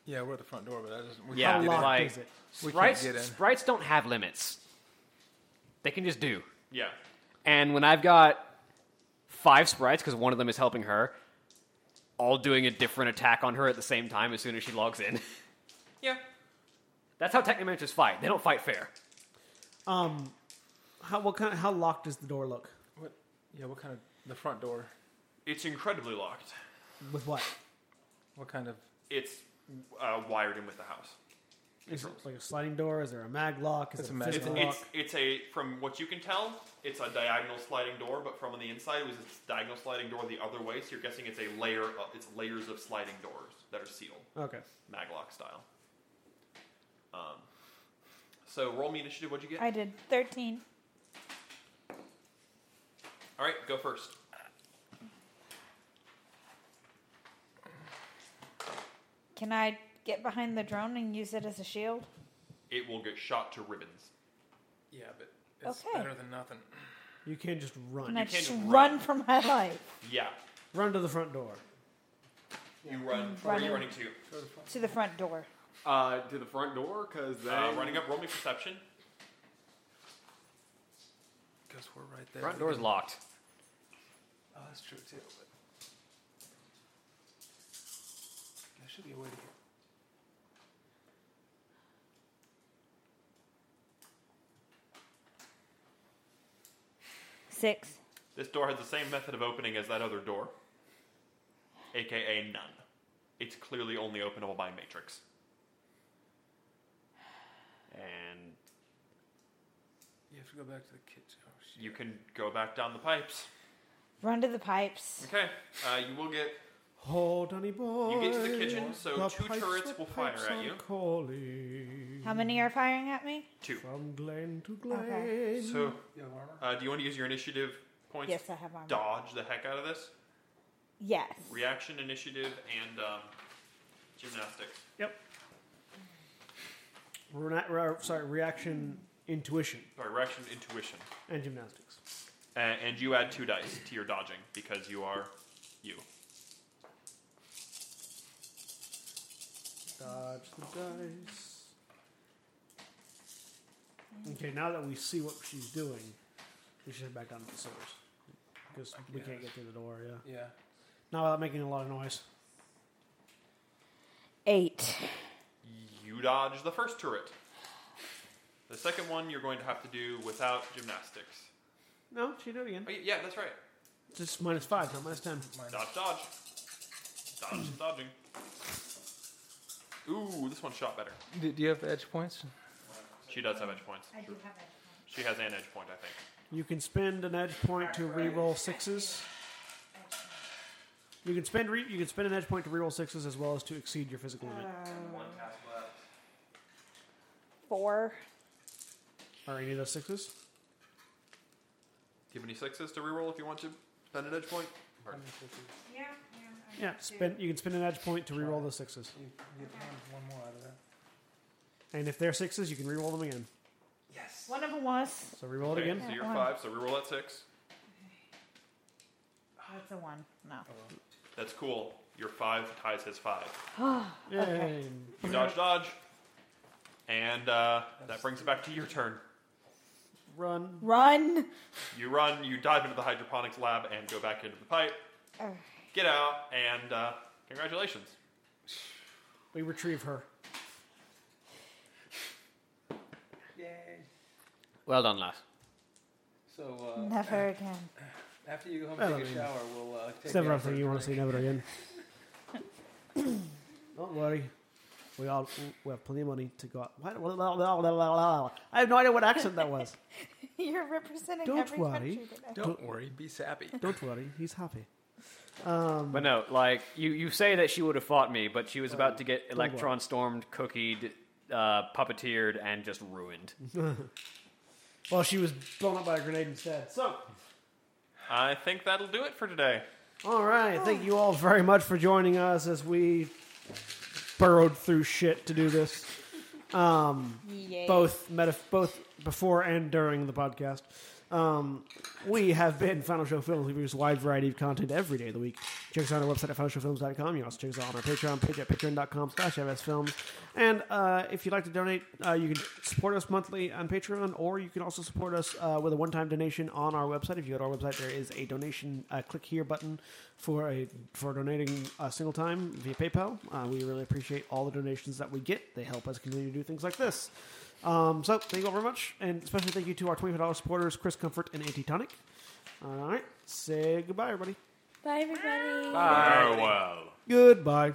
Speaker 6: Yeah, we're at the front door, but that doesn't. We
Speaker 8: Yeah,
Speaker 1: How
Speaker 6: can't get
Speaker 1: locked
Speaker 6: in.
Speaker 8: like-
Speaker 1: is it?
Speaker 6: We
Speaker 8: Sprites,
Speaker 6: can't get in.
Speaker 8: sprites don't have limits. They can just do.
Speaker 2: Yeah.
Speaker 8: And when I've got five sprites, because one of them is helping her, all doing a different attack on her at the same time as soon as she logs in.
Speaker 2: Yeah.
Speaker 8: That's how Technomancers fight. They don't fight fair.
Speaker 1: Um, how what kind? how locked does the door look?
Speaker 6: What, yeah, what kind of the front door?
Speaker 2: It's incredibly locked.
Speaker 1: With what?
Speaker 6: What kind of?
Speaker 2: It's uh, wired in with the house.
Speaker 1: Is it like a sliding door? Is there a mag lock? Is
Speaker 6: It's
Speaker 1: it
Speaker 6: a
Speaker 1: a
Speaker 6: mag
Speaker 2: It's,
Speaker 1: physical lock?
Speaker 2: it's, it's a, from what you can tell, it's a diagonal sliding door, but from on the inside, it was a diagonal sliding door the other way, so you're guessing it's a layer of, it's layers of sliding doors that are sealed,
Speaker 1: Okay.
Speaker 2: maglock style. Um, so roll me initiative, what'd you get?
Speaker 5: I did 13.
Speaker 2: All right, go first.
Speaker 5: Can I get behind the drone and use it as a shield?
Speaker 2: It will get shot to ribbons.
Speaker 6: Yeah, but it's
Speaker 5: Okay.
Speaker 6: better than nothing.
Speaker 1: You can't just run.
Speaker 5: Can I
Speaker 2: You can't
Speaker 5: just
Speaker 2: just
Speaker 5: run,
Speaker 2: run.
Speaker 5: for my life
Speaker 2: Yeah.
Speaker 1: Run to the front door.
Speaker 2: You run. Where are you running
Speaker 5: Running.
Speaker 2: to?
Speaker 5: to the front door?
Speaker 3: Uh, to the front door because
Speaker 2: Uh, running up. Roll me perception.
Speaker 6: Because we're right there.
Speaker 8: Front door's locked.
Speaker 6: Oh, that's true too. But there should be a way to get.
Speaker 5: Six.
Speaker 2: This door has the same method of opening as that other door, aka none. It's clearly only openable by matrix.
Speaker 8: And
Speaker 6: You have to go back to the kitchen. Oh, shit.
Speaker 2: You can go back down the pipes.
Speaker 5: Run to the pipes.
Speaker 2: Okay. Uh, you will get.
Speaker 1: Oh, Donny boy.
Speaker 2: You get to the kitchen, so
Speaker 1: The
Speaker 2: two
Speaker 1: pipes,
Speaker 2: turrets
Speaker 1: the
Speaker 2: will fire
Speaker 1: pipes
Speaker 2: at
Speaker 1: are
Speaker 2: you.
Speaker 1: calling.
Speaker 5: How many are firing at me?
Speaker 2: Two.
Speaker 1: From glen to glen.
Speaker 5: Okay.
Speaker 2: So,
Speaker 6: You have armor?
Speaker 2: uh, do you want to use your initiative points?
Speaker 5: Yes,
Speaker 2: to
Speaker 5: I have armor.
Speaker 2: Dodge the heck out of this.
Speaker 5: Yes.
Speaker 2: Reaction, initiative, and um, gymnastics.
Speaker 1: Yep. We're not, we're- sorry, reaction, intuition,
Speaker 2: Sorry, reaction, intuition.
Speaker 1: and gymnastics.
Speaker 2: A- and you add two dice to your dodging because you are you.
Speaker 1: Dodge the dice. Okay, now that we see what she's doing, we should head back down to the sewers. Because we can't get through the door, yeah.
Speaker 6: Yeah.
Speaker 1: Not without making a lot of noise.
Speaker 5: Eight.
Speaker 2: You dodge the first turret. The second one you're going to have to do without gymnastics.
Speaker 1: No, she did it again.
Speaker 2: Oh, y- yeah, that's right.
Speaker 1: Just minus five, not minus ten.
Speaker 2: Dodge, dodge. Dodge, is dodging. Ooh, this one shot better.
Speaker 6: Do, do you have edge points?
Speaker 2: She does have edge points. I do have edge points. She has an edge point, I think.
Speaker 1: You can spend an edge point to re-roll sixes. You can spend re- you can spend an edge point to re-roll sixes as well as to exceed your physical limit
Speaker 5: Four.
Speaker 1: or any of those sixes.
Speaker 2: Do you have any sixes to reroll if you want to spend an edge point? Or-
Speaker 7: Yeah.
Speaker 1: Yeah, spend you can spend an edge point to re-roll those sixes,
Speaker 6: You you get one, one more out of that.
Speaker 1: and if they're sixes, you can re-roll them again.
Speaker 6: Yes.
Speaker 5: One of them was.
Speaker 1: So re-roll it
Speaker 2: Okay,
Speaker 1: again.
Speaker 2: So you're
Speaker 5: One.
Speaker 2: five, so reroll at six.
Speaker 5: Oh,
Speaker 7: That's a one. No.
Speaker 2: Oh. That's cool. Your five ties his five.
Speaker 1: Yay.
Speaker 2: You dodge, dodge. And uh, that brings it back to your turn.
Speaker 1: Run.
Speaker 5: Run.
Speaker 2: You run, you dive into the hydroponics lab and go back into the pipe,
Speaker 5: Alright.
Speaker 2: get out, and uh, congratulations.
Speaker 1: We retrieve her.
Speaker 8: Well done, lad.
Speaker 6: So uh,
Speaker 5: Never again.
Speaker 6: after you go home
Speaker 1: Well,
Speaker 6: and
Speaker 1: I
Speaker 6: take
Speaker 1: mean,
Speaker 6: a shower, we'll uh, take
Speaker 1: It's never
Speaker 6: you out
Speaker 1: anything
Speaker 6: for a
Speaker 1: you want to
Speaker 6: drink.
Speaker 1: say never again. Don't worry. We all we have plenty of money to go out. What? I have no idea what accent that was.
Speaker 5: You're representing
Speaker 1: Don't
Speaker 5: every
Speaker 1: worry.
Speaker 5: country today.
Speaker 6: Don't worry, be sappy.
Speaker 1: Don't worry, he's happy.
Speaker 8: But no, like you, you say that she would have fought me, but she was about to get
Speaker 1: worry.
Speaker 8: electron stormed, cookied, uh, puppeteered, and just ruined.
Speaker 1: Well, she was blown up by a grenade instead. So,
Speaker 2: I think that'll do it for today.
Speaker 1: all right. Thank you all very much for joining us as we burrowed through shit to do this. Um,
Speaker 7: Yay.
Speaker 1: both meta- both before and during the podcast. Um, we have been Final Show Films. We produce a wide variety of content every day of the week. Check us out on our website at finalshowfilms.com. You can also check us out on our Patreon page at patreon.com slash msfilms. And uh, if you'd like to donate, uh, you can support us monthly on Patreon, or you can also support us uh, with a one-time donation on our website. If you go to our website, there is a donation uh, click here button for a for donating a single time via PayPal. Uh, we really appreciate all the donations that we get. They help us continue to do things like this. Um, so thank you all very much, and especially thank you to our $25 supporters, Chris Comfort and Anti Tonic. All right, say goodbye, everybody.
Speaker 5: Bye, everybody.
Speaker 2: Farewell.
Speaker 1: Goodbye.